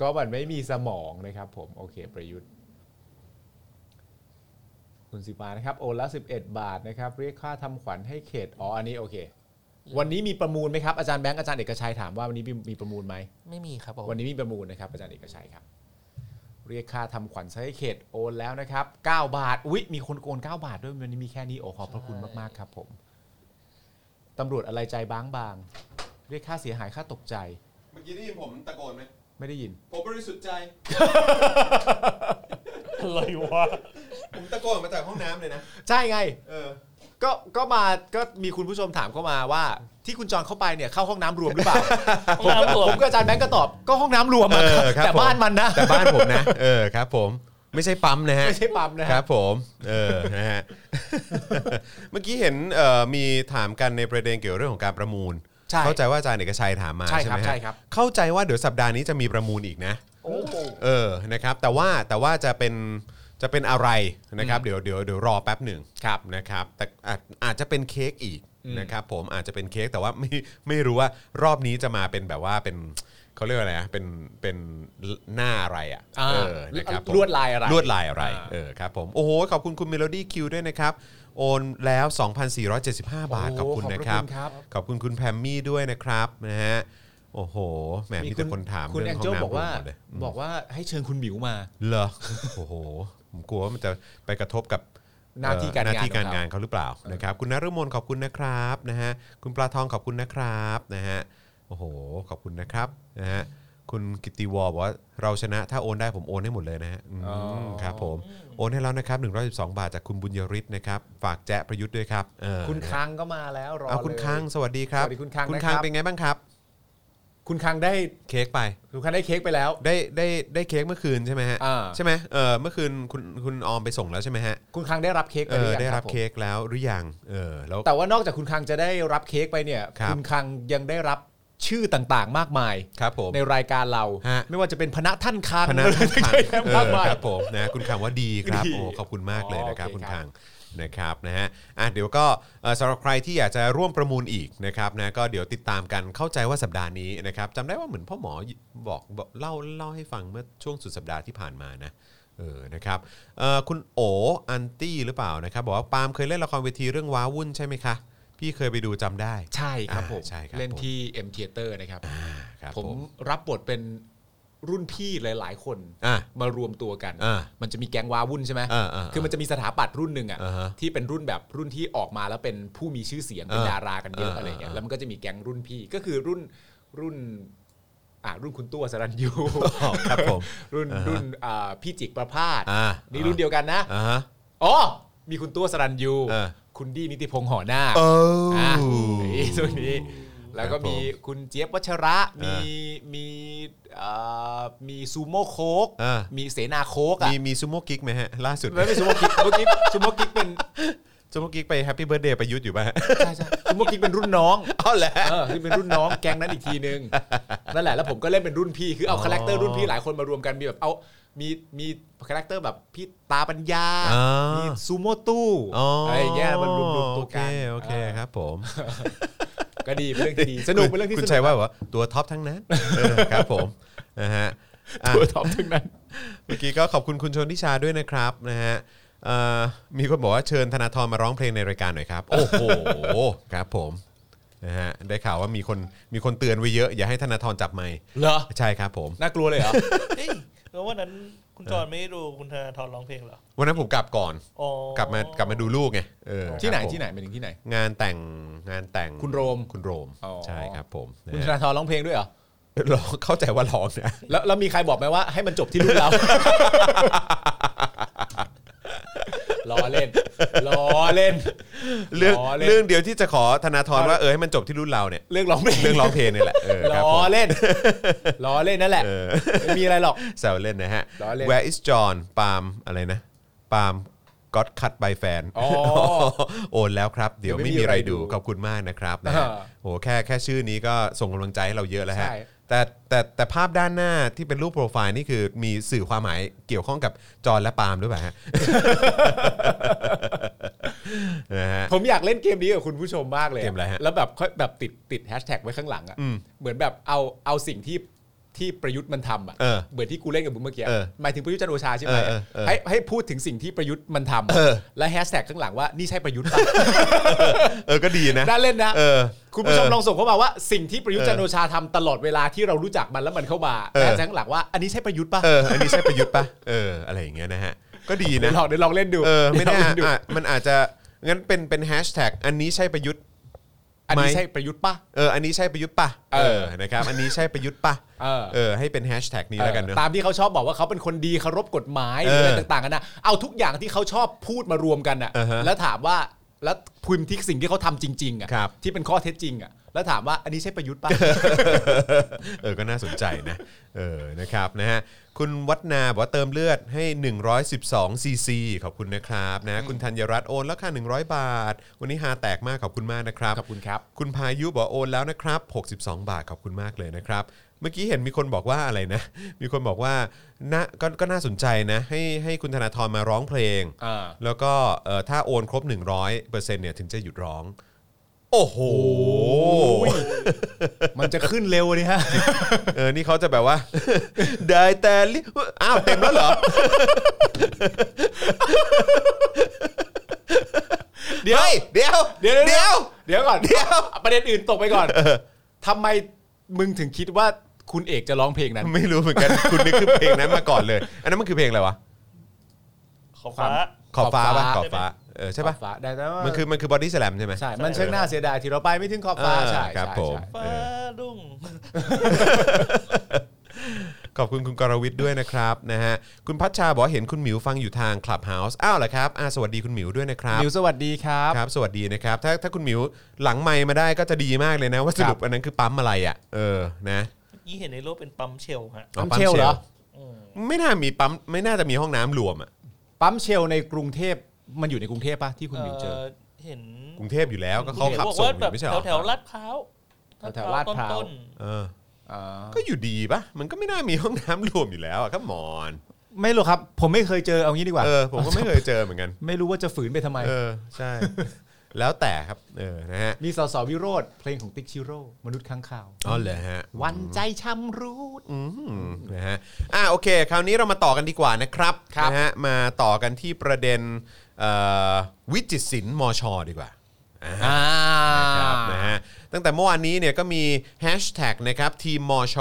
S3: ก็มันไม่มีสมองนะครับผม โอเค ประยุทธ์ คุณสิบานะครับโอนละ11 บาทนะครับเรียกค่าทำขวัญให้เขตอ๋ออันนี้โอเค วันนี้มีประมูลไหมครับอาจารย์แบงค์อาจารย์เอกชัยถามว่าวันนี้มีมีประมูลไหม
S5: ไม่มีครับผม
S3: วันนี้มีประมูลนะครับอาจารย์เอกชัยครับ เรียกค่าทำขวัญใช้เขตโอนแล้วนะครับ 9 บาทอุ๊ยมีคนโอน 9 บาทด้วยวันนี้มีแค่นี้โอ้ขอบพระคุณ
S5: ใช่
S3: มากๆครับผมตำรวจอะไรใจบ้างบางเรียกค่าเสียหายค่าตกใจ
S2: เมื่อกี้ได้ยินผมตะโกนไหม
S3: ไม่ได้ยิน
S2: ผมบริสุทธิ์ใจ
S5: อะไรวะ
S2: ผมตะโกนมาจากห้องน้ำเลยนะ
S3: ใช่ไง
S2: เออ
S3: ก็ก็มาก็มีคุณผู้ชมถามเข้ามาว่า ที่คุณจอนเข้าไปเนี่ยเข้าห้องน้ำรวมหรือเปล่า
S5: ห้องน้ำรวม
S3: ผมกับอาจารย์แบงก์ก็ตอบก็ห้องน้ำรวมอะ
S2: เออครับ
S3: แต่
S2: ผม
S3: บ้านมันนะ
S2: แต่บ้านผมนะ เออครับผม ไม่ใช่ปั๊มนะฮะ
S3: ไม่ใช่ปั๊มนะ
S2: ค
S3: ค
S2: รั
S3: รั
S2: บบ ผมเออนะฮะ เมื่อกี้เห็นเอ่อมีถามกันในประเด็นเกี่ยวเรื่องของการประมูล
S3: ใช่
S2: เข้าใจว่าอาจารย์เอกชัยถามมา
S3: ใช่ค
S2: ใช่
S3: รับ
S2: ไหมฮะ
S3: ใช่ครับ
S2: เข้าใจว่าเดี๋ยวสัปดาห์นี้จะมีประมูลอีกนะ
S5: โอ้โห
S2: เออนะครับแต่ว่าแต่ว่าจะเป็นจะเป็นอะไรนะครับเดี๋ยวเดี๋ยวเดี๋ยวรอแป๊บหนึ่งครับนะครับแต่อาจอาจจะเป็นเค้กอีกนะครับผมอาจจะเป็นเค้กแต่ว่า (laughs) ไม่ไม่รู้ว่ารอบนี้จะมาเป็นแบบว่าเป็นเขาเรียกว่าอะไรนะเป็นเป็นหน้าอะไรอ่ะ
S3: อ่า
S2: เออนะครับผม
S3: ลวดลายอะไร
S2: ลวดลายอะไร
S3: อ่า
S2: เออครับผมโอ้โหขอบคุณคุณเมโลดี้คิวด้วยนะครับโอนแล้ว 2,475 บาทขอบคุณนะครับ
S3: ขอบครับ
S2: ขอบคุณคุณแพมมี่ด้วยนะครับนะฮะโอ้โหแหมมีแต่คนถาม
S3: คุณแอ
S2: เรื่
S3: ง
S2: ห้
S3: เจิล
S2: น้ำ
S3: บอกว่า
S2: หมดเลย
S3: บอกว่าให้เชิญคุณหมิวมา
S2: เหรอ โอ้โห ผมกลัวว่ามันจะไปกระทบกับ
S3: หน้าที่การ
S2: เอ่อห
S3: งาน
S2: น้าที่การ
S3: ของเขา
S2: งานเขาหรือเปล่านะครับ คุณนฤมลขอบคุณนะครับนะฮะ คุณปลาทองขอบคุณนะครับนะฮะ โอ้โห ขอบคุณนะครับนะฮะ คุณกิตติวอบอกว่าเราชนะถ้าโอนได้ผมโอนให้หมดเลยนะฮะอืมครับผม โอนให้แล้วนะครับ112 บาทจากคุณบุญยริศนะครับ ฝากแจ๊ะประยุทธ์ด้วยครับเออ
S3: คุณคังก็มาแล้วรอ
S2: เอาคุณ
S3: เลย
S2: คังสวัสดีครับ
S3: สวัสดีคุณคัง
S2: คุณ
S3: นะครั
S2: คัง
S3: บ
S2: เป็นไงบ้างครับ
S3: คุณคังได้
S2: เค้กไป
S3: คุณคังได้เค้กไปแล้ว
S2: ได้ได้ได้เค้กเมื่อคืนใช่ไหมฮะ
S3: อ่า
S2: ใช่ไหมเออเมื่อคืนคุณคุณออมไปส่งแล้วใช่ไหมฮะ
S3: คุณคังได้รับเค้กไป
S2: เอ
S3: ห
S2: อ
S3: รือยัง
S2: ได้รั
S3: ครั
S2: บบ
S3: ผม
S2: เค้กแล้วหรือยังเออแล้ว
S3: แต่ว่านอกจากคุณคังจะได้รับเค้กไปเนี่ย
S2: ครับ
S3: ณคังยังได้รับชื่อต่างๆ มากมาย
S2: ครับผม
S3: ในรายการเรา
S2: ฮะ
S3: ไม่ว่าจะเป็นพนักท่านคัง
S2: พนัก
S3: อะไร
S2: คัง
S3: เยอะแยะ
S2: เอ
S3: มาก
S2: อ
S3: มาย
S2: ครับผมนะคุณคังว่าดีครับ
S3: ดี
S2: โอ้ขอบคุณมากเลยนะครับ
S3: อ๋อ
S2: คุ
S3: โอเค
S2: ณ
S3: ครั
S2: คั
S3: บ
S2: งนะครับนะฮะอ่ะเดี๋ยวก็เอ่อสำหรับใครที่อยากจะร่วมประมูลอีกนะครับนะก็เดี๋ยวติดตามกันเข้าใจว่าสัปดาห์นี้นะครับจำได้ว่าเหมือนพ่อหมอบอกบอกเล่าเล่าให้ฟังเมื่อช่วงสุดสัปดาห์ที่ผ่านมานะเออนะครับเอ่อคุณโออันตี้หรือเปล่านะครับบอกว่าปาล์มเคยเล่นละครเวทีเรื่องว้าวุ่นใช่ไหมคะพี่เคยไปดูจำได้
S3: ใช่ครับผม
S2: อ่าใช่ครับ
S3: เล่น
S2: ผม
S3: ที่ M Theater นะครับ
S2: ครับ
S3: ผมรับบทเป็นรุ่นพี่หลาย ๆ คน
S2: อ่ะ
S3: มารวมตัวกัน
S2: อ่า
S3: มันจะมีแก๊งวาวุ่นใช่ไหม
S2: อ่าอ่า
S3: คือมันจะมีสถาปัตย์รุ่นหนึ่งอ่ะ
S2: อ่าฮะ
S3: ที่เป็นรุ่นแบบรุ่นที่ออกมาแล้วเป็นผู้มีชื่อเสียงเป็น
S2: อ่า
S3: ดารากันเยอะ
S2: อ่า
S3: อะไรเงี้ย
S2: อ่า
S3: แล้วมันก็จะมีแก๊งรุ่นพี่ก็คือรุ่นรุ่นอ่ารุ่นคุณตัวสรัญยู
S2: อ๋อครับผม
S3: รุ่น
S2: อ่าฮะ
S3: รุ่นอ่าพี่จิกประภาส
S2: อ่า
S3: นี่รุ่นเดียวกันนะ
S2: อ่าฮะ
S3: อ๋อมีคุณตัวสรัญยู
S2: เออ
S3: คุณดี้นิติพงษ์หอหน้าค
S2: โอ้
S3: อ่ะนี่ช่วงนี้แล้วก็มี
S2: ครับผม
S3: คุณเจี๊ยบวัชระ
S2: อ่ามี
S3: มีมีเอ่อมีซูโม่โคก
S2: อ่า
S3: มีเสนาโคกอ่ะ
S2: มีมีซูโม่กิ๊กไหมฮะ ล่าสุด
S3: ไม่ไม่ซูโม่กิ๊กเมื่อกี้ซูโม่กิ๊กเป็น
S2: ซูโม่กิ๊กไปแฮปปี้เบิร์ดเดย์ประยุทธ์อยู่ป่ะฮะ
S3: ใช่ใช่ซูโม่กิ๊กเป็นรุ่นน้อง
S2: อ๋อแหละ
S3: เออที่เป็นรุ่นน้องแก๊งนั้นอีกทีนึงนั่นแหละแล้วผมก็เล่นเป็นรุ่นพี่คือเอา
S2: อ๋อ
S3: คาแรคเตอร์รุ่นพี่หลายคนมารวมกันมีแบบเอามีมีคาแรคเตอร์แบบพี่ตาปัญญา
S2: อ่ามี
S3: มีซูโม่ตู้อะไรอย่างเงี้ยมันรวมรวมๆตัวกัน
S2: โอเคโอเคครับผม
S3: ก็ดีเป็นเรื่องที่ดีสนุกเป็นเรื่องที่
S2: คุณ
S3: ส
S2: ชัย
S3: นุก
S2: ว่าบอกว่าตัวท็อปทั้ง
S3: (laughs)
S2: นั้นเออครับผมนะฮะอ่ะ
S3: ตัวท็อปทั้งนั้น
S2: เมื่อกี้ก็ขอบคุณคุณชนทิชาด้วยนะครับนะฮะเอ่อมีคนบอกว่าเชิญธนาธรมาร้องเพลงในรายการหน่อยครับ โอ้โหครับผมนะฮะได้ข่าวว่ามีคนมีคนเตือนไว้เยอะอย่าให้ธนาธรจับไมค์
S3: เหรอ
S2: ใช่ครับผม
S3: น่ากลัวเลยเหรอ
S5: เฮ้ยแล้ววันนั้นคุณจอนไม่ได้ดูคุณธนาธรร้องเพลงเหรอ
S2: วันนั้นผมกลับก่อน
S5: อ๋อก
S2: ลับมากลับมาดูลูกไงเออ
S3: ที่ไหน
S2: ครับผม
S3: ที่ไหนเป็นถึงที่ไหน
S2: งานแต่งงานแต่ง
S3: คุณโรม
S2: คุณโรม
S3: อ๋อ
S2: ใช่ครับผม
S3: คุณ
S2: นะ
S3: ธ
S2: ฮะ
S3: นาธรร้องเพลงด้วยเหรอ
S2: ร้องเข้าใจว่าร้องนะ
S3: แล้วแล้วมีใครบอกไหมว่าให้มันจบที่ลูกเรา (laughs) ล้อเล่นล้อเล่น
S2: เรื่อง
S3: ล้อเล่น
S2: เรื่องเดียวที่จะขอธนาธรว่าเออให้มันจบที่รุ่นเราเนี่ย
S3: เรื่องร้องเพลง
S2: เรื่องร้องเพลงเนี่ยแหละเออครับ
S3: ล้
S2: ผ
S3: อ
S2: ม
S3: เล่น (laughs) ล้อเล่นนั่นแหละ
S2: เออ
S3: ไม่มีอะไรหรอก
S2: แซวเล่นนะฮะ
S3: ล้อเล่น
S2: Where is John ปาล์มอะไรนะปาล์มก็ t คัด by แฟน
S3: อ๋อ
S2: โอนแล้วครับ เดี๋ยวไม่มีอะไรดูขอบคุณมากนะครับนะฮะ
S3: อ่า
S2: โหแค่แค่ชื่อนี้ก็ส่งกำลังใจให้เราเยอะแล้วฮะ
S3: ใช่
S2: แต่แต่แต่ภาพด้านหน้าที่เป็นรูปโปรไฟล์นี่คือมีสื่อความหมายเกี่ยวข้องกับจอร์นและปาล์มด้วยป่ะฮะ นะฮะ
S3: ผมอยากเล่นเกมนี้กับคุณผู้ชมมากเลย
S2: เกมอะไรฮะ
S3: แล้วแบบค่อยแบบติดติดแฮชแท็กไว้ข้างหลังอ่ะเหมือนแบบเอาเอาสิ่งที่ ที่ประยุทธ์มันทำอ่ะ
S2: เออ
S3: มือนที่กูเล่นกับมึงเมื่อกี้
S2: เออ
S3: หมายถึงประยุทธ์จันทร์โอชาใช่ไหม
S2: เออเออเออ
S3: ให้ให้พูดถึงสิ่งที่ประยุทธ์มันท
S2: เออ
S3: ำและแฮชแท็กข้างหลังว่านี่ใช่ประยุทธ์ป่ะ
S2: เออก็ดีนะ
S3: น่าเล่นนะ
S2: เออ
S3: คุณผู้ชม
S2: เออ
S3: ลองส่งเข้ามาว่าสิ่งที่ประยุทธ์
S2: เออ
S3: จันทร์โอชาทำตลอดเวลาที่เรารู้จักมันแล้วมันเข้ามา
S2: เออ
S3: แฮชแท็กข้างหลังว่าอันนี้ใช่ประยุทธ์ป่ะ
S2: เอออันนี้ใช่ประยุทธ์ปะเอออะไรอย่างเงี้ยนะฮะก็ดีนะ
S3: ลองเดี๋ยวลองเล่นดู
S2: เออไม่แน่
S3: ลงเล่นดู
S2: อ่ะมันอาจจะงั้นเป็นเป็นแฮชแท็กอันนี้ใช่ประยุทธ์
S3: อันนี้
S2: ไม่
S3: ใช่ประยุทธ์ป่ะ
S2: เอออันนี้ใช่ประยุทธ์ปะ
S3: เออ
S2: นะครับอันนี้ใช่ประยุทธ์ปะ
S3: เออ
S2: เออให้เป็นแฮชแท็กนี้แล้วกันเนอะ
S3: ตามที่เขาชอบบอกว่าเขาเป็นคนดีเคารพกฎหมายหรืออะไรต่างๆกันนะเอาทุกอย่างที่เขาชอบพูดมารวมกันอ่ะ
S2: อ่าฮะ
S3: แล้วถามว่าแล้วพิมพ์ที่สิ่งที่เขาทำจริงๆอ่ะ
S2: ครับ
S3: ที่เป็นข้อเท็จจริงอ่ะแล้วถามว่าอันนี้ใช่ประยุทธ์ป่ะ
S2: เออก็น่าสนใจนะเออนะครับนะฮะคุณวัฒนาบอกว่าเติมเลือดให้ 112ซีซีขอบคุณนะครับนะคุณธัญรัตน์โอนแล้วค่ะ100 บาท วันนี้ฮาแตกมากขอบคุณมากนะครับ
S3: ขอบคุณครับ
S2: คุณพายุบอกโอนแล้วนะครับ 62 บาทขอบคุณมากเลยนะครับ เมื่อกี้เห็นมีคนบอกว่าอะไรนะ (laughs) มีคนบอกว่าน่าก็ก็น่าสนใจนะ ให้ให้คุณธนาธรมาร้องเพลง
S3: อ่า
S2: แล้วก็เอ่อถ้าโอนครบ 100%เนี่ยถึงจะหยุดร้อง โอ้โห
S3: มันจะขึ้นเร็วนี่ฮะ
S2: (laughs) เออ นี่เขาจะแบบว่า ได้แต่ลิอ้าวเต็มแล้วเหรอ (laughs)
S3: เดี๋ยว
S2: ฮ้เดี๋ยว
S3: เดี๋ยวเดี๋ยวเดี๋ยวก่อนเดี๋ยวประเด็นอื่นตกไปก่อนทำไมมึงถึงคิดว่าคุณเอกจะร้องเพลงนั้น
S2: ไม่รู้เหมือนกัน คุณนึกคือเพลงนั้นมาก่อนเลย อันนั้นมันคือเพลงอะไรวะ
S5: ขอบฟ้า
S2: ขอบฟ้าป่ะ ข
S3: ข
S2: อ
S3: อ
S2: บบฟ้า
S5: ฟ้า
S2: เออใช่ป่ะ
S3: ขอบฟ้าได้แต่ว่า
S2: มันคือมันคือบอดี้สแลมใช่ไหม
S3: ใช่ มันเชิงหน้าเสียดายที่เราไปไม่ถึงขอบฟ้า
S2: เออ
S3: ใช่
S2: ครับ
S3: ใช่
S2: ผม
S3: ใช่
S5: ฟ้าดุ้ง
S2: ขอบคุณคุณกรวิทย์ด้วยนะครับนะฮะ คุณพัชชาบอกว่าเห็นคุณหมิวฟังอยู่ทาง Clubhouse อ้าวเหรอครับอ่าสวัสดีคุณหมิวด้วยนะครับ
S3: มิวสวัสดีครับ
S2: ครับ สวัสดีนะครับ ถ้าถ้าคุณหมิวหลังไมค์มาได้ก็จะดีมากเลยนะ ว่าสรุปอันนั้นคือปั๊มอะไรอ่ะ เออ นะ
S5: ยี่เห็นในโลกเป็นปั๊มเชลฮะ
S3: ปั๊มเชลล์เหรอ
S5: อืม
S2: ไม่น่ามีปั๊ม ไม่น่าจะมีห้องน้ำรวมอ่ะ
S3: ปั๊มเชลในกรุงเทพมันอยู่ในกรุงเทพปะที่คุณมิวเจอ
S5: เห็น
S2: กรุงเทพอยู่แล้วก็เขาขับ
S5: ห็น
S2: ส่
S5: ว่
S2: งอยู่ไม่ใช่เหรอ
S5: แถวๆลาดพร้าว
S3: แถวๆลาดพร้าว
S5: ต้น
S2: เออ
S3: อ่า
S2: ก็อยู่ดีปะมันก็ไม่น่ามีห้องน้ำรวมอยู่แล้วอะครับหมอน
S3: ไม่หรอกครับ ผมไม่เคยเจอเอางี้ดีกว่า
S2: เออผมก็ไม่เคยเจอเหมือนกัน
S3: ไม่รู้ว่าจะฝืนไปทำไม
S2: เออ ใช่ แล้วแต่ครับ เออ นะฮะ
S3: มีสสวิโรธเพลงของติ๊กชิโร่มนุษย์ข้างข่าว
S2: อ๋อเหรอฮะ
S3: วันใจช้ำรูด
S2: อืมนะฮะอ่ะโอเค คราวนี้เรามาต่อกันดีกว่านะครับ
S3: ครับ
S2: นะฮะมาต่อกันที่ประเด็นเอ่อวิจิตรศิลป์มชดีกว่า
S3: ่า
S2: นะครับนะฮะตั้งแต่เมื่อวานนี้เนี่ยก็มีแฮชแท็กนะครับทีมมช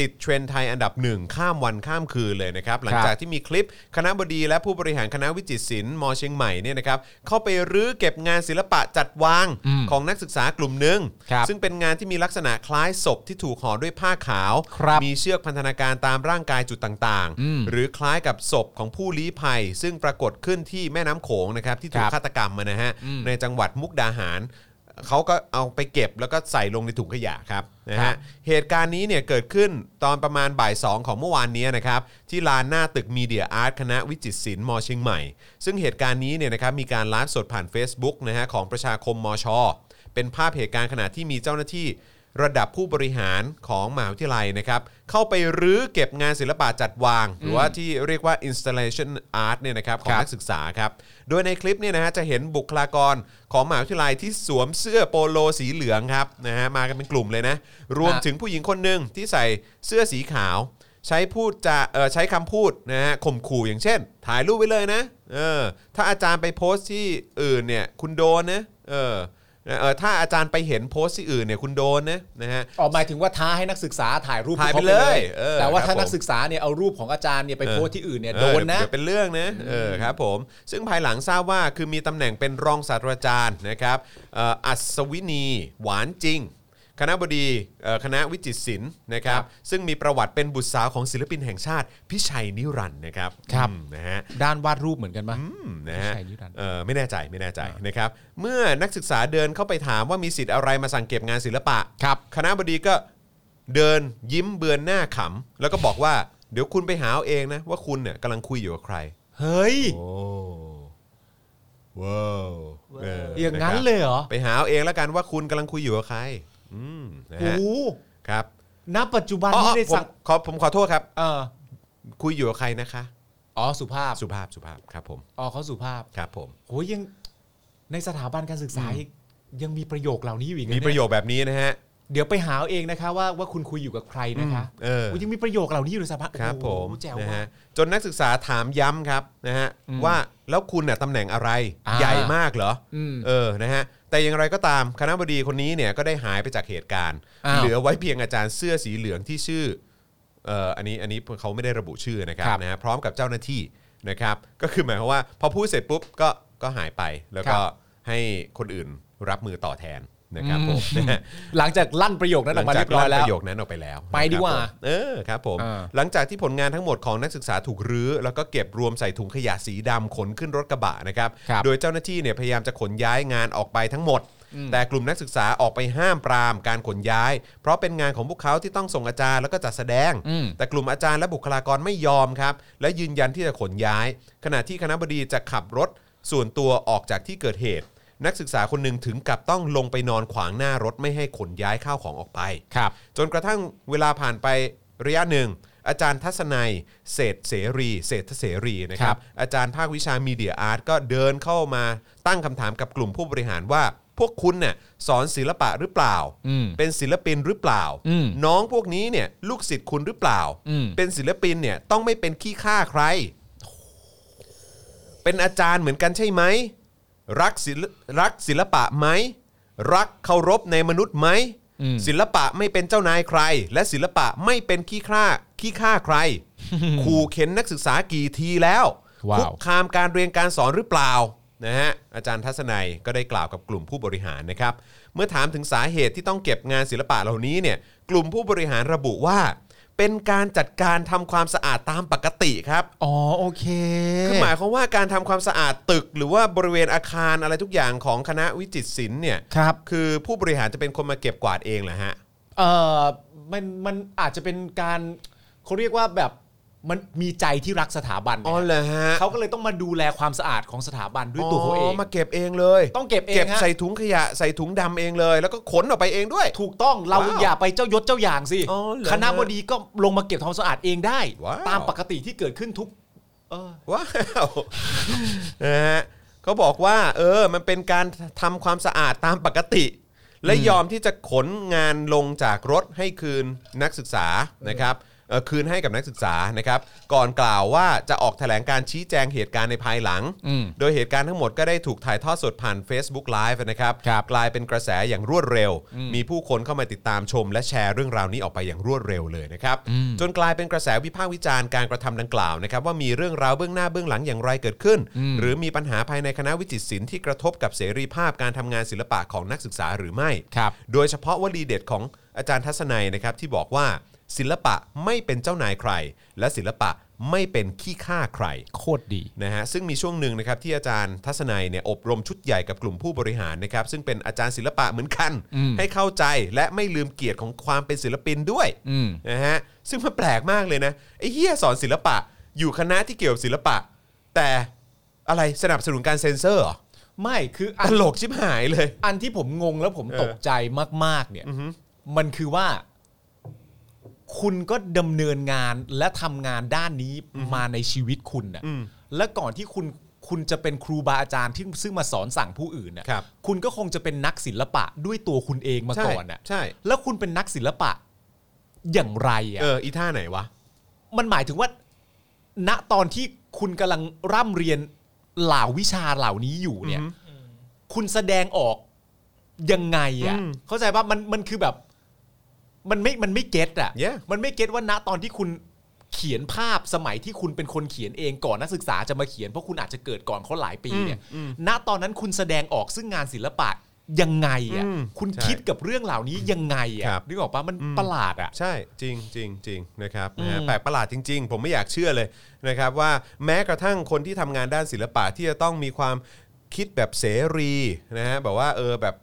S2: ติดเทรนด์ไทยอันดับหนึ่งข้ามวันข้ามคืนเลยนะครับ หลัง
S3: ครับ
S2: จากที่มีคลิปคณะบดีและผู้บริหารคณะวิจิตรศิลป์มเชียงใหม่เนี่ยนะครับเข้าไปรื้อเก็บงานศิลปะจัดวางของนักศึกษากลุ่มหนึ่ง
S3: ครับ
S2: ซึ่งเป็นงานที่มีลักษณะคล้ายศพที่ถูกห่อด้วยผ้าขาว
S3: ครับ
S2: มีเชือกพันธนาการตามร่างกายจุดต่างๆ หรือคล้ายกับศพของผู้ลี้ภัย ซึ่งปรากฏขึ้นที่แม่น้ำโขงนะครับที่ถู
S3: ค
S2: ก
S3: รับ
S2: ฆาตกรรมมานะฮะในจังหวัดมุกดาหาร เขาก็เอาไปเก็บแล้วก็ใส่ลงในถุงขยะครับนะ
S3: ครั
S2: ฮะ
S3: บ
S2: เหตุการณ์นี้เนี่ยเกิดขึ้นตอนประมาณบ่าย 2 ของเมื่อวานนี้นะครับที่ลานหน้าตึกมีเดียอาร์ตคณะวิจิตรศิลป์มเชียงใหม่ ซึ่งเหตุการณ์นี้เนี่ยนะครับมีการไลฟ์สดผ่าน Facebook นะฮะของประชาคมมช เป็นภาพเหตุการณ์ขณะที่มีเจ้าหน้าที่ ระดับผู้บริหารของมหาวิทยาลัยนะครับเข้าไปรื้อเก็บงานศิลปะจัดวาง หรือว่าที่เรียกว่า installation art เนี่ยนะครับของนักศึกษาครับโดยในคลิปเนี่ยนะฮะจะเห็นบุคลากรของมหาวิทยาลัยที่สวมเสื้อโปโลสีเหลืองครับนะฮะมากันเป็นกลุ่มเลยนะ รวมถึงผู้หญิงคนหนึ่งที่ใส่เสื้อสีขาว ใช้พูดจะเอ่อใช้คำพูดนะฮะข่มขู่อย่างเช่น ถ่ายรูปไว้เลยนะเออถ้าอาจารย์ไปโพสต์ที่อื่นเนี่ยคุณโดนนะเออเออถ้าอาจารย์ไปเห็นโพสต์ที่อื่นเนี่ยคุณโดนนะนะฮะ
S3: ออกหมายถึงว่าท้าให้นักศึกษาถ่ายรูป
S2: ถ่าย
S3: พวกข
S2: ไปเลยเออ
S3: แต่ว่า
S2: ครับ
S3: ถ้านั
S2: ผม
S3: กศึกษาเนี่ยเอารูปของอาจารย์เนี่ยไปโพสต์ที่อื่นเนี่ย
S2: เอ
S3: โด
S2: อน
S3: นะ
S2: เดี๋ยวเป็นเรื่องนะเออครับผมซึ่งภายหลังทราบว่าคือมีตำแหน่งเป็นรองศาสตราจารย์นะครับเอ่ออัศวินีหวานจริง คณะบดีเอ่อคณะวิจิตรศิลป์นะครับซึ่งมีประวัติเป็นบุตรสาวของศิลปินแห่งชาติ พิชัยนิรันดร์นะครับ
S3: ครับ
S2: อืมนะฮะ
S3: ด้านวาดรูปเหมือนกันปะ
S2: อืมนะฮะ
S3: ใช่นิรันดร์
S2: เอ่อไม่แน่ใจไม่แน่ใจนะครับเมื่อนักศึกษาเดินเข้าไปถามว่ามีสิทธิ์อะไรมาสั่งเก็บงานศิลปะ
S3: ครับ
S2: คณะบดีก็เดินยิ้มเบือนหน้าขำแล้วก็บอกว่า เดี๋ยวคุณไปหาเอาเองนะว่าคุณเนี่ยกำลังคุยอยู่กับใคร
S3: เฮ้ย
S2: โอ้ว้าว
S5: เออ
S3: อย่างนั้นเลยเหรอ
S2: ไปหาเอาเองแล้วกันว่าคุณกำลังคุยอยู่กับใคร อืมนะ
S3: โอ้
S2: ฮะ
S3: โห
S2: ครับ
S3: ณปัจจุบัน
S2: อ๋อ
S3: นี่ได้
S2: ผม
S3: สั่ง
S2: ขอผมขอโทษครับ
S3: เออ
S2: คุยอยู่กับใครนะคะ
S3: อ๋อสุภาพ
S2: สุภาพสุภาพครับผม
S3: อ๋อเขาสุภาพ
S2: ครับผม
S3: โหยังในสถาบันการศึกษายังมีประโยคเหล่านี้อยู่อีกน
S2: มีประโยคแบบนี้นะฮะ
S3: เดี๋ยวไปหาเอาเองนะคะว่าว่าคุณคุยอยู่กับใครนะคะ
S2: เออ
S3: โยยังมีประโยคเหล่านี้อยู่เลยสภาพ
S2: ครับผม
S3: แจ๋ว
S2: นะ
S3: มา
S2: ฮะ
S3: ก
S2: จนนักศึกษาถามย้ำครับนะฮะ
S3: อืม
S2: ว่าแล้วคุณน่ะตำแหน่งอะไร
S3: อ่า
S2: ใหญ่มากเหรออ
S3: ม
S2: เออนะฮะแต่อย่างไรก็ตามคณะบดีคนนี้เนี่ยก็ได้หายไปจากเหตุการณ์
S3: อ้าว
S2: เหลือไว้เพียงอาจารย์เสื้อสีเหลืองที่ชื่อเอ่ออันนี้อันนี้เขาไม่ได้ระบุชื่อนะครับ
S3: ครับ
S2: นะฮะพร้อมกับเจ้าหน้าที่นะครับ ก็คือหมายความว่าพอพูดเสร็จปุ๊บก็ก็หายไปแล้วก็
S3: ครับ
S2: ให้คนอื่นรับมือต่อแทนนะครับผมนะฮะ
S3: หลังจากลั่นประโยคนั้นออกมาเรียบร้อย
S2: หง
S3: แล้
S2: จากลั่น
S3: ว
S2: ประโยคนั้นออกไปแล้ว
S3: ไปดีกว่า
S2: ครับผมเออครับผม
S3: อ่า
S2: หลังจากที่ผลงานทั้งหมดของนักศึกษาถูกรื้อ แล้วก็เก็บรวมใส่ถุงขยะสีดำขนขึ้นรถกระบะนะครับ
S3: ครับ
S2: โดยเจ้าหน้าที่เนี่ยพยายามจะขนย้ายงานออกไปทั้งหมด
S3: อืม
S2: แต่กลุ่มนักศึกษาออกไปห้ามปรามการขนย้าย เพราะเป็นงานของพวกเขาที่ต้องส่งอาจารย์แล้วก็จัดแสดง
S3: อืม
S2: แต่กลุ่มอาจารย์และบุคลากรไม่ยอมครับ และยืนยันที่จะขนย้าย ขณะที่คณะบดีจะขับรถส่วนตัวออกจากที่เกิดเหตุ นักศึกษาคนหนึ่งถึงกับต้องลงไปนอนขวางหน้ารถไม่ให้ขนย้ายข้าวของออกไป
S3: ครับ
S2: จนกระทั่งเวลาผ่านไประยะหนึ่ง อาจารย์ทัศนัยเศรษฐเสรี เศรษฐเสรีนะค
S3: ค
S2: รั
S3: รับ บ
S2: อาจารย์ภาควิชามีเดียอาร์ตก็เดินเข้ามาตั้งคำถามกับกลุ่มผู้บริหารว่า พวกคุณเนี่ยสอนศิลปะหรือเปล่า
S3: อืม
S2: เป็นศิลปินหรือเปล่า
S3: อืม
S2: น้องพวกนี้เนี่ยลูกศิษย์คุณหรือเปล่า
S3: อืม
S2: เป็นศิลปินเนี่ยต้องไม่เป็นขี้ข้าใคร เป็นอาจารย์เหมือนกันใช่ไหม รักศิลรักศิลปะไหม รักเคารพในมนุษย์ไหม ศิลปะไม่เป็นเจ้านายใคร และศิลปะไม่เป็นขี้ข้าขี้ข้า
S3: (laughs)
S2: ใคร ขู่เข็นนักศึกษากี่ทีแล้ว
S3: ว้าว
S2: คุกคามการเรียนการสอนหรือเปล่านะฮะอาจารย์ทัศนัยก็ได้กล่าวกับกลุ่มผู้บริหารนะครับ เมื่อถามถึงสาเหตุที่ต้องเก็บงานศิลปะเหล่านี้เนี่ยกลุ่มผู้บริหารระบุว่า เป็นการจัดการทำความสะอาดตามปกติครับ
S3: อ๋อโอเค
S2: คือหมายความว่าการทำความสะอาดตึก หรือว่าบริเวณอาคารอะไรทุกอย่างของคณะวิจิตรศิลป์เนี่ย
S3: ครับ
S2: คือผู้บริหารจะเป็นคนมาเก็บกวาดเองเหรอฮะ
S3: เออมันมันอาจจะเป็นการเขาเรียกว่าแบบมันมีใจที่รักสถาบัน
S2: อ๋อเหรอฮะ
S3: เขาก็เลยต้องมาดูแลความสะอาดของสถาบันด้วยตัวเขาเอง
S2: มาเก็บเองเลย
S3: ต้องเก็บเอง
S2: เก็บ
S3: ฮะ
S2: ใส่ถุงขยะใส่ถุงดำเองเลย แล้วก็ขนออกไปเองด้วย
S3: ถูกต้องเรา
S2: ว้าว
S3: อย่าไปเจ้ายศเจ้าอย่างสิ
S2: อ๋อเหรอ
S3: คณะบดีก็ลงมาเก็บความสะอาดเองได้
S2: ว้าว
S3: ตามปกติที่เกิดขึ้นทุก เออ
S2: ว้ (laughs) าวนะฮะเขาบอกว่า เออ มันเป็นการทำความสะอาดตามปกติ และยอมที่จะขนงานลงจากรถให้คืนนักศึกษานะครับเอ่อคืนให้กับนักศึกษานะครับ ก่อนกล่าวว่าจะออกแถลงการชี้แจงเหตุการณ์ในภายหลัง
S3: อืม
S2: โดยเหตุการณ์ทั้งหมดก็ได้ถูกถ่ายทอดสดผ่าน Facebook Live นะครับ
S3: ครับ
S2: กลายเป็นกระแสอย่างรวดเร็ว มีผู้คนเข้ามาติดตามชม และแชร์เรื่องราวนี้ออกไปอย่างรวดเร็วเลยนะครับ จนกลายเป็นกระแสวิพากษ์วิจารณ์การกระทำดังกล่าวนะครับว่ามีเรื่องราวเบื้องหน้าเบื้องหลังอย่างไรเกิดขึ้น หรือมีปัญหาภายในคณะวิจิตรศิลป์ที่กระทบกับเสรีภาพการทำงานศิลปะของนักศึกษาหรือไม่
S3: ครับ
S2: โดยเฉพาะวลีเด็ดของอาจารย์ทัศนัยนะครับที่บอกว่า ศิลปะไม่เป็นเจ้านายใคร และศิลปะไม่เป็นขี้ข้าใคร
S3: โคตรดี
S2: นะฮะซึ่งมีช่วงหนึ่งนะครับที่อาจารย์ทัศนัยเนี่ยอบรมชุดใหญ่กับกลุ่มผู้บริหารนะครับซึ่งเป็นอาจารย์ศิลปะเหมือนกัน ให้เข้าใจและไม่ลืมเกียรติของความเป็นศิลปินด้วย
S3: อืม
S2: นะฮะซึ่งมันแปลกมากเลยนะไอ้เฮียสอนศิลปะ อยู่คณะที่เกี่ยวกับศิลปะ แต่อะไรสนับสนุนการเซ็นเซอร์เหรอ
S3: ไม่คือ
S2: ต
S3: อัน
S2: ลกชิบหายเลย
S3: อันที่ผมงงแล้วผม
S2: เออ
S3: ตกใจมาก ๆ เนี่ยมันคือว่า คุณก็ดำเนินงานและทำงานด้านนี้มาในชีวิตคุณน่ะและก่อนที่คุณคุณจะเป็นครูบาอาจารย์ที่ซึ่งมาสอนสั่งผู้อื่นน่ะ
S2: ครับ
S3: คุณก็คงจะเป็นนักศิลปะด้วยตัวคุณเองมา
S2: ใช่
S3: ก่อนน่ะ
S2: ใช่
S3: แล้วคุณเป็นนักศิลปะอย่างไร
S2: เอ
S3: อะ่ะ
S2: ออีท่าไหนวะ
S3: มันหมายถึงว่า ณตอนที่คุณกำลังร่ำเรียนเหล่าวิชาเหล่านี้อยู่เนี่ย
S2: อือฮึ
S3: คุณแสดงออกยังไงอะ่ะ
S2: อืม
S3: เข้าใจป่ะมันมันคือแบบ มันไม่มันไม่เก็ตอ่ะ
S2: Yeah
S3: มันไม่เก็ตว่าณตอนที่คุณเขียนภาพสมัยที่คุณเป็นคนเขียนเองก่อนนักศึกษาจะมาเขียนเพราะคุณอาจจะเกิดก่อนเขาหลายปีเนี่ย ณตอนนั้นคุณแสดงออกซึ่งงานศิลปะยังไงอ่ะ
S2: อืม
S3: คุณ
S2: ใช่
S3: คิดกับเรื่องเหล่านี้ยังไง
S2: ครั
S3: อ่ะ
S2: บ
S3: นึกออกปะมันประหลาดอ่ะ
S2: ใช่จริงจริงจริงนะครับนะฮะ
S3: อืม
S2: แปลกประหลาดจริง ๆ ผมไม่อยากเชื่อเลยนะครับว่าแม้กระทั่งคนที่ทำงานด้านศิลปะที่จะต้องมีความคิดแบบเสรีนะฮะแบบว่าเออแบบ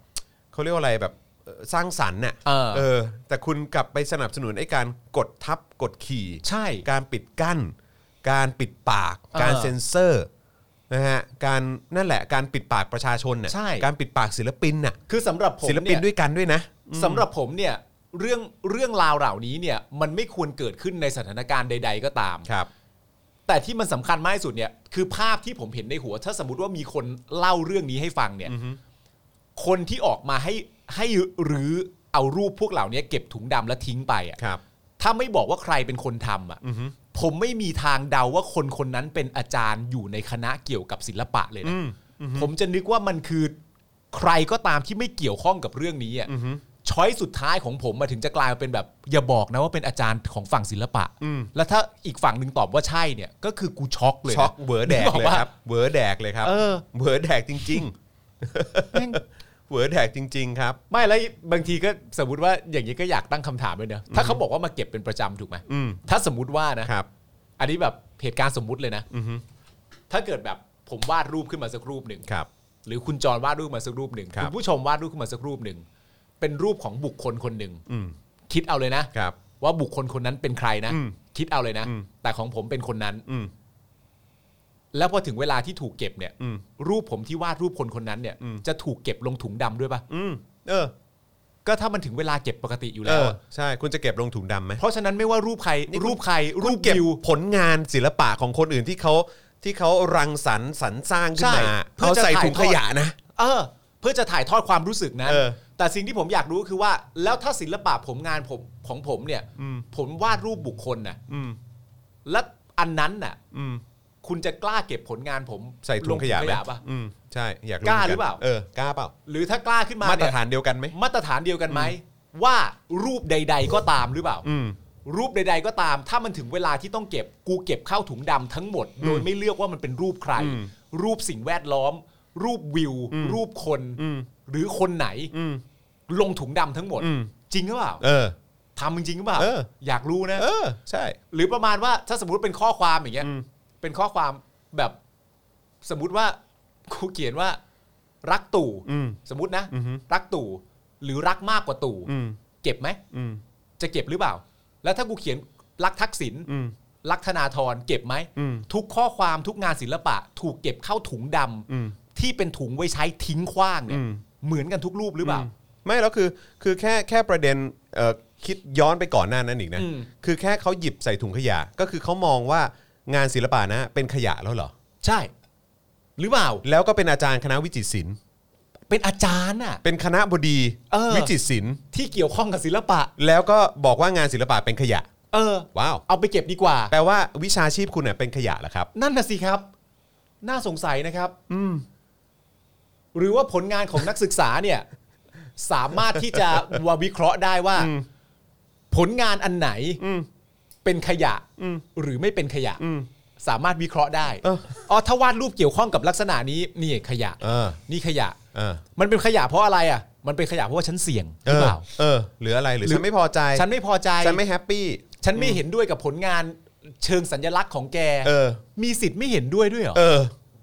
S2: เขาเรียกว่าอะไรแบบเอ่อสร้างสรรค์น่ะ
S3: เออ
S2: เออ แต่คุณกลับไปสนับสนุนไอ้การกดทับกดขี่
S3: ใช่
S2: การปิดกั้น การปิดปาก
S3: เออ
S2: การเซ็นเซอร์นะฮะการนั่นแหละการปิดปากประชาชนน่ะ
S3: ใช่
S2: การปิดปากศิลปินน่ะ
S3: คือสำหรับผม
S2: ศิลปิน
S3: เย
S2: ด้วยกันด้วยนะ
S3: สำหรับผมเนี่ยเรื่องเรื่องราวเหล่านี้เนี่ยมันไม่ควรเกิดขึ้นในสถานการณ์ใด ๆ ก็ตาม
S2: ครับ
S3: แต่ที่มันสำคัญมากที่สุดเนี่ยคือภาพที่ผมเห็นในหัว ถ้าสมมติว่ามีคนเล่าเรื่องนี้ให้ฟังเนี่ยคนที่ออกมาให้ให้รื้อ เอารูปพวกเหล่านี้เก็บถุงดำแล้วทิ้งไปอ่ะ
S2: ครับ
S3: ถ้าไม่บอกว่าใครเป็นคนทำอ่ะผมไม่มีทางเดาว่าคนคนนั้นเป็นอาจารย์อยู่ในคณะเกี่ยวกับศิลปะเลยนะผมจะนึกว่ามันคือใครก็ตามที่ไม่เกี่ยวข้องกับเรื่องนี้อ่ะช้อยสุดท้ายของผมมาถึงจะกลายมาเป็นแบบ อย่าบอกนะว่าเป็นอาจารย์ของฝั่งศิลปะแล้วถ้าอีกฝั่งหนึ่งตอบว่าใช่เนี่ย ก็คือกูช็อกเลยนะ
S2: ช็อกเวอร์แดก
S3: นึ
S2: เลย
S3: ปะ
S2: ครับเวอร์แดกเลยครับ
S3: เออ
S2: เวอร์แดกจริง (laughs) ๆเวอร์แดกจริง ๆ ครับ
S3: ไม่แล้วบางทีก็สมมติว่าอย่างนี้ก็อยากตั้งคำถามด้วยเนอะถ้าเขาบอกว่ามาเก็บเป็นประจำถูกไหม
S2: อืม
S3: ถ้าสมมติว่านะครับ อันนี้แบบเหตุการณ์สมมุติเลยนะถ้าเกิดแบบผมวาดรูปขึ้นมาสักรูปหนึ่ง
S2: ครับ
S3: หรือคุณจรวาดรูปมาสักรูปหนึ่ง
S2: ครับ
S3: ณผู้ชมวาดรูปขึ้นมาสักรูปหนึ่งเป็นรูปของบุคคลคนหนึ่งคิดเอาเลยนะครับ ว่าบุคคลคนนั้นเป็นใครนะ
S2: อืม
S3: คิดเอาเลยนะ
S2: อืม
S3: แต่ของผมเป็นคนนั้น
S2: อืม
S3: แล้วพอถึงเวลาที่ถูกเก็บเนี่ย
S2: อืม
S3: รูปผมที่วาดรูปคนคนนั้นเนี่ย
S2: อืม
S3: จะถูกเก็บลงถุงดำด้วยปะ
S2: อืมเออ
S3: ก็ถ้ามันถึงเวลาเก็บปกติอยู่
S2: เอ
S3: แล้ว
S2: อ
S3: อะ
S2: ใช่คุณจะเก็บลงถุงดำไหม
S3: เพราะฉะนั้นไม่ว่ารูปใคร
S2: นี่คุณ
S3: รูปใครรูป
S2: เก็บ
S3: บิว
S2: ผลงานศิลปะของคนอื่นที่เขาที่เขารังสรรค์สรรสร้างขึ้นมา
S3: เพื่อ
S2: เขา
S3: จะ
S2: ใส่
S3: ถ่าย
S2: ถุง
S3: ท
S2: ข
S3: อด
S2: ยะนะ
S3: เออ เพื่อจะถ่ายทอดความรู้สึกนะ
S2: เออ
S3: แต่สิ่งที่ผมอยากรู้คือว่า แล้วถ้าศิลปะผมงานผมของผมเนี่ย ผมวาดรูปบุคคลน่ะ
S2: อืม
S3: และอันนั้นน่ะ
S2: อืม
S3: คุณจะกล้าเก็บผลงานผม
S2: ใส่ถุงขยะ
S3: ล
S2: ไหม
S3: ป่ะ
S2: อืมใช่อยาก
S3: กล้า
S2: มืนน
S3: หรือเปล่า
S2: เออกล้าเปล่า
S3: หรือถ้ากล้าขึ้นมา
S2: มาตร
S3: เนี่ย
S2: ฐานเดียวกันไหม
S3: มาตรฐานเดียวกันไหมว่ารูปใด ๆ ก็ตามหรือเปล่า
S2: อืม
S3: รูปใด ๆ ก็ตาม ถ้ามันถึงเวลาที่ต้องเก็บ กูเก็บเข้าถุงดำทั้งหมด โดยไม่เลือกว่ามันเป็นรูปใคร
S2: อืม
S3: รูปสิ่งแวดล้อม รูปวิว รูปคน
S2: อืม
S3: หรือคนไหน
S2: อืม
S3: ลงถุงดำทั้งหมด
S2: อืม
S3: จริงหรือเปล่า
S2: เออ
S3: ทำจริงหรือเปล่า
S2: เออ
S3: อยากรู้นะ
S2: เออ ใช่
S3: หรือประมาณว่าถ้าสมมติเป็นข้อความอย่างเงี้ย
S2: อืม
S3: เป็นข้อความแบบสมมติว่ากูเขียนว่า รักตู่
S2: อืม
S3: สมมตินะ
S2: อือฮึ
S3: รักตู่ หรือรักมากกว่าตู่
S2: อืม
S3: เก็บไหม
S2: อืม
S3: จะเก็บหรือเปล่า แล้วถ้ากูเขียนรักทักษิณ
S2: อืม
S3: ลักษณาธรเก็บไหม
S2: อืม
S3: ทุกข้อความทุกงานศิลปะ ถูกเก็บเข้าถุงดำ
S2: อืม
S3: ที่เป็นถุงไว้ใช้ทิ้งขว้างเนี่
S2: อื
S3: ย
S2: ม
S3: เหมือนกันทุกรูปหรือเปล่า
S2: ไม่แล้วคือคือแค่แค่ประเด็นเอ่อคิดย้อนไปก่อนหน้านั้นอีกนะ
S3: อืม
S2: คือแค่เขาหยิบใส่ถุงขยะ ก็คือเขามองว่างานศิลปะนะเป็นขยะแล้วเหรอ
S3: ใช่ หรือเปล่า
S2: แล้วก็เป็นอาจารย์คณะวิจิตรศิลป์
S3: เป็นอาจารย์น่ะ
S2: เป็นคณะบดี
S3: เออ
S2: วิจิตรศิลป์
S3: ที่เกี่ยวข้องกับศิลปะ
S2: แล้วก็บอกว่างานศิลปะเป็นขยะ
S3: เออ
S2: ว้าว
S3: เอาไปเก็บดีกว่า
S2: แปลว่าวิชาชีพคุณเน่ยเป็นขยะเหรอครับ
S3: นั่นน่ะสิครับ น่าสงสัยนะครับ หรือว่าผลงานของนักศึกษาเนี่ย (laughs) สามารถที่จะวาวิเคราะห์ได้ว่า ผลงานอันไหนเป็นขยะหรือไม่เป็นขยะสามารถวิเคราะห์ได้
S2: เออ
S3: อ๋อถ้าวาดรูปเกี่ยวข้องกับลักษณะนี้นี่ขยะ
S2: เออ
S3: นี่ขยะ
S2: เออ
S3: มันเป็นขยะเพราะอะไรอ่ะ มันเป็นขยะเพราะว่าฉันเสี่ยงห
S2: เอ
S3: รือ
S2: อ
S3: เปล่า
S2: เออหรืออะไรหรือ
S3: หรือ
S2: ฉันไม่พอใจ
S3: ฉันไม่พอใจ
S2: ฉันไม่แฮปปี้
S3: ฉันไม่เห็นด้วยกับผลงานเชิงสัญลักษณ์ของแก
S2: เออ
S3: มีสิทธิ์ไม่เห็นด้วยด้วยเหรอ
S2: เออ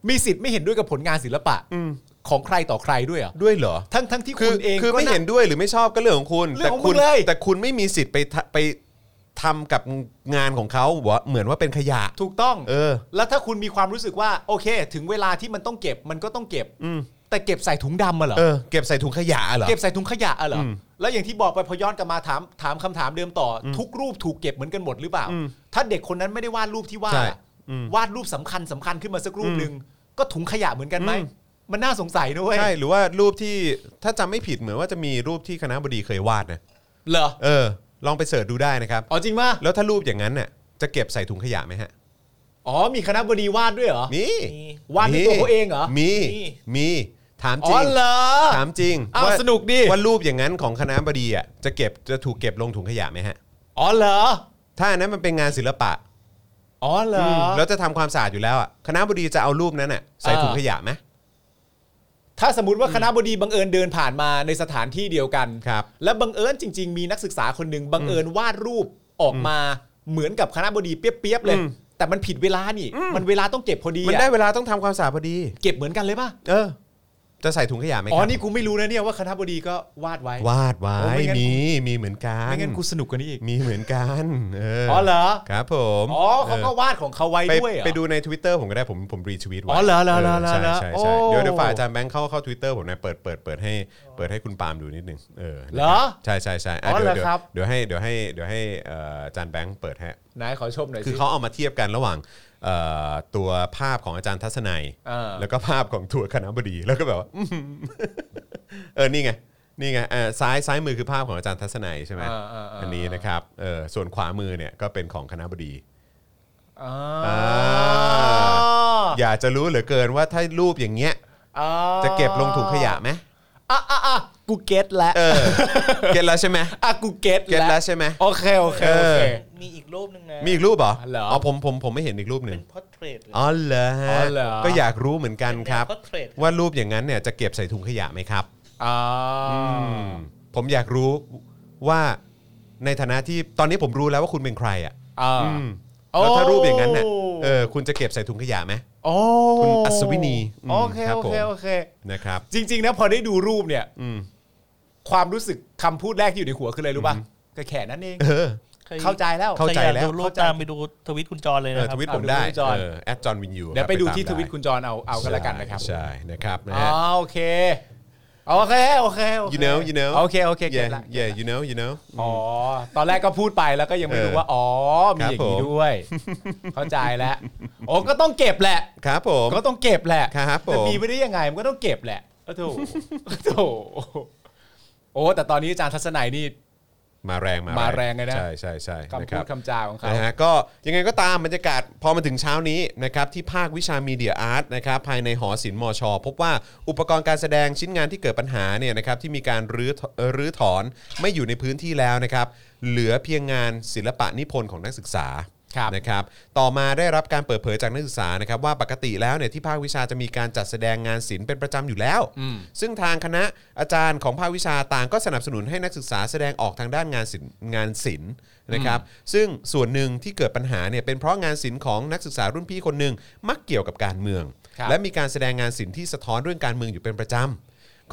S3: มีสิทธิ์ไม่เห็นด้วยกับผลงานศิลปะของใครต่อใครด้วยเหรอ่ะ
S2: ด้วยเหรอ
S3: ทั้งทั้งที่
S2: คื
S3: คุ
S2: อ
S3: ณเอง
S2: คือ
S3: ก็
S2: ไม่
S3: น่า
S2: เห็นด้วยหรือไม่ชอบก็เรื่องของคุณ
S3: เรื่
S2: แต่
S3: องของ
S2: คุณ
S3: มึงเลย
S2: แต่คุณไม่มีสิทธิ์ไปทะไปทำกับงานของเขาว่าเหมือนว่าเป็นขยะ
S3: ถูกต้อง
S2: เออ
S3: แล้วถ้าคุณมีความรู้สึกว่า โอเค ถึงเวลาที่มันต้องเก็บมันก็ต้องเก็บแต่เก็บใส่ถุงดำมาเหรอ
S2: เออ เก็บใส่ถุงขยะเหรอ
S3: เก็บใส่ถุงขยะอะเหรอ
S2: อืม
S3: แล้วอย่างที่บอกไปพอย้อนกลับมาถามถามคำถามเดิมต่ออทุกรูปถูกเก็บเหมือนกันหมดหรือเปล่า ถ้าเด็กคนนั้นไม่ได้วาดรูปที่ว่า
S2: ใช่
S3: วาดรูปสำคัญสำคัญขึ้นมาสักรูปหนึ่งก็ถุงขยะเหมือนกันไหมมันน่าสงสัยนะเว้ย
S2: ใช่หรือว่ารูปที่ถ้าจำไม่ผิดเหมือนว่าจะมีรูปที่คณะบดีเคยวาดนะ
S3: เหรอ
S2: เออ ลองไปเสิร์ชดูได้นะครับ
S3: อ๋อจริงป่ะ
S2: แล้วถ้ารูปอย่างนั้นน่ะจะเก็บใส่ถุงขยะไหมฮะ
S3: อ๋อมีคณะบดีวาดด้วยเหรอ
S2: มี
S5: มี
S3: วาดด้วยตัวเขาเองเหรอ
S2: มี
S5: มี
S2: มีถามจ
S3: อ๋
S2: ริ
S3: อง เหรอ
S2: ถามจริง
S3: อ้าวสนุกดิ
S2: ว่ารูปอย่างนั้นของคณะบดีอ่ะจะเก็บจะถูกเก็บลงถุงขยะไหมฮะ
S3: อ๋อเหรอ
S2: ถ้าอันนั้นมันเป็นงานศิลปะ
S3: อ๋อเหรอ
S2: แล้วจะทำความสะอาดอยู่แล้วอ่ะคณะบดีจะเอารูปนั้นน่ะใส่ถุง
S3: เออ
S2: ขยะไหม
S3: ถ้าสมมติว่าคณะบดีบังเอิญเดินผ่านมาในสถานที่เดียวกัน
S2: ครับ
S3: และบังเอิญจริง ๆ มีนักศึกษาคนหนึ่งบังเอิญวาดรูปออกมาเหมือนกับคณะบดีเปียบๆเลย
S2: อืม
S3: แต่มันผิดเวลานี่ มันเวลาต้องเก็บพอดี
S2: มัน
S3: อะ
S2: ได้เวลาต้องทำความสะอาดพอดี
S3: เก็บเหมือนกันเลยป่ะ
S2: เออ จะใส่ถุงขยะไหม
S3: อ๋อ
S2: ครับ
S3: นี่กูไม่รู้นะเนี่ยว่าคณะบดีก็วาดไว้
S2: วาดไว้
S3: โอ้ไม่งั้น
S2: มีมีเหมือนกัน
S3: ไม่งั้นกูสนุกกว่านี้อีก
S2: มีเหมือนกันเออ
S3: อ๋อเหรอ
S2: ครับผม
S3: อ๋อเขาก็วาดของเขาไว้
S2: ไป
S3: ด้วยเหรอ
S2: ไปดูใน Twitter ผมก็ได้ผมผมรีทวีตไว้
S3: อ๋อเหรอเหรอเหรอเหรอ
S2: ใช่ใช่
S3: โอ้
S2: ใช่เดี๋ยวเดี๋ยวฝ่ายอาจารย์แบงค์เข้าเข้า Twitter ผมหนะเปิดเปิดเปิดให้เปิดให้คุณปาล์มดูนิดนึงเออ
S3: เหรอ
S2: ใช่ใช่ใช่อ่ะ
S3: อ๋อ
S2: เดี๋ยว
S3: เหรอ
S2: เดี๋ยว
S3: ครับ
S2: เดี๋ยวให้เดี๋ยวให้เดี๋ยวให้เอ่ออาจารย์แบงค์เปิดให้
S3: ไหนขอชมหน่อย
S2: คือ
S3: สิ
S2: เขาเอามาเทียบกันระหว่างเอ่อตัวภาพของอาจารย์ทัศนัย
S3: เออ
S2: (laughs) แล้วก็ภาพของทัวร์คณะบดีแล้วก็แบบว่าอื้อหือเออนี่ไง นี่ไงเอ่อซ้ายซ้ายมือคือภาพของอาจารย์ทัศนัยใช่ไหม
S3: อ่าอ่าอ่า
S2: นนี้นะครับเออส่วนขวามือเนี่ยก็เป็นของคณะบดี
S3: อ่า
S2: อ่า อยากจะรู้เหลือเกินว่าถ้ารูปอย่างเงี้ย
S3: อ่า
S2: จะเก็บลงถุงขยะไหม
S3: อ่ะอ่ะอ่ะกูเก็ตแล้ว
S2: เอ
S3: (laughs)
S2: อ เก็ตแล้วใช่ไหม
S3: อ่ะกูเก็ต
S2: เก็ต
S3: แล้
S2: แล้ว วใช่ไหม
S3: โอเคโอเคโอ
S2: เอ
S3: เค
S2: อ
S5: มีอีกรูปหนึ่งนะ
S2: มีอีกรูปเหรอ
S3: เหรออ๋
S2: อผมผมผมไม่เห็นอีกรูปหนึ่
S5: เป็
S2: ง
S5: นพอร์เทรต
S2: อ๋อเหรอฮะ
S3: อ๋อเหรอ
S2: ก็อยากรู้เหมือนกันครับ
S5: พอร์เทรต
S2: ว่ารูปอย่างนั้นเนี่ยจะเก็บใส่ถุงขยะไหมครับ
S3: อ่า
S2: ผมอยากรู้ว่าในฐานะที่ตอนนี้ผมรู้แล้วว่าคุณเป็นใครอ่ะ
S3: อ่า
S2: อืมแล้วถ้า
S3: โอ้
S2: รูปอย่างนั้นเนี่ยเออคุณจะเก็บใส่ถุงขยะไหม
S3: โอ้
S2: คุณอัศวินีอืม
S3: โอเค
S2: ครับ
S3: โอ
S2: ผม
S3: เคโอเค
S2: นะครับ
S3: จริงๆนะพอได้ดูรูปเนี่ย
S2: อืม
S3: ความรู้สึกคำพูดแรกที่อยู่ในหัวคืออะไรรู้ป่ะก็แค่นั้นเอง
S2: เออ
S3: เข้าใจแล้ว
S2: เข้าใจแล้ว
S5: ใครอยกดูรูปตามไปดูทวิตคุณจอนเลย
S2: เออ
S5: นะครั
S2: ท
S5: บ
S2: วิตผม
S3: ดู
S2: ได้
S3: รูปจอน
S2: เออแอดจอห์นวินยู
S3: เดี๋ยวไปดูที่
S2: าม
S3: ทวิตคุณจรเอาเอากันละกันนะครับ
S2: ใช่นะครับนะ
S3: อ๋อ
S2: ฮะ
S3: โอเคโอเคโอเคโอเค
S2: you know you know
S3: โอเคโอเคเก็ต
S2: yeah
S3: ละ
S2: yeah you know you know
S3: อ๋อตอนแรกก็พูดไปแล้วก็ยังไม่รู้ว่าอ๋อมี
S2: ครับ
S3: อย่างนี้ด้วย
S2: (laughs)
S3: เข้าใจแล้วโอ้ก็ต้องเก็บแหละ
S2: ครับผม
S3: ก็ต้องเก็บแหละ
S2: ครับผม
S3: จะมีไม่ได้ยังไงมันก็ต้องเก็บแหละโอ้โถโถโอ้แต่ตอนนี้อาจารย์ทัศนัยนี่
S2: มาแรง
S3: มาแรงเลยนะ
S2: ใช่ใช่ใช่นะ
S3: คำ
S2: ค
S3: พู
S2: รั
S3: ด
S2: บ
S3: คำจาของเขา
S2: นะฮะก็ยังไงก็ตามบรรยากาศพอมาถึงเช้านี้นะครับที่ภาควิชามีเดียอาร์ตนะครับภายในหอศิลป์มช พบว่าอุปกรณ์การแสดงชิ้นงานที่เกิดปัญหาเนี่ยนะครับที่มีการรื้อเอ่อรื้อถอนไม่อยู่ในพื้นที่แล้วนะครับเหลือเพียงงานศิลปะนิพนธ์ของนักศึกษา
S3: ครับ
S2: นะครับต่อมาได้รับการเปิดเผยจากนักศึกษานะครับว่าปกติแล้วเนี่ยที่ภาควิชาจะมีการจัดแสดงงานศิลป์เป็นประจำอยู่แล้ว ซึ่งทางคณะอาจารย์ของภาควิชาต่างก็สนับสนุนให้นักศึกษาแสดงออกทางด้านงานศิลป์งานศิลป์นะครับซึ่งส่วนหนึ่งที่เกิดปัญหาเนี่ยเป็นเพราะงานศิลป์ของนักศึกษารุ่นพี่คนหนึ่งมักเกี่ยวกับการเมือง
S3: ครับ
S2: และมีการแสดงงานศิลป์ที่สะท้อนเรื่องการเมืองอยู่เป็นประจำ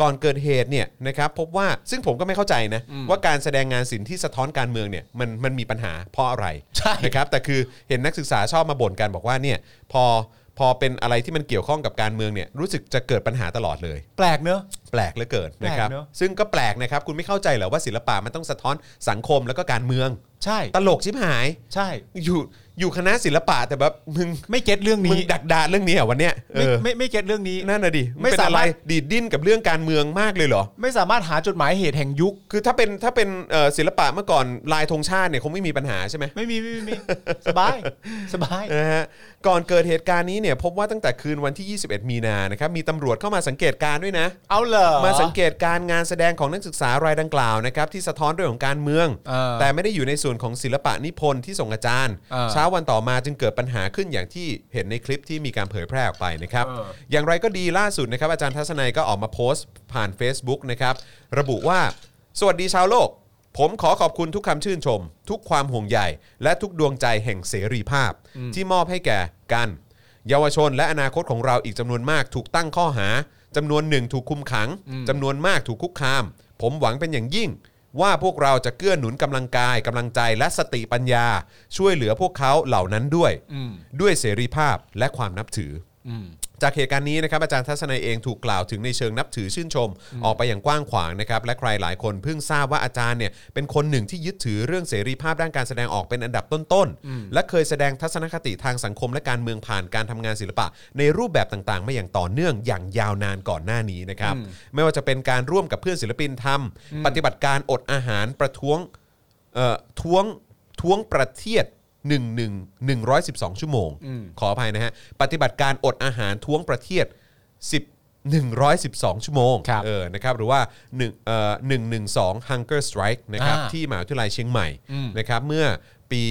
S2: ก่อนเกิดเหตุเนี่ยนะครับพบว่าซึ่งผมก็ไม่เข้าใจนะว่าการแสดงงานศิลป์ที่สะท้อนการเมืองเนี่ยมันมันมีปัญหาเพราะอะไร
S3: ใช่
S2: นะครับแต่คือเห็นนักศึกษาชอบมาบ่นกันบอกว่าเนี่ยพอพอเป็นอะไรที่มันเกี่ยวข้องกับการเมืองเนี่ยรู้สึกจะเกิดปัญหาตลอดเลย
S3: แปลกเนอะ
S2: แปลกเหลือเกิน
S3: แปลก
S2: นะครับ
S3: เนอะ
S2: ซึ่งก็แปลกนะครับคุณไม่เข้าใจเหรอว่าศิลปะมันต้องสะท้อนสังคมแล้วก็การเมือง
S3: ใช่
S2: ตลกชิบหาย
S3: ใช่
S2: อยู่อยู่คณะศิลปะแต่แบบมึง
S3: ไม่เก็ตเรื่อง
S2: มึง
S3: นี้
S2: ดักดานเรื่องนี้เหรอวันเนี้ยเอ
S3: ไม่
S2: อ
S3: ไม่ไม่เก็ตเรื่องนี้
S2: นั่นน่ะดิ
S3: ไม่
S2: ไม่เป็น
S3: สา
S2: อะไร
S3: มารถ
S2: ดีดดิ้นกับเรื่องการเมืองมากเลยเหรอ
S3: ไม่สามารถหาจดหมายเหตุแห่งยุค
S2: คือถ้าเป็นถ้าเป็นเอ่อศิลปะเมื่อก่อนลายธงชาติเนี่ยคงไม่มีปัญหาใช่ไหม
S3: ไม่มีไม่มีไม่มีสบายสบาย
S2: (laughs) นะฮะก่อนเกิดเหตุการณ์นี้เนี่ยพบว่าตั้งแต่คืนวันที่ 21 มีนานะครับมีตำรวจเข้ามาสังเกตการณ์ด้วยนะ
S3: เอาเหรอ
S2: มาสังเกตการงานแสดงของนักศึกษารายดังกล่าวนะครับที่สะท้อนเรื่องของการเมือง
S3: เออ
S2: แต่ไม่ได้อยู่ในส่วนของศิลปะนิพนธ์ที่ส่งอาจารย์
S3: เออ
S2: เช้าวันต่อมาจึงเกิดปัญหาขึ้นอย่างที่เห็นในคลิปที่มีการเผยแพร่ออกไปนะครับ
S3: เออ
S2: อย่างไรก็ดีล่าสุดนะครับอาจารย์ทัศนัยก็ออกมาโพสต์ผ่าน Facebook นะครับระบุว่า สวัสดีชาวโลก ผมขอขอบคุณทุกคำชื่นชม ทุกความห่วงใยและทุกดวงใจแห่งเสรีภาพ ที่มอบให้แก่กัน เยาวชนและอนาคตของเราอีกจำนวนมากถูกตั้งข้อหาจำนวนหนึ่งถูกคุมขังจำนวนมากถูกคุกคาม ผมหวังเป็นอย่างยิ่ง ว่าพวกเราจะเกื้อหนุนกำลังกายกำลังใจและสติปัญญา ช่วยเหลือพวกเขาเหล่านั้นด้วย
S3: อืม
S2: ด้วยเสรีภาพและความนับถือ
S3: อืม
S2: จากเหตุการณ์นี้นะครับอาจารย์ทัศนัยเองถูกกล่าวถึงในเชิงนับถือชื่นชม ออกไปอย่างกว้างขวางนะครับและใครหลายคนเพิ่งทราบว่าอาจารย์เนี่ยเป็นคนหนึ่งที่ยึดถือเรื่องเสรีภาพด้านการแสดงออกเป็นอันดับต้นๆ และเคยแสดงทัศนคติทางสังคมและการเมืองผ่านการทำงานศิลปะ ในรูปแบบต่างๆ มาอย่างต่อเนื่องอย่างยาวนานก่อนหน้านี้นะครับไม่ว่าจะเป็นการร่วมกับเพื่อนศิลปินทำปฏิบัติการอดอาหารประท้วงเอ่อท้วงท้วงประเทศ 1 1 112 ชั่วโมง ขออภัยนะฮะ ปฏิบัติการอดอาหารท้วงประเทศ10 112 ชั่วโมง
S3: ครับ
S2: เออนะครับหรือว่า1เอ่อ112 hunger strike นะครับ
S3: อ่า
S2: ที่มหาวิทยาลัยเชียงใหม่นะครับเมื่อปี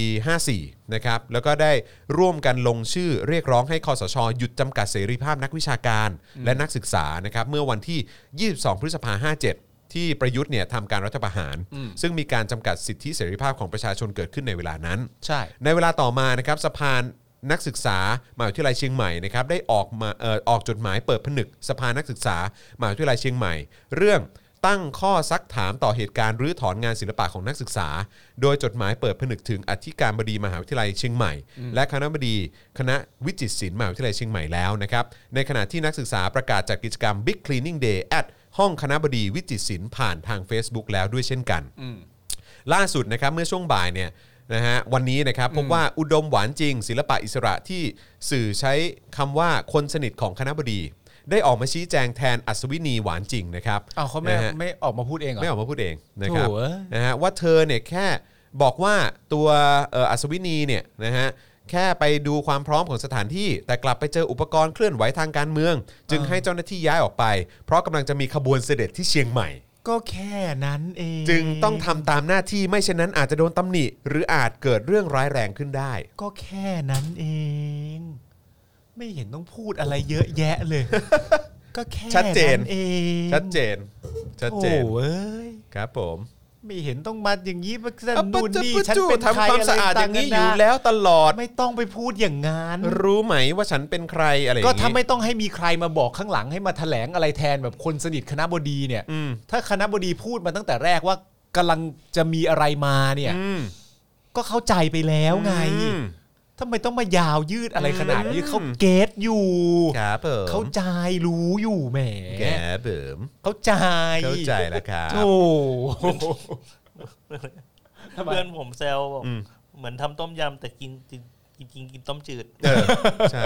S2: 54 นะครับแล้วก็ได้ร่วมกันลงชื่อเรียกร้องให้คอสช หยุดจำกัดเสรีภาพนักวิชาการและนักศึกษานะครับเมื่อวันที่ 22 พฤษภา57 ที่ประยุทธ์เนี่ยทำการรัฐประหาร ซึ่งมีการจำกัดสิทธิเสรีภาพของประชาชนเกิดขึ้นในเวลานั้น
S3: ใช่
S2: ในเวลาต่อมานะครับสะพานนักศึกษามหาวิทยาลัยเชียงใหม่นะครับได้ออกมาเอ่อออกจดหมายเปิดผนึกสภานักศึกษามหาวิทยาลัยเชียงใหม่ เรื่องตั้งข้อซักถามต่อเหตุการณ์รื้อถอนงานศิลปะของนักศึกษา โดยจดหมายเปิดผนึกถึงอธิการบดีมหาวิทยาลัยเชียงใหม่ และคณะบดีคณะวิจิตรศิลป์มหาวิทยาลัยเชียงใหม่แล้วนะครับในขณะที่นักศึกษาประกาศจัดกิจกรรม Big Cleaning Day at ห้องคณะบดีวิจิตรศิลป์ผ่านทาง Facebook แล้วด้วยเช่นกัน ล่าสุดนะครับเมื่อช่วงบ่ายเนี่ยนะฮะวันนี้นะครับพบว่าอุดมหวานจริง ศิลปะอิสระที่สื่อใช้คำว่าคนสนิทของคณะบดี ได้ออกมาชี้แจงแทนอัศวินีหวานจริงนะครับ
S3: เอาเขาไม่
S2: นะฮะ
S3: ไม่ออกมาพูดเองเหรอ
S2: ไม่ออกมาพูดเองนะครับ
S3: โถ่เอ้ย
S2: นะฮะว่าเธอเนี่ยแค่บอกว่าตัวเอ่ออัศวินีเนี่ยนะฮะแค่ไปดูความพร้อมของสถานที่ แต่กลับไปเจออุปกรณ์เคลื่อนไหวทางการเมือง จึงให้เจ้าหน้าที่ย้ายออกไป เพราะกำลังจะมีขบวนเสด็จที่เชียงใหม่
S3: ก็แค่นั้นเอง
S2: จึงต้องทำตามหน้าที่ไม่เช่นนั้นอาจจะโดนตำหนิ หรืออาจเกิดเรื่องร้ายแรงขึ้นได้
S3: ก็แค่นั้นเอง ไม่เห็นต้องพูดอะไรเยอะแยะ
S2: (laughs)
S3: เลย ก็แค่
S2: ชัดเจน
S3: เอง
S2: ชัดเจนชัดเจน
S3: โอ้เอ้ย
S2: ครับผม
S3: ไม่เห็นต้องมาอย่างนี้มาสั่นนู่นนี่ฉัน
S2: จู้
S3: เป็นใคร
S2: ทำความ
S3: อะไร
S2: สะอาดอย่างนี้อยู่
S3: ต่
S2: แล้วตลอด
S3: งๆนานาไม่ต้องไปพูดอย่างนั้น
S2: รู้ไหมว่าฉันเป็นใครอะไรอย่ง
S3: ก็
S2: นี้
S3: ถ้าไม่ต้องให้มีใครมาบอกข้างหลังให้มาแถลงอะไรแทนแบบคนสนิทคณะบดีเนี่ย
S2: อืม
S3: ถ้าคณะบดีพูดมาตั้งแต่แรกว่ากำลังจะมีอะไรมาเนี่ย
S2: อืม
S3: ก็เข้าใจไปแล้วไง
S2: อืม
S3: ทำไมต้องมายาวยืดอะไรขนาดนี้เขาเก็ตอยู่
S2: ครับเบิม
S3: เข้าใจรู้อยู่แหม
S2: แกเบิม
S3: เข้าใจ
S2: เข้าใจแล้วครับ
S3: โอ้โห
S5: เพื่อนผมแซวบอก
S2: อืม
S5: เหมือนทำต้มยำแต่กินกินกินกินกินต้มจืด
S2: เออใช่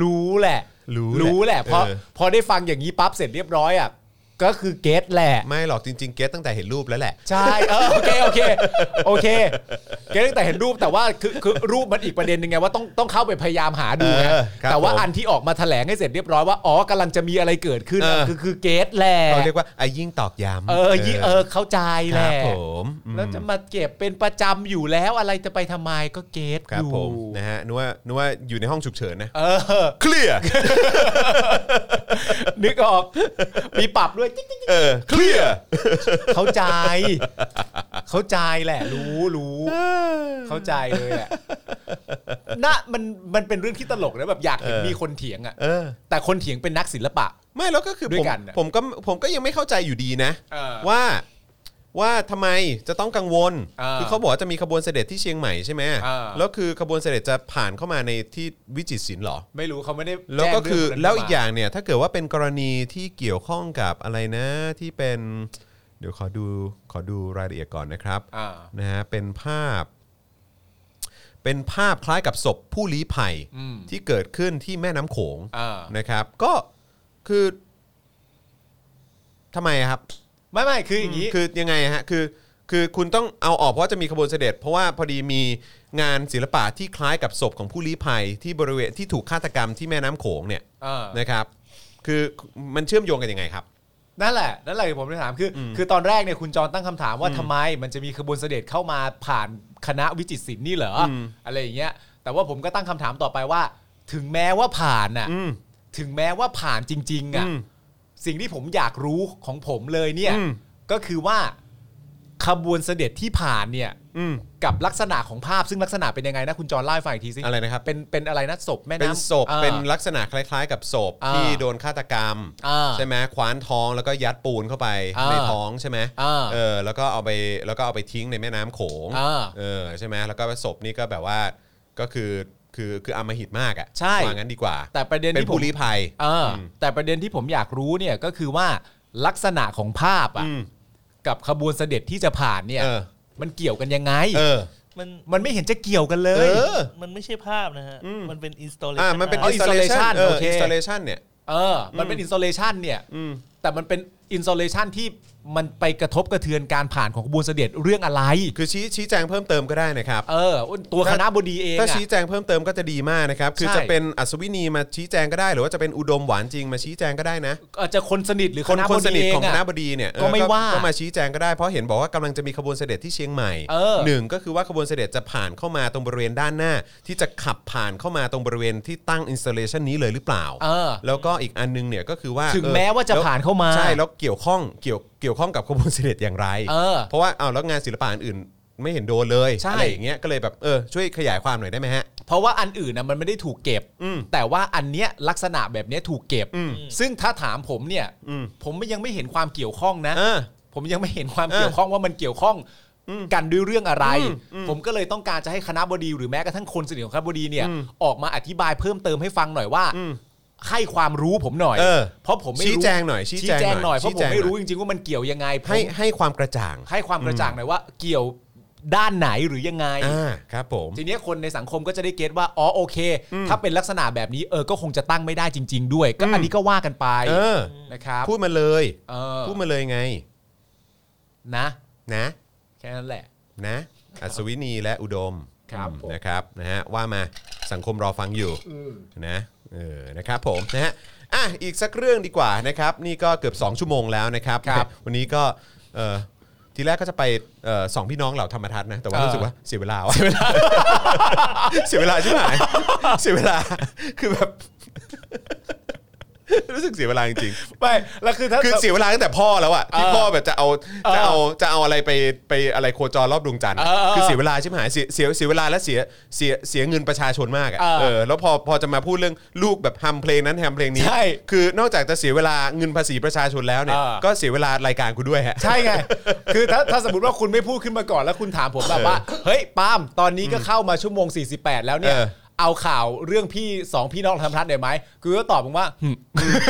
S3: รู้แหละ
S2: รู้แหละ
S3: รู้แหละเพราะ
S2: เออ
S3: พอได้ฟังอย่างนี้ปั๊บเสร็จเรียบร้อยอ่ะก็คือเก็ตแหละ
S2: ไม่หรอกจริง ๆ เก็ตตั้งแต่เห็นรูปแล้วแหละ
S3: ใช่เออโอเคโอเคโอเคเกรงแต่เห็นรูปแต่ว่าคือคือรูปมันอีกประเด็นหนึงไงว่าต้องต้องเข้าไปพยายามหาดูไง
S2: เออครับ
S3: แต่ว่า
S2: ผม
S3: อันที่ออกมาแถลงให้เสร็จเรียบร้อยว่าอ๋อกำลังจะมีอะไรเกิดขึ้น
S2: เออ
S3: คือคือเกตแหละ
S2: เขาเรียกว่าไอ้ยิ่งตอกย้ำ
S3: เออยี่เออเข้าใจ
S2: ค
S3: แห
S2: รั
S3: ละ
S2: บผมอืม
S3: แล้วจะมาเก็บเป็นประจำอยู่แล้วอะไรจะไปทำไมก็เกต
S2: ครั
S3: อบ ยู่
S2: ผมนะฮะนึกว่านึกว่าอยู่ในห้องฉุกเฉินนะ
S3: เออ
S2: เคลียร์
S3: นึกออกมีปรับด้วยติ๊กติ๊ก
S2: เออเคลียร์
S3: เข้าใจ เข้าใจแหละ รู้รู้ เข้าใจเลย
S2: (laughs)
S3: แหละ น่ามันมันเป็นเรื่องที่ตลกนะแบบอยากเห็นมีคนเถียงอ่ะ
S2: เออ
S3: แต่คนเถียงเป็นนักศิลปะ
S2: ไม่แล้วก็คือ
S3: ด้
S2: ผ
S3: ว
S2: ม
S3: ยกันน่ะ
S2: ผมก็ผมก็ยังไม่เข้าใจอยู่ดีนะ
S3: เออ
S2: ว่าว่าทำไมจะต้องกังวล
S3: เออ
S2: คือเขาบอกว่าจะมีขบวนเสด็จที่เชียงใหม่ใช่ไหม
S3: เออ
S2: แล้วคือขบวนเสด็จจะผ่านเข้ามาในที่วิจิตรศิลป์เหรอ
S3: ไม่รู้เขาไม่ได้
S2: แล้วก็คือ
S3: จ้งเรื่ง
S2: แล้วอีกอ
S3: ม
S2: ย่างเนี่ยถ้าเกิดว่าเป็นกรณีที่เกี่ยวข้องกับอะไรนะที่เป็น เดี๋ยวขอดูขอดูรายละเอียดก่อนนะครับ
S3: อ่า
S2: นะฮะเป็นภาพ เป็นภาพคล้ายกับศพผู้ลี้ภัย
S3: อืม
S2: ที่เกิดขึ้นที่แม่น้ำโขง
S3: อ่า
S2: นะครับ ก็คือทำไมอะครับ
S3: ไม่ไม่คืออย่างนี้
S2: คือยังไงฮะคือคือคุณต้องเอาออกเพราะว่าจะมีขบวนเสด็จ เพราะว่าพอดีมีงานศิลปะที่คล้ายกับศพของผู้ลี้ภัยที่บริเวณที่ถูกฆาตกรรมที่แม่น้ำโขงเนี่ย
S3: เออ
S2: นะครับ คือมันเชื่อมโยงกันยังไงครับ
S3: นั่นแหละนั่นแหละผมจะถามคืออคือตอนแรกเนี่ยคุณจรตั้งคำถามว่าทำไมมันจะมีขบวนเสด็จเข้ามาผ่านคณะวิจิตรศิลป์นี่เหรอออะไรอย่างเงี้ย แต่ว่าผมก็ตั้งคำถามต่อไปว่า ถึงแม้ว่าผ่านน่ะ
S2: อืม
S3: ถึงแม้ว่าผ่านจริง ๆอ่ะ
S2: อืม
S3: สิ่งที่ผมอยากรู้ของผมเลยเนี่ย
S2: อืม
S3: ก็คือว่าขบวนเสด็จที่ผ่านเนี่ย
S2: อืม
S3: กับลักษณะของภาพซึ่งลักษณะเป็นยังไงนะคุณจอรเล่าให้ฟังอีกทีสิ
S2: อะไรนะครับ
S3: เป็นเป็นอะไรนะศพแม่น้ำ
S2: เป็นศพ
S3: อ่า
S2: เป็นลักษณะคล้าย ๆ กับศพ
S3: อ่า
S2: ที่โดนฆาตกรรม
S3: อ่า
S2: ใช่ไหมคว้านท้องแล้วก็ยัดปูนเข้าไป
S3: อ่า
S2: ในท้องใช่ไหม
S3: อ่า
S2: เออแล้วก็เอาไปแล้วก็เอาไปทิ้งในแม่น้ำโขง
S3: อ่า
S2: เออใช่ไหมแล้วก็ศพนี่ก็แบบว่าก็คือคือคืออำมหิตมากอ่ะ
S3: ใช่
S2: ว่างั้นดีกว่า
S3: แต่ประเด็น
S2: เป็น
S3: ที่ผม
S2: ผู้ลี้ภัย
S3: เอออแต่ประเด็นที่ผมอยากรู้เนี่ยก็คือว่าลักษณะของภาพอ่ะ
S2: อืม
S3: กับขบวนเสด็จที่จะผ่านเนี่ย
S2: เออ
S3: มันเกี่ยวกันยังไง
S2: เออ
S5: มัน
S3: มันไม่เห็นจะเกี่ยวกันเล
S2: เอย อ
S5: มันไม่ใช่ภาพนะฮะ มันเป็นอินสตาเล
S2: อ่า
S5: ชัน
S2: มันเป็น
S3: อ๋อ
S2: installation
S3: installation
S2: เออ
S3: โอเค
S2: installation เนี่ย
S3: เออ มันเป็นอินส l เลชันเนี่ย
S2: อืม
S3: แต่มันเป็นอินส l เลชันที่มันไปกระทบกระเทือนการผ่านของขบวนเสด็จเรื่องอะไร
S2: คือชี้ชี้แจงเพิ่มเติมก็ได้นะครับ
S3: เออ ตัวคณะบดีเอง
S2: ถ้า
S3: อะ
S2: ชี้แจงเพิ่มเติมก็จะดีมากนะครับ คือ
S3: ใช่
S2: จะเป็นอัศวินีมาชี้แจงก็ได้หรือว่าจะเป็นอุดมหวานจริงมาชี้แจงก็ได้นะ
S3: เอ่อจะคนสนิทหรือ
S2: คน
S3: ณะ
S2: คน
S3: บ
S2: ส
S3: ดี
S2: นิท
S3: เอง
S2: ของค
S3: อะ
S2: ณะบดีเนี่ย
S3: ก็ไม่
S2: เออ
S3: ว่า
S2: ก็มาชี้แจงก็ได้เพราะเห็นบอกว่ากำลังจะมีขบวนเสด็จที่เชียงใหม่
S3: เออ
S2: หนึ่งก็คือว่าขบวนเสด็จจะผ่านเข้ามาตรงบริเวณด้านหน้า ที่จะขับผ่านเข้ามาตรงบริเวณที่ตั้งอินสตาเลชันนี้เลยหรือเปล่า
S3: เออ
S2: แล้วก็อีกอันนึงเนี่ยก็คือว่า
S3: ถึงแม้ว่าจะ
S2: แล้ว
S3: ผ่านเข้ามา
S2: ใช่แล้วเกี่ยวข้องเกี่ยวเกี่ยวข้องกับขบวนเสด็จอย่างไร
S3: เออ
S2: ราะว่าเอาแล้วงานศิลปะอื่นๆไม่เห็นโดนเลย
S3: ใช่
S2: อะไรอย่างเงี้ยก็เลยแบบเออช่วยขยายความหน่อยได้ไหมฮะ
S3: เพราะว่าอันอื่นนะมันไม่ได้ถูกเก็บ
S2: อืม
S3: แต่ว่าอันเนี้ยลักษณะแบบเนี้ยถูกเก็บ
S2: อืม
S3: ซึ่งถ้าถามผมเนี่ย
S2: อืม
S3: ผมยังไม่เห็นความเกี่ยวข้องนะ
S2: เออ
S3: ผมยังไม่เห็นความ
S2: เออ
S3: เกี่ยวข้องว่ามันเกี่ยวข้องกันด้วยเรื่องอะไร
S2: อืมอืม
S3: ผมก็เลยต้องการจะให้คณะบดีหรือแม้กระทั่งคนสนิทของคณะบดีเนี่ย
S2: อืม
S3: ออกมาอธิบายเพิ่มเติมให้ฟังหน่อยว่า
S2: อืม
S3: ให้ความรู้ผมหน่อย
S2: เออ
S3: ราะผมไม่
S2: ชี้
S3: รู้
S2: แจงหน่อยชี้
S3: ชี้แจงหน่อยเพราะผ
S2: ชี้
S3: ม
S2: แจง
S3: ไม่รู้จริงๆว่ามันเกี่ยวยังไงผม
S2: ให้ให้ความกระจ่าง
S3: ให้ความกระจ่างหน่อยว่า เกี่ยว ด้านไหนหรือยังไง
S2: อ่าครับผม
S3: ทีเนี้ยคนในสังคมก็จะได้เก็ตว่าอ๋อโอเค ถ้าเป็นลักษณะแบบนี้เออก็คงจะตั้งไม่ได้จริง ๆ ด้วย ก็อันนี้ก็ว่ากันไป
S2: เออ
S3: นะครับ
S2: พูดมาเลย
S3: เออ
S2: พูดมาเลยไง
S3: นะ
S2: นะ
S3: แค่นั้นแหละ
S2: นะ อัศวินีและอุดม
S3: ครับผม
S2: นะครับนะฮะว่ามาสังคมรอฟังอยู่นะเออนะครับผมนะฮะอ่ะอีกสักเรื่องดีกว่านะครับ นี่ก็เกือบ 2 ชั่วโมงแล้วนะครับ
S3: ครับ
S2: วันนี้ก็เออทีแรกก็จะไปเอ่อสองพี่น้องเหล่าธรรมทัศน์นะแต่ว่า
S3: เออ
S2: รู้สึกว่าเสียเวลาวะ (laughs) เสียเวลา (laughs) ใช่ไหมเสียเวลา (laughs) คือแบบ รู้สึกเสียเวลาจริงๆ
S3: ไม่แล้วคือถ้า
S2: คือเสียเวลาตั้งแต่พ่อแล้วอะที่
S3: เออ
S2: พ่อแบบจะเอา
S3: เออ
S2: จะเอาจะเอาอะไรไปไปอะไรโคจรรอบดวงจันทร์อะ
S3: เออเออ
S2: คือเสียเวลาใช่ไหมเสียเสียเสียเวลาและเสียเสียเสียเงินประชาชนมากอะ
S3: เออ
S2: เออแล้วพอพอจะมาพูดเรื่องลูกแบบทำเพลงนั้นทำเพลงนี้
S3: ใช่
S2: คือนอกจากจะเสียเวลาเงินภาษีประชาชนแล้วเนี่ย
S3: เออ
S2: ก็เสียเวลารายการกูด้วยฮะ
S3: ใช่ไง คือถ้าถ้าสมมติว่าคุณไม่พูดขึ้นมาก่อนแล้วคุณถามผมแบบว่า เฮ้ยปาล์มตอนนี้ก็เข้ามาชั่วโมง 48 แล้วเนี่ย
S2: เออ
S3: เอาข่าวเรื่องพี่สองพี่น้องทำรัฐได้ไหมกูก็ตอบมึงว่า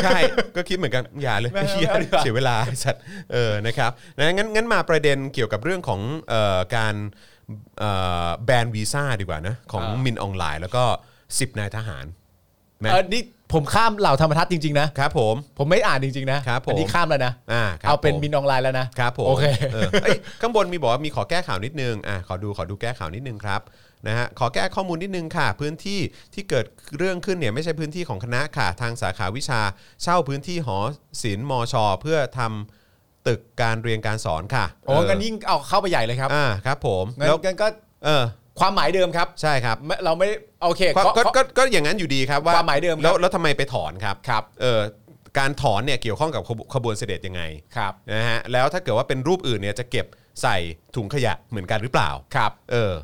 S2: ใช่ ก็คิดเหมือนกัน (laughs) อย่าเลย
S3: ไม่เอา
S2: เหี้ย
S3: ไม่เอาดีกว่า
S2: เสียเวลาไอ้สัตว์เออนะครับนะงั้นงั้นมาประเด็นเกี่ยวกับเรื่องของเอ่อการเอ่อแบนวีซ่าดีกว่านะของ
S3: อ่ามิ
S2: มินออนไลน์แล้วก็ 10 นายทหารไหม
S3: เออนี่ผมข้ามเหล่าธรรมทัศน์จริง ๆ นะ
S2: ครับผม
S3: ผมไม่อ่านจริง ๆ นะครับ
S2: ผม
S3: อันนี้ข้ามแล้วนะ
S2: อ่าครับ
S3: เอาเป็น
S2: ผม
S3: มินออนไลน์แล้วนะครับ
S2: ผม
S3: โอเค
S2: เออเอ้ยข้างบนมีบอกว่ามีขอแก้ข่าวนิดนึงอ่ะขอดูขอดูแก้ข่าวนิดนึงครับนะฮะขอแก้ข้อมูลนิดนึงค่ะ พื้นที่ที่เกิดเรื่องขึ้นเนี่ยไม่ใช่พื้นที่ของคณะค่ะ ทางสาขาวิชา เช่าพื้นที่หอศิลป์มช เพื่อทำตึกการเรียนการสอนค่ะ
S3: โอ้
S2: เ
S3: งั้นยิ่งเอาเข้าไปใหญ่เลยครับ
S2: อ่าครับผม
S3: งั้น
S2: แล้ว
S3: งั้นก็
S2: เออ
S3: ความหมายเดิมครับ
S2: ใช่ครับ
S3: ไม่เราไม่โอเค
S2: ก็
S3: ขอ
S2: ก็
S3: ขอ
S2: ก็ก็อย่างนั้นอยู่ดีครับว่า
S3: ความหมายเดิมครับ
S2: แล้วแล้วทำไมไปถอนครับ
S3: ครับ
S2: เออการถอนเนี่ยเกี่ยวข้องกับขบขบวนเสด็จยังไง
S3: ครับ
S2: นะฮะแล้วถ้าเกิดว่าเป็นรูปอื่นเนี่ยจะเก็บใส่ถุงขยะเหมือนกันหรือเปล่า
S3: ครับ
S2: เออ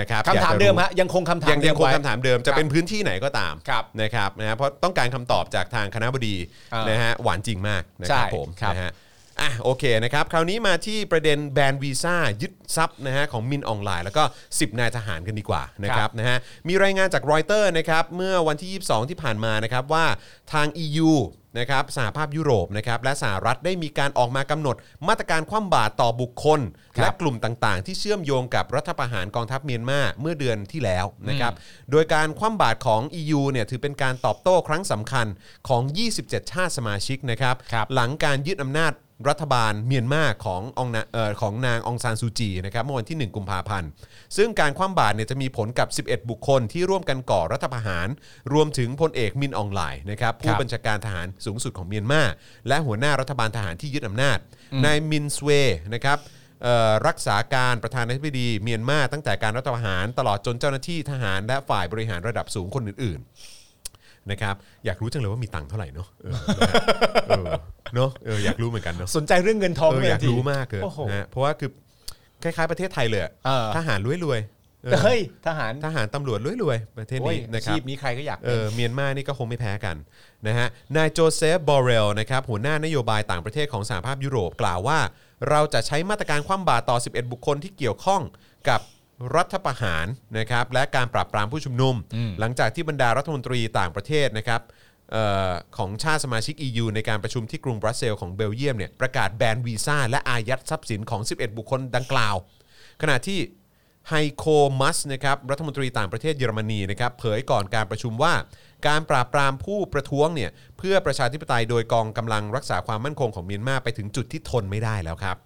S2: นะครับ
S3: คำถา
S2: อ
S3: ม
S2: ยกจะรู้
S3: เดิมฮะยังคงคำถาม
S2: ยังยังคง
S3: เดิไว้
S2: คำถามเดิมจะเป็นพื้นที่ไหนก็ตาม
S3: ครับ
S2: นะครับนะฮะเพราะต้องการคำตอบจากทางคณะบดี
S3: เออ
S2: นะฮะหวานจริงมากนะครับ
S3: ใช่
S2: ผม
S3: ครับ
S2: นะฮะอ่ะโอเคนะครับคราวนี้มาที่ประเด็นแบนวีซ่ายึดทรัพย์นะฮะของมินออนไลน์แล้วก็ 10 นายทหารกันดีกว่านะครับนะฮะมีรายงานจากรอยเตอร์นะครับเมื่อวันที่ 22 ที่ผ่านมานะครับว่าทาง EU นะครับสหภาพยุโรปนะครับและสหรัฐได้มีการออกมากำหนดมาตรการคว่ำบาตรต่อบุคคล และกลุ่มต่างๆ ที่เชื่อมโยงกับรัฐประหารกองทัพเมียนมาเมื่อเดือนที่แล้วนะครับ โดยการคว่ำบาตรของ EU เนี่ยถือเป็นการตอบโต้ครั้งสำคัญของ 27 ชาติสมาชิกนะครับ
S3: ครับ
S2: หลังการยึดอำนาจรัฐบาลเมียนมาขององนะเอ่อของนางองซานซูจีนะครับเมื่อวันที่ 1 กุมภาพันธ์ ซึ่งการคว่ำบาตรเนี่ยจะมีผลกับ 11 บุคคลที่ร่วมกันก่อรัฐประหาร รวมถึงพลเอกมินอองไลน์นะครับผู้บัญชาการทหารสูงสุดของเมียนมาและหัวหน้ารัฐบาลทหารที่ยึดอำนาจนายมินสเวย์นะครับ เอ่อรักษาการประธานาธิบดีเมียนมาตั้งแต่การรัฐประหารตลอดจนเจ้าหน้าที่ทหารและฝ่ายบริหารระดับสูงคนอื่นๆนะครับอยากรู้จังเลยว่ามีตังค์เท่าไหร่เนาะเออเออเนาะเอออยากรู้เหมือนกันเนาะ
S3: สนใจเรื่องเงินทอง
S2: เออ
S3: ไหม
S2: อยาก
S3: ที
S2: รู้มากเลย
S3: โอ้โห
S2: นะฮะเพราะว่าคือคล้ายๆประเทศไทยเลยอะ
S3: เออ
S2: ทหารรวยๆเออ
S3: เฮ้ยทหาร
S2: ทหารตำรวจรวยๆประเทศ
S3: โอ้ย
S2: นี้
S3: อา
S2: นะครับ
S3: ชีพนี้ใครก็อยาก
S2: เอ
S3: เป็น
S2: อเมียนมานี่ก็คงไม่แพ้กันนะฮะนายโจเซฟบอเรลนะครับหัวหน้านโยบายต่างประเทศของสหภาพยุโรปกล่าวว่า เราจะใช้มาตรการคว่ำบาตรต่อ 11 บุคคลที่เกี่ยวข้องกับรัฐประหารนะครับและการปราบปรามผู้ชุมนุม หลังจากที่บรรดารัฐมนตรีต่างประเทศนะครับเอ่อของชาติสมาชิก EU ในการประชุมที่กรุงบรัสเซลส์ของเบลเยียมเนี่ยประกาศแบนวีซ่าและอายัดทรัพย์สินของ 11 บุคคลดังกล่าว ขณะที่ ไฮโคมัสนะครับรัฐมนตรีต่างประเทศเยอรมนีนะครับเผยก่อนการประชุมว่า การปราบปรามผู้ประท้วงเนี่ยเพื่อประชาธิปไตยโดยกองกำลังรักษาความมั่นคงของเมียนมาไปถึงจุดที่ทนไม่ได้แล้วครับ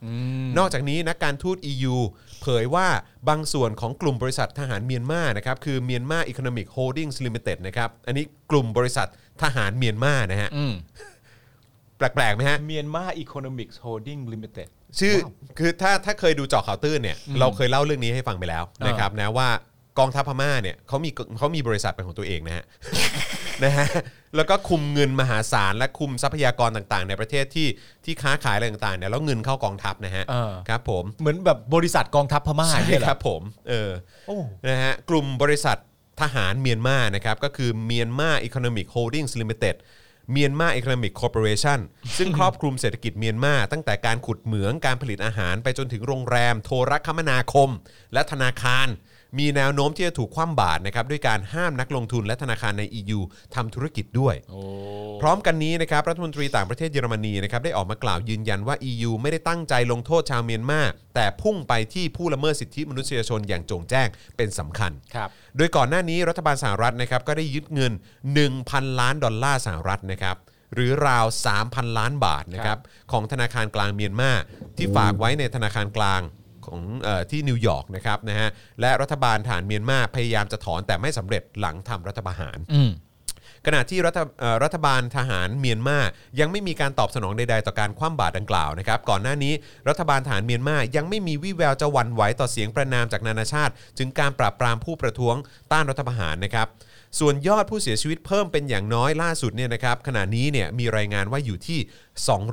S2: นอกจากนี้นักการทูต EU เผยว่าบางส่วนของกลุ่มบริษัททหารเมียนมานะครับคือเมียนมาอี o n o นมิกโฮลดิ้งส์ลิมิเต็ดนะครับอันนี้กลุ่มบริษัททหารเมียนมานะฮะ
S3: อืม
S2: แปลกๆไหมฮะ
S3: เมียนมาอีโคโนมิกส์โฮลดิ้งลิมิเต็ด
S2: ชื่อคือถ้าถ้าเคยดูเจาะข่าวตื้นเนี่ยเราเคยเล่าเรื่องนี้ให้ฟังไปแล้ว
S3: อ่าน
S2: นะครับนะว่ากองทัพพม่าเนี่ยเขามีเขามีบริษัทเป็นของตัวเอง
S3: (laughs)
S2: นะฮะ นะฮะแล้วก็คุมเงินมหาศาลและคุมทรัพยากรต่างๆ ในประเทศที่ที่ค้าขายอะไรต่างๆเนี่ยแล้วเงินเข้ากองทัพนะฮะ
S3: เออ
S2: ครับผม
S3: เหมือนแบบบริษัทกองทัพพม่า
S2: ใช่
S3: เนี่ยเหอ
S2: ครับผมเออ
S3: โอ้
S2: นะฮะกลุ่มบริษัททหารเมียนมานะครับก็คือเมียนมาอี o n น m มิกโฮลดิ้งส์ลิมิเต็ดเมียนมาอี o n น m มิกคอร์ปอเรชันซึ่งครอบคลุมเศรษฐกิจเมียนมา ตั้งแต่การขุดเหมืองการผลิตอาหารไปจนถึงโรงแรม โทรคมนาคม และธนาคาร มีแนวโน้มที่จะถูกคว่ำบาตรนะครับด้วยการห้ามนักลงทุนและธนาคารใน EU ทำธุรกิจด้วย พร้อมกันนี้นะครับรัฐมนตรีต่างประเทศเยอรมนีนะครับได้ออกมากล่าวยืนยันว่า EU ไม่ได้ตั้งใจลงโทษชาวเมียนมาแต่พุ่งไปที่ผู้ละเมิดสิทธิมนุษยชนอย่างโจงแจ้งเป็นสำคัญ
S3: ครับ
S2: โดยก่อนหน้านี้รัฐบาลสหรัฐนะครับก็ได้ยึดเงิน 1,000 ล้านดอลลาร์สหรัฐนะครับหรือราว 3,000 ล้านบาทนะครับของธนาคารกลางเมียนมาที่ฝากไว้ในธนาคารกลางของเออที่นิวยอร์กนะครับนะฮะและรัฐบาลฐานเมียนมาพยายามจะถอนแต่ไม่สำเร็จหลังทำรัฐประหาร
S3: อืม
S2: ขณะที่รัฐเอ่อรัฐบาลทหารเมียนมายังไม่มีการตอบสนองใดๆ ต่อการคว่ำบาตรดังกล่าวนะครับก่อนหน้านี้รัฐบาลทหารเมียนมายังไม่มีวี่แววจะหวั่นไหวต่อเสียงประนามจากนานาชาติ ถึงการปราบปรามผู้ประท้วงต้านรัฐประหารนะครับส่วนยอดผู้เสียชีวิตเพิ่มเป็นอย่างน้อยล่าสุดเนี่ยนะครับขณะนี้เนี่ยมีรายงานว่าอยู่ที่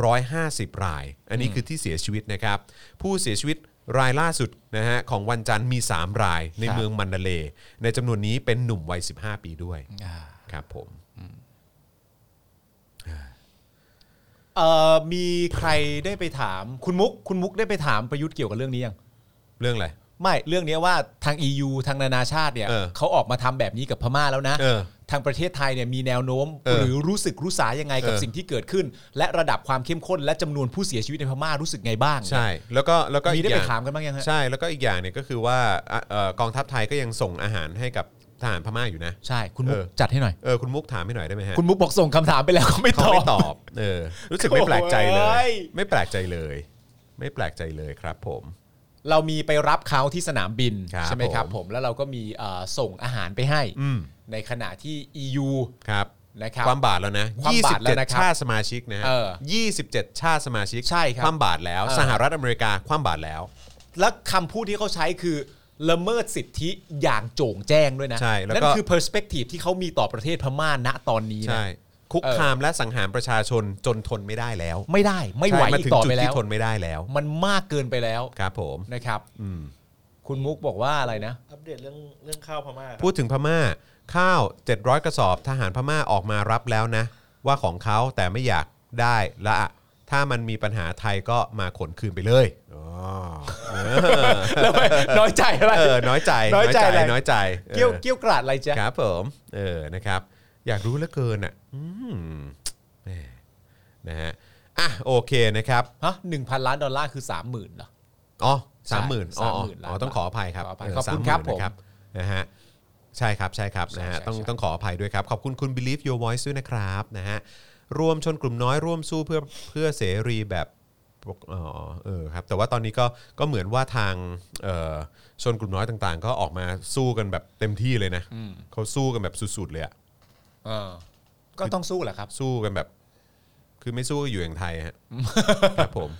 S2: 250 ราย อันนี้คือที่เสียชีวิตนะครับผู้เสียชีวิตรายล่าสุดนะฮะของวันจันทร์มี 3 รายใน
S3: ครับ
S2: เมืองมันดาเลย์ในจำนวนนี้เป็นหนุ่มวัย15 ปีด้วย
S3: อ่า
S2: ครับผม
S3: เอ่อมีใครได้ไปถามคุณมุก คุณมุกได้ไปถามประยุทธ์เกี่ยวกับเรื่องนี้ยัง
S2: เรื่องอะไร
S3: ไม่เรื่องเนี้ยว่าทาง EU ทางนานาชาติเนี่ย
S2: เออ
S3: เขาออกมาทำแบบนี้กับพม่าแล้วนะ
S2: เออ
S3: ทางประเทศไทยเนี่ยมีแนวโน้ม
S2: เออ
S3: หรือรู้สึกรู้สายังไงกับ
S2: เออ
S3: สิ่งที่เกิดขึ้น และระดับความเข้มข้นและจำนวนผู้เสียชีวิตในพม่ารู้สึกไงบ้าง
S2: ใช่ แล้วก็แล้วก็
S3: มี
S2: อีก
S3: ได้
S2: อ
S3: ไป
S2: ย่าง
S3: ถามกันบ้างยังฮะ
S2: ใช่ แล้วก็อีกอย่างเนี่ยก็คือว่าอ่ะเอ่อกองทัพไทยก็ยังส่งอาหารให้กับทหารพม่าอยู่นะ
S3: ใช่คุณมุก
S2: เออ
S3: จัดให้หน่อย
S2: เออคุณมุกถามให้หน่อยได้ไหมฮะ
S3: คุณมุกบอกส่งคำถามไปแล้วเขาไม่
S2: เขา
S3: ตอบ
S2: ไม่ตอบเออรู้สึกไม่แปลกใจเล
S3: โอ้
S2: ย
S3: ย
S2: ไม่แปลกใจเลย ไม่แปลกใจเลยครับผม
S3: เรามีไปรับเขาที่สนามบิน
S2: ครับ
S3: ใช่ไหมครับ
S2: ผม
S3: ผมแล้วเราก็มีเอ่อส่งอาหารไปให้
S2: อืม
S3: ในขณะที่ EU
S2: ครับ
S3: นะครับ
S2: ความบาดแล้วนะ
S3: ความบาดแล้วนะ
S2: 27
S3: ครับ
S2: ชาติสมาชิกนะฮะ
S3: เออ
S2: ยี่สิบเจ็ดชาติสมาชิก
S3: ใช่ครับ
S2: ความบาดแล้ว
S3: เออ
S2: สหรัฐอเมริกาความบาดแล้ว
S3: และคำพูดที่เขาใช้คือละเมิดสิทธิอย่างโจ่งแจ้งด้วยนะ
S2: ใช่แล้วก็
S3: นั่นคือ perspective ที่เขามีต่อประเทศพม่าณตอนนี้นะ
S2: ใช่ คุก
S3: เออ
S2: คามและสังหารประชาชนจนทนไม่ได้แล้ว
S3: ไม่ได้ไม่ไหว
S2: ใช่มา
S3: อี
S2: ถึ
S3: ก
S2: ง
S3: ต่อ
S2: จุด
S3: ไปแล้
S2: ที่
S3: ว
S2: ทนไม่ได้แล้ว
S3: มันมากเกินไปแล้ว
S2: ครับผม
S3: นะครับ
S2: อืม
S3: คุณมุกบอกว่าอะไรนะ (laughs)
S5: อัปเดตเรื่องเรื่องข้าวพม่าครับ
S2: พูดถึงพม่า ข้าว 700 กระสอบทหารพม่าออกมารับแล้วนะ ว่าของเขาแต่ไม่อยากได้ละอะถ้ามันมีปัญหาไทยก็มาขนคืนไป
S3: (laughs)
S2: เลยอ๋อ
S3: แล้วไปน้อยใจอะไร
S2: เออน้อยใจ
S3: น้อยใจอะไร
S2: น้อยใจ
S3: เกี้ยว
S2: ออ
S3: เกี้ยวกราดอะไรจ๊ะ
S2: ครับผมเออนะครับ อยากรู้เหลือเกินอ่ะอืมแหมนะฮะอ่ะโอเคนะครับ
S3: ฮะหนึ่งพันล้านดอลลาร์คือสามหมื่นเหรอ
S2: อ๋อ
S3: ใช่
S2: สามหมื่นอ๋ออ๋อ
S3: 30,000ล้าน
S2: อ๋อต้องขออภัยครับ
S3: ขออภัย
S2: เ
S3: ขอบคุณ
S2: 30,000
S3: ครับ
S2: นะนะฮะใช่ครับใช่ครับ
S3: ใช่
S2: นะฮะ
S3: ใช่
S2: ต้อง
S3: ใช่
S2: ต้องขออภัยด้วยครับ ขอบคุณคุณ believe your voice ด้วยนะครับนะฮะรวมชนกลุ่มน้อยร่วมสู้เพื่อเพื่อเสรีแบบปกอ๋อเออครับแต่ว่าตอนนี้ก็ก็เหมือนว่าทางเอ่อชนกลุ่มน้อยต่างๆ ก็ออกมาสู้กันแบบเต็มที่เลยนะเขาสู้กันแบบสุดๆเลยอะ
S3: เออก็ต้องสู้แหละครับ
S2: สู้กันแบบ คือไม่สู้ก็อยู่อย่างไทย
S3: (laughs)
S2: ฮะ ครับผม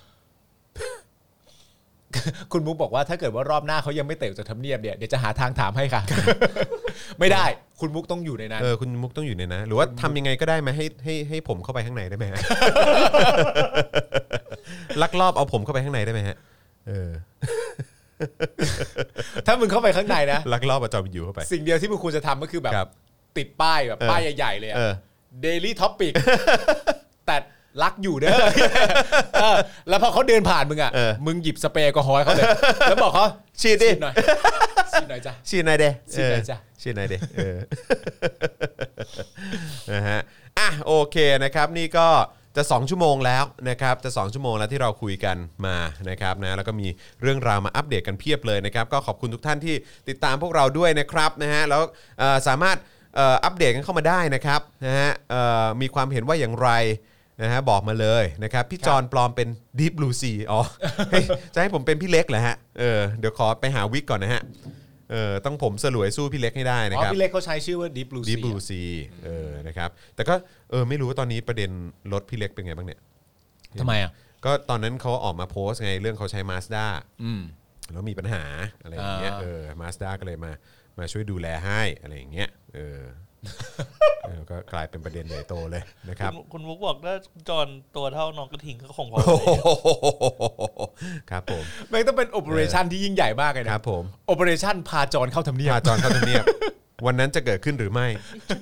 S3: คุณมุกบอกว่าถ้าเกิดว่ารอบหน้าเขายังไม่เตะจากทำเนียบเนี่ยเดี๋ยวจะหาทางถามให้ค่ะ ไม่ได้ คุณมุกต้องอยู่ในนั้น
S2: เออคุณมุกต้องอยู่ในนะ หรือว่าทำยังไงก็ได้ไหมให้ให้ให้ผมเข้าไปข้างในได้
S3: (laughs)
S2: ไหมฮะ ลักลอบเอาผมเข้าไปข้างในได้ไหมฮะเออ
S3: ถ้ามึงเข้าไปข้างในนะ
S2: ลักลอบเอาจอมอยู่เข้าไป
S3: สิ่งเดียวที่มึงควรจะทำก็คือแบบ
S2: ครับ
S3: ติดป้ายแบบ
S2: เออ
S3: ป้ายใหญ่ๆเลยอะ
S2: เออ
S3: Daily Topic
S2: (laughs)
S3: แต่รักอยู่เด้อเออแล้วพอเขาเดินผ่านมึงอ่ะ
S2: เออ
S3: มึงหยิบสเปรย์แอลกอฮอล์ให้เขาเลยแล้วบอกเขา
S2: ฉีดดิ
S3: ห
S2: (laughs)
S3: น่อยฉีดหน่อยจ้ะ
S2: ฉีดหน่อยเด
S3: ฉีดหน่อยจ้ะ
S2: เออฉีดหน่อยเดเออ นะฮะอ่ะโอเคนะครับ นี่ก็จะ 2 ชั่วโมงแล้วนะครับ จะ 2 ชั่วโมงแล้วที่เราคุยกันมานะครับนะแล้วก็มีเรื่องราวมาอัปเดตกันเพียบเลยนะครับ ก็ขอบคุณทุกท่านที่ติดตามพวกเราด้วยนะครับนะฮะแล้วเอ่อสามารถเอ่ออัปเดตกันเข้ามาได้นะครับนะฮะเอ่อมีความเห็นว่าอย่างไรนะฮะบอกมาเลยนะครับพี่จอนปลอมเป็นดิฟลูซี
S3: (laughs)
S2: อ๋อ ให้จะให้ผมเป็นพี่เล็กเหรอฮะเออเดี๋ยวขอไปหาวิกก่อนนะฮะเออต้องผมสลวยสู้พี่เล็กให้ได้นะ
S3: อ๋อ
S2: ครับ
S3: พี่เล็กเขาใช้ชื่อว่า Deep Blue
S2: ดี
S3: Sea
S2: บลูซีเออนะครับแต่ก็เออไม่รู้ว่าตอนนี้ประเด็นรถพี่เล็กเป็นไงบ้างเนี่ย
S3: ทำไมอ่ะ
S2: ก็ตอนนั้นเขาออกมาโพสต์ไงเรื่องเขาใช้มาสด้า
S3: อืม
S2: แล้วมีปัญหาอะไรอย่างเงี้ย
S3: อ่า
S2: เออมาสด้าก็เลยมามาช่วยดูแลให้อะไรอย่างเงี้ยเออเออก็กลายเป็นประเด็นใหญ่โตเลยนะครับ
S5: ณคุณมุกบอกถ้าคุณจอนตัวเท่าน้องกระทิงก็คงพอ
S2: โอ้โหครับผม
S3: ไม่งต้องเป็นโอเปอเรชันที่ยิ่งใหญ่มากเลย
S2: ค
S3: นะ
S2: รับผม
S3: โอเปอเรชันพาจอนเข้าทำเนียบ
S2: พาจอนเข้าทำเนียบวันนั้นจะเกิดขึ้นหรือไม่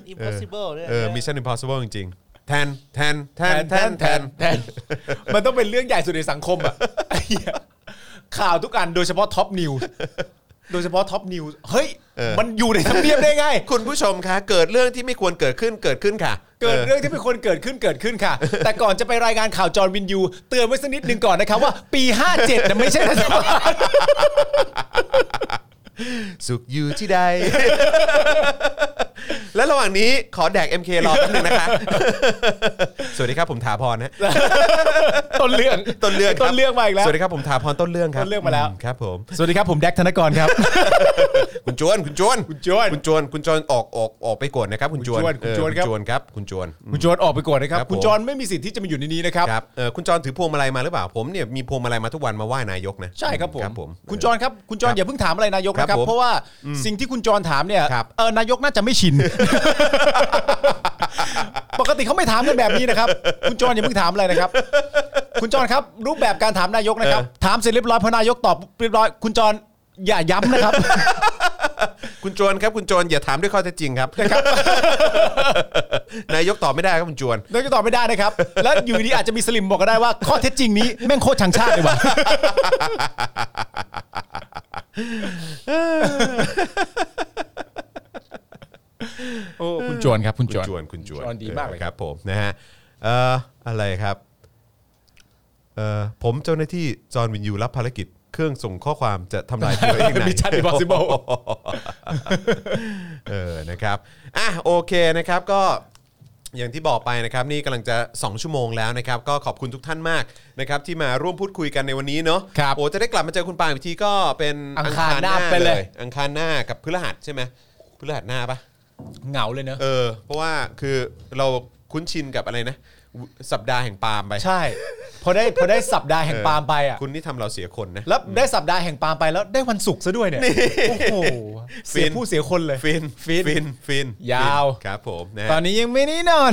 S5: อิมพอสิเบิลเนี่ย
S2: เอ
S5: (laughs)
S2: อมิช
S5: นะ
S2: ชั่นอิมพอสซิเบิลจริงๆแทนแทนแท
S3: แท
S2: น
S3: น
S2: แท
S3: แท
S2: น
S3: น
S2: แท
S3: แท
S2: น
S3: นแทนมันต้องเป็นเรื่องใหญ่สุดในสังคมอ่ะไอ้เหี้ยข่าวทุกอันโดยเฉพาะท็อปนิว โดยเฉพาะท็อปนิวเฮ้ย มันอยู่ในทำเนียบได้ไง
S2: คุณผู้ชมคะเกิดเรื่องที่ไม่ควรเกิดขึ้นเกิดขึ้นค่ะ
S3: เกิดเรื่องที่เป็นคนเกิดขึ้นเกิดขึ้นค่ะ แต่ก่อนจะไปรายงานข่าวจอร์นวินยู เตือนไว้สักนิดหนึ่งก่อนนะครับว่า ปี 57นะไม่ใช่รัฐบาล
S2: สุขอยู่ที่ใด (laughs) และระหว่างนี้ขอแดก MK รอแป๊บนึงนะคะ (laughs) สวัสดีครับผมถาพรนะ
S3: ต้นเรื่อง
S2: ต้นเรื่องครับ
S3: ต้นเรื่องมาอีกแล้ว
S2: สวัสดีครับผมถาพรต้นเรื่องครับ
S3: ต้นเรื่องมาแล้ว
S2: ครับผม
S3: สวัสดีครับผมแดกธนกรครับ
S2: คุณจวนคุณจวน
S3: คุณจวน
S2: คุณจวนคุณจวนออกออกออกไปก่อนนะครับ คุณจวน
S3: คุณจวน
S2: เออ
S3: คุณจวนครับ
S2: คุณจวนครับคุณจวน
S3: คุณจอร์นออกไปก่อนนะครับ
S2: ครับผม
S3: คุณจอร์นไม่มีสิทธิ์ที่จะมาอยู่ในนี้นะครับ
S2: ครับเออคุณจรถือพวงมาลัยมาหรือเปล่าผมเนี่ยมีพวงมาลัยมาทุกวันมาไหว้นายกนะ
S3: ใช่ครับผม
S2: ครับผม
S3: คุณจอห์นครับ คุณจอห์นอย่าเพิ่งถามอะไรนายกนะ
S2: ค
S3: ค
S2: รั
S3: รั
S2: บบ ผม
S3: เพราะว่าสิ่งที่คุณจอห์นถามเนี่ย
S2: ครับ
S3: เออนายกน่าจะไม่ (laughs) ชิน ปกติเขาไม่ถามกันแบบนี้นะครับ คุณจอห์นอย่าเพิ่งถามอะไรนะครับ คุณจอห์นครับ รูปแบบการถามนายกนะครับ ถามเสร็จเรียบร้อยพอนายกตอบเรียบร้อย คุณจอห์นอย่าย้ำนะครับ
S2: คุณจวนครับคุณจวนอย่าถามด้วยข้อเท็จจริงครับ (laughs) นายกตอบไม่ได้ครับคุณจวน
S3: นายกตอบไม่ได้นะครับ (laughs) แล้วอยู่ดีอาจจะมีสลิมบอกก็ได้ว่า ข้อเท็จจริงนี้แม่งโคตรชังชาติเลยว่ะ (laughs) โอ้คุณจวนครับ คุณ
S2: คุณ
S3: จวน
S2: จวนคุณจวน
S3: จวนดีมากเลย
S2: ออครับผมนะฮะเอ่ออะไรครับเอ่อผมเจ้าหน้าที่จอห์นวินยูรับภารกิจ เครื่องส่งข้อความจะ
S3: (laughs)
S2: ทำลายตัวเองใน
S3: มิชชั่น impossible
S2: (laughs) เออนะครับอ่ะโอเคนะครับก็อย่างที่บอกไปนะครับนี่กำลังจะ 2 ชั่วโมงแล้วนะครับ ก็ขอบคุณทุกท่านมากนะครับที่มาร่วมพูดคุยกันในวันนี้เนาะ
S3: ครับ
S2: โอ้จะได้กลับมาเจอคุณปาล์มอีกทีก็เป็น
S3: อังคารหน้าไปเลย
S2: อังคารหน้ากับพฤหัสใช่ไหมพฤหัสหน้าปะ
S3: เหงาเลยเนอะ
S2: เออเพราะว่าคือเราคุ้นชินกับอะไรนะ สัปดาห์แห่งปาล์มไป
S3: ใช่ พอได้พอได้สัปดาห์แห่งป (laughs) าล์มไปอ่ะ
S2: คุณนี่ทำเราเสียคนนะ
S3: แล้วได้สัปดาห์แห่งปาล์มไปแล้วได้วันศุกร์ซะด้วยเนี่ยโอ้โหเสี
S2: ฟิ
S3: ย
S2: น
S3: ผู้เสียคนเลย
S2: ฟิน
S3: ฟิน
S2: ฟินฟิน
S3: ยาว
S2: ครับผมนะ
S3: ตอนนี้ยังไม่ได้นอน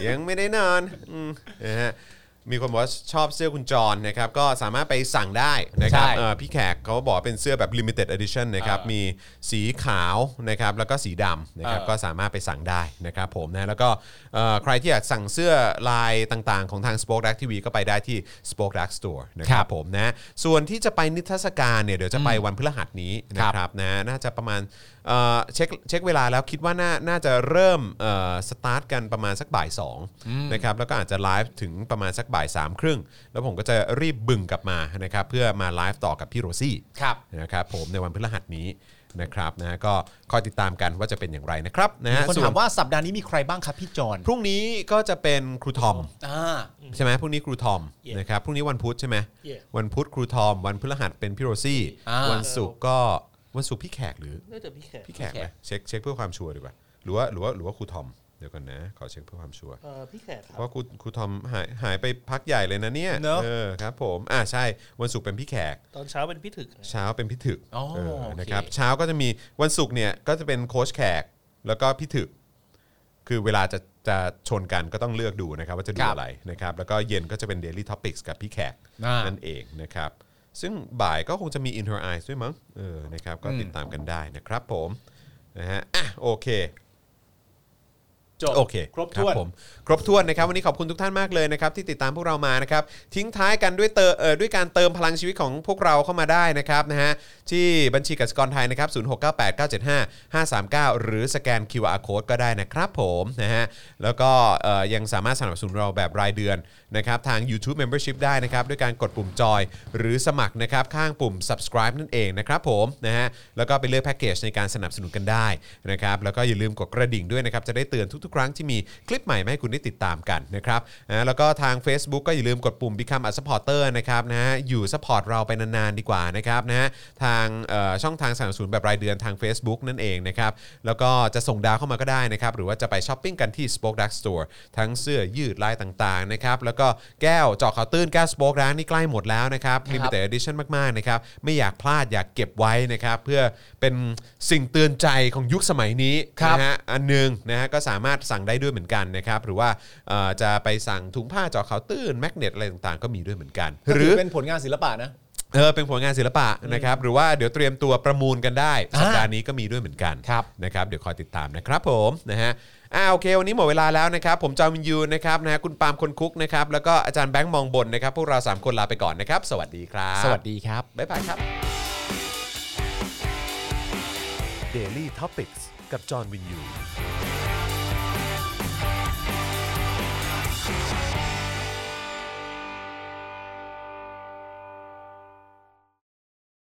S2: (laughs) ยังไม่ได้นอนอืมนะฮะมีคนบอกว่าชอบเสื้อคุณจรนะครับ ก็สามารถไปสั่งได้นะครับ
S3: ใช่
S2: เอ่อพี่แขกเขาบอกว่าเป็นเสื้อแบบ limited edition นะครับ
S3: เออ
S2: มีสีขาวนะครับแล้วก็สีดำนะครับ
S3: เออ
S2: ก็สามารถไปสั่งได้นะครับผมนะแล้วก็เอ่อใครที่อยากสั่งเสื้อลายต่างๆ ของทาง Spoke Dark TV ก็ไปได้ที่ Spoke Dark Store นะค
S3: ครั
S2: รับบ ผมนะส่วนที่จะไปนิทรรศการเนี่ยเดี๋ยวจะไปวันพฤหัสนี้นะครับนะน่าจะประมาณเอ่อเช็คเช็คเวลาแล้วคิดว่าน่าน่าจะเริ่มสตาร์ทกันประมาณสักบ่ายสองนะครับแล้วก็อาจจะไลฟ์ถึงประมาณสักบ่ายสามครึ่งแล้วผมก็จะรีบบึงกลับมานะครับเพื่อมาไลฟ์ต่อกับพี่โรซี่
S3: ครับ
S2: นะครับผมในวันพฤหัสนี้นะครับนะฮะก็คอยติดตามกันว่าจะเป็นอย่างไรนะครับนะฮะ
S3: คน
S2: ส่ว
S3: ถาน มว่าสัปดาห์นี้มีใครบ้างครับพี่จอน
S2: พรุ่งนี้ก็จะเป็นครูทอม
S3: อ่า
S2: ใช่ไหมพรุ่งนี้ครูทอม
S5: Yeah.
S2: นะครับพรุ่งนี้วันพุธใช่ไหม
S5: Yeah.
S2: วันพุธครูทอม วันพฤหัสเป็นพี่โรซี่
S3: อ่า
S2: วันศุกร์ก็วันศุกร์พี่แขกหรือ
S5: น่าจะพี่แขก
S2: พี่แขกไหมเช็คเช็คเพื่อความชัวร์ดีกว่าหรือว่าหรือว่าหรือว่าครูทอมเดี๋ยวกันนะขอเช็คเพื่อความชัวร์
S5: เออพี่แขกค
S2: เพ
S5: รับ
S2: ราะครูครูทอมหายหายไปพักใหญ่เลยนะเนี่ย
S3: เนอะ
S2: เออครับผมอ่าใช่วันศุกร์เป็นพี่แขก
S5: ตอนเช้าเป็นพี่ถึกนะ
S2: เช้าเป็นพิถึก
S3: อ๋อ
S2: เออ
S3: โอเค
S2: นะครับเช้าก็จะมีวันศุกร์เนี่ยก็จะเป็นโค้ชแขกแล้วก็พิถึก คือเวลาจะจะชนกันก็ต้องเลือกดูนะครับ ว่าจะดูอะไรนะครับแล้วก็เย็นก็จะเป็น Daily Topics กับพี่แขก
S3: อ่านั่
S2: นั่นเองนะครับ ซึ่งบ่ายก็คงจะมี In Her Eyes ด้วยมั้งเออนะครับก็ติดตามกันได้นะครับผมนะฮะอ่ะโอเค โอเค
S3: ครบถ้วน
S2: ผมครบถ้วนนะครับวันนี้ขอบคุณทุกท่านมากเลยนะครับที่ติดตามพวกเรามานะครับทิ้งท้ายกันด้วยเตอเอ่อด้วยการเติมพลังชีวิตของพวกเราเข้ามาได้นะครับนะฮะที่บัญชีกสิกรไทยนะครับ0 6 9 8 9 7 5 5 3 9 หรือสแกน QR Code ก็ได้นะครับผมนะฮะแล้วก็เอ่อยังสามารถสนับสนุนเราแบบรายเดือนนะครับทาง YouTube Membership ได้นะครับด้วยการกดปุ่มจอยหรือสมัครนะครับข้างปุ่ม subscribe นั่นเองนะครับผมนะฮะแล้วก็ไปเลือกแพ็กเกจในการสนับสนุนกันได้นะครับแล้วก็อย่าลืมกดกระดิ่งด้วยนะครับ จะได้เตือนทุกๆ ครั้งที่มีคลิปใหม่มาให้คุณได้ติดตามกันนะครับนะแล้วก็ทาง Facebook ก็อย่าลืมกดปุ่ม Become a supporter นะครับนะฮะอยู่ support เราไปนานๆดีกว่านะครับนะฮะทางเอ่อช่องทางสนับสนุนแบบรายเดือนทาง Facebook นั่นเองนะครับแล้วก็จะส่งดาวเข้ามาก็ได้นะครับหรือว่าจะไปช้อปปิ้งกันที่ Spoke Dark Store ทั้งเสื้อยืดลายต่างๆนะครับแล้วก็แก้วเจาะข่าวตื้นแก้ว Spoke Dark นี่ใกล้หมดแล้วนะครับ
S3: ครับ
S2: Limited Edition มากๆนะครับไม่อยากพลาดอยากเก็บไว้นะครับเพื่อเป็นสิ่งเตือนใจของยุคสมัยนี้
S3: ครับ
S2: นะฮะ นะฮะอันหนึ่งนะฮะก็สามารถสั่งได้ด้วยเหมือนกันนะครับ หรือว่าเอ่อจะไปสั่งถุงผ้าเจาะขาวตื้นแมกเนตอะไรต่างๆ ก็มีด้วยเหมือนกัน ห
S3: ห
S2: รื
S3: รือ
S2: อ
S3: เป็นผลงานศิลปะนะ
S2: เออเป็นผลงานศิลปะนะครับ หรือว่าเดี๋ยวเตรียมตัวประมูลกันได้
S3: อ่า
S2: สัปดาห์นี้ก็มีด้วยเหมือนกัน
S3: ครับ
S2: นะครับเดี๋ยวคอยติดตามนะครับผมนะฮะอ่าโอเค วันนี้หมดเวลาแล้วนะครับ ผมจอมินยูนะครับนะฮะคุณปาล์มคนคุกนะครับแล้วก็อาจารย์แบงค์มองบนนะครับพวกเราสามคนลาไปก่อนนะครับ สวัสดีครับ
S3: สวัสดีครับ
S2: บ๊ายบายครับ
S1: Daily t o p i c กกับจอห์นวินยู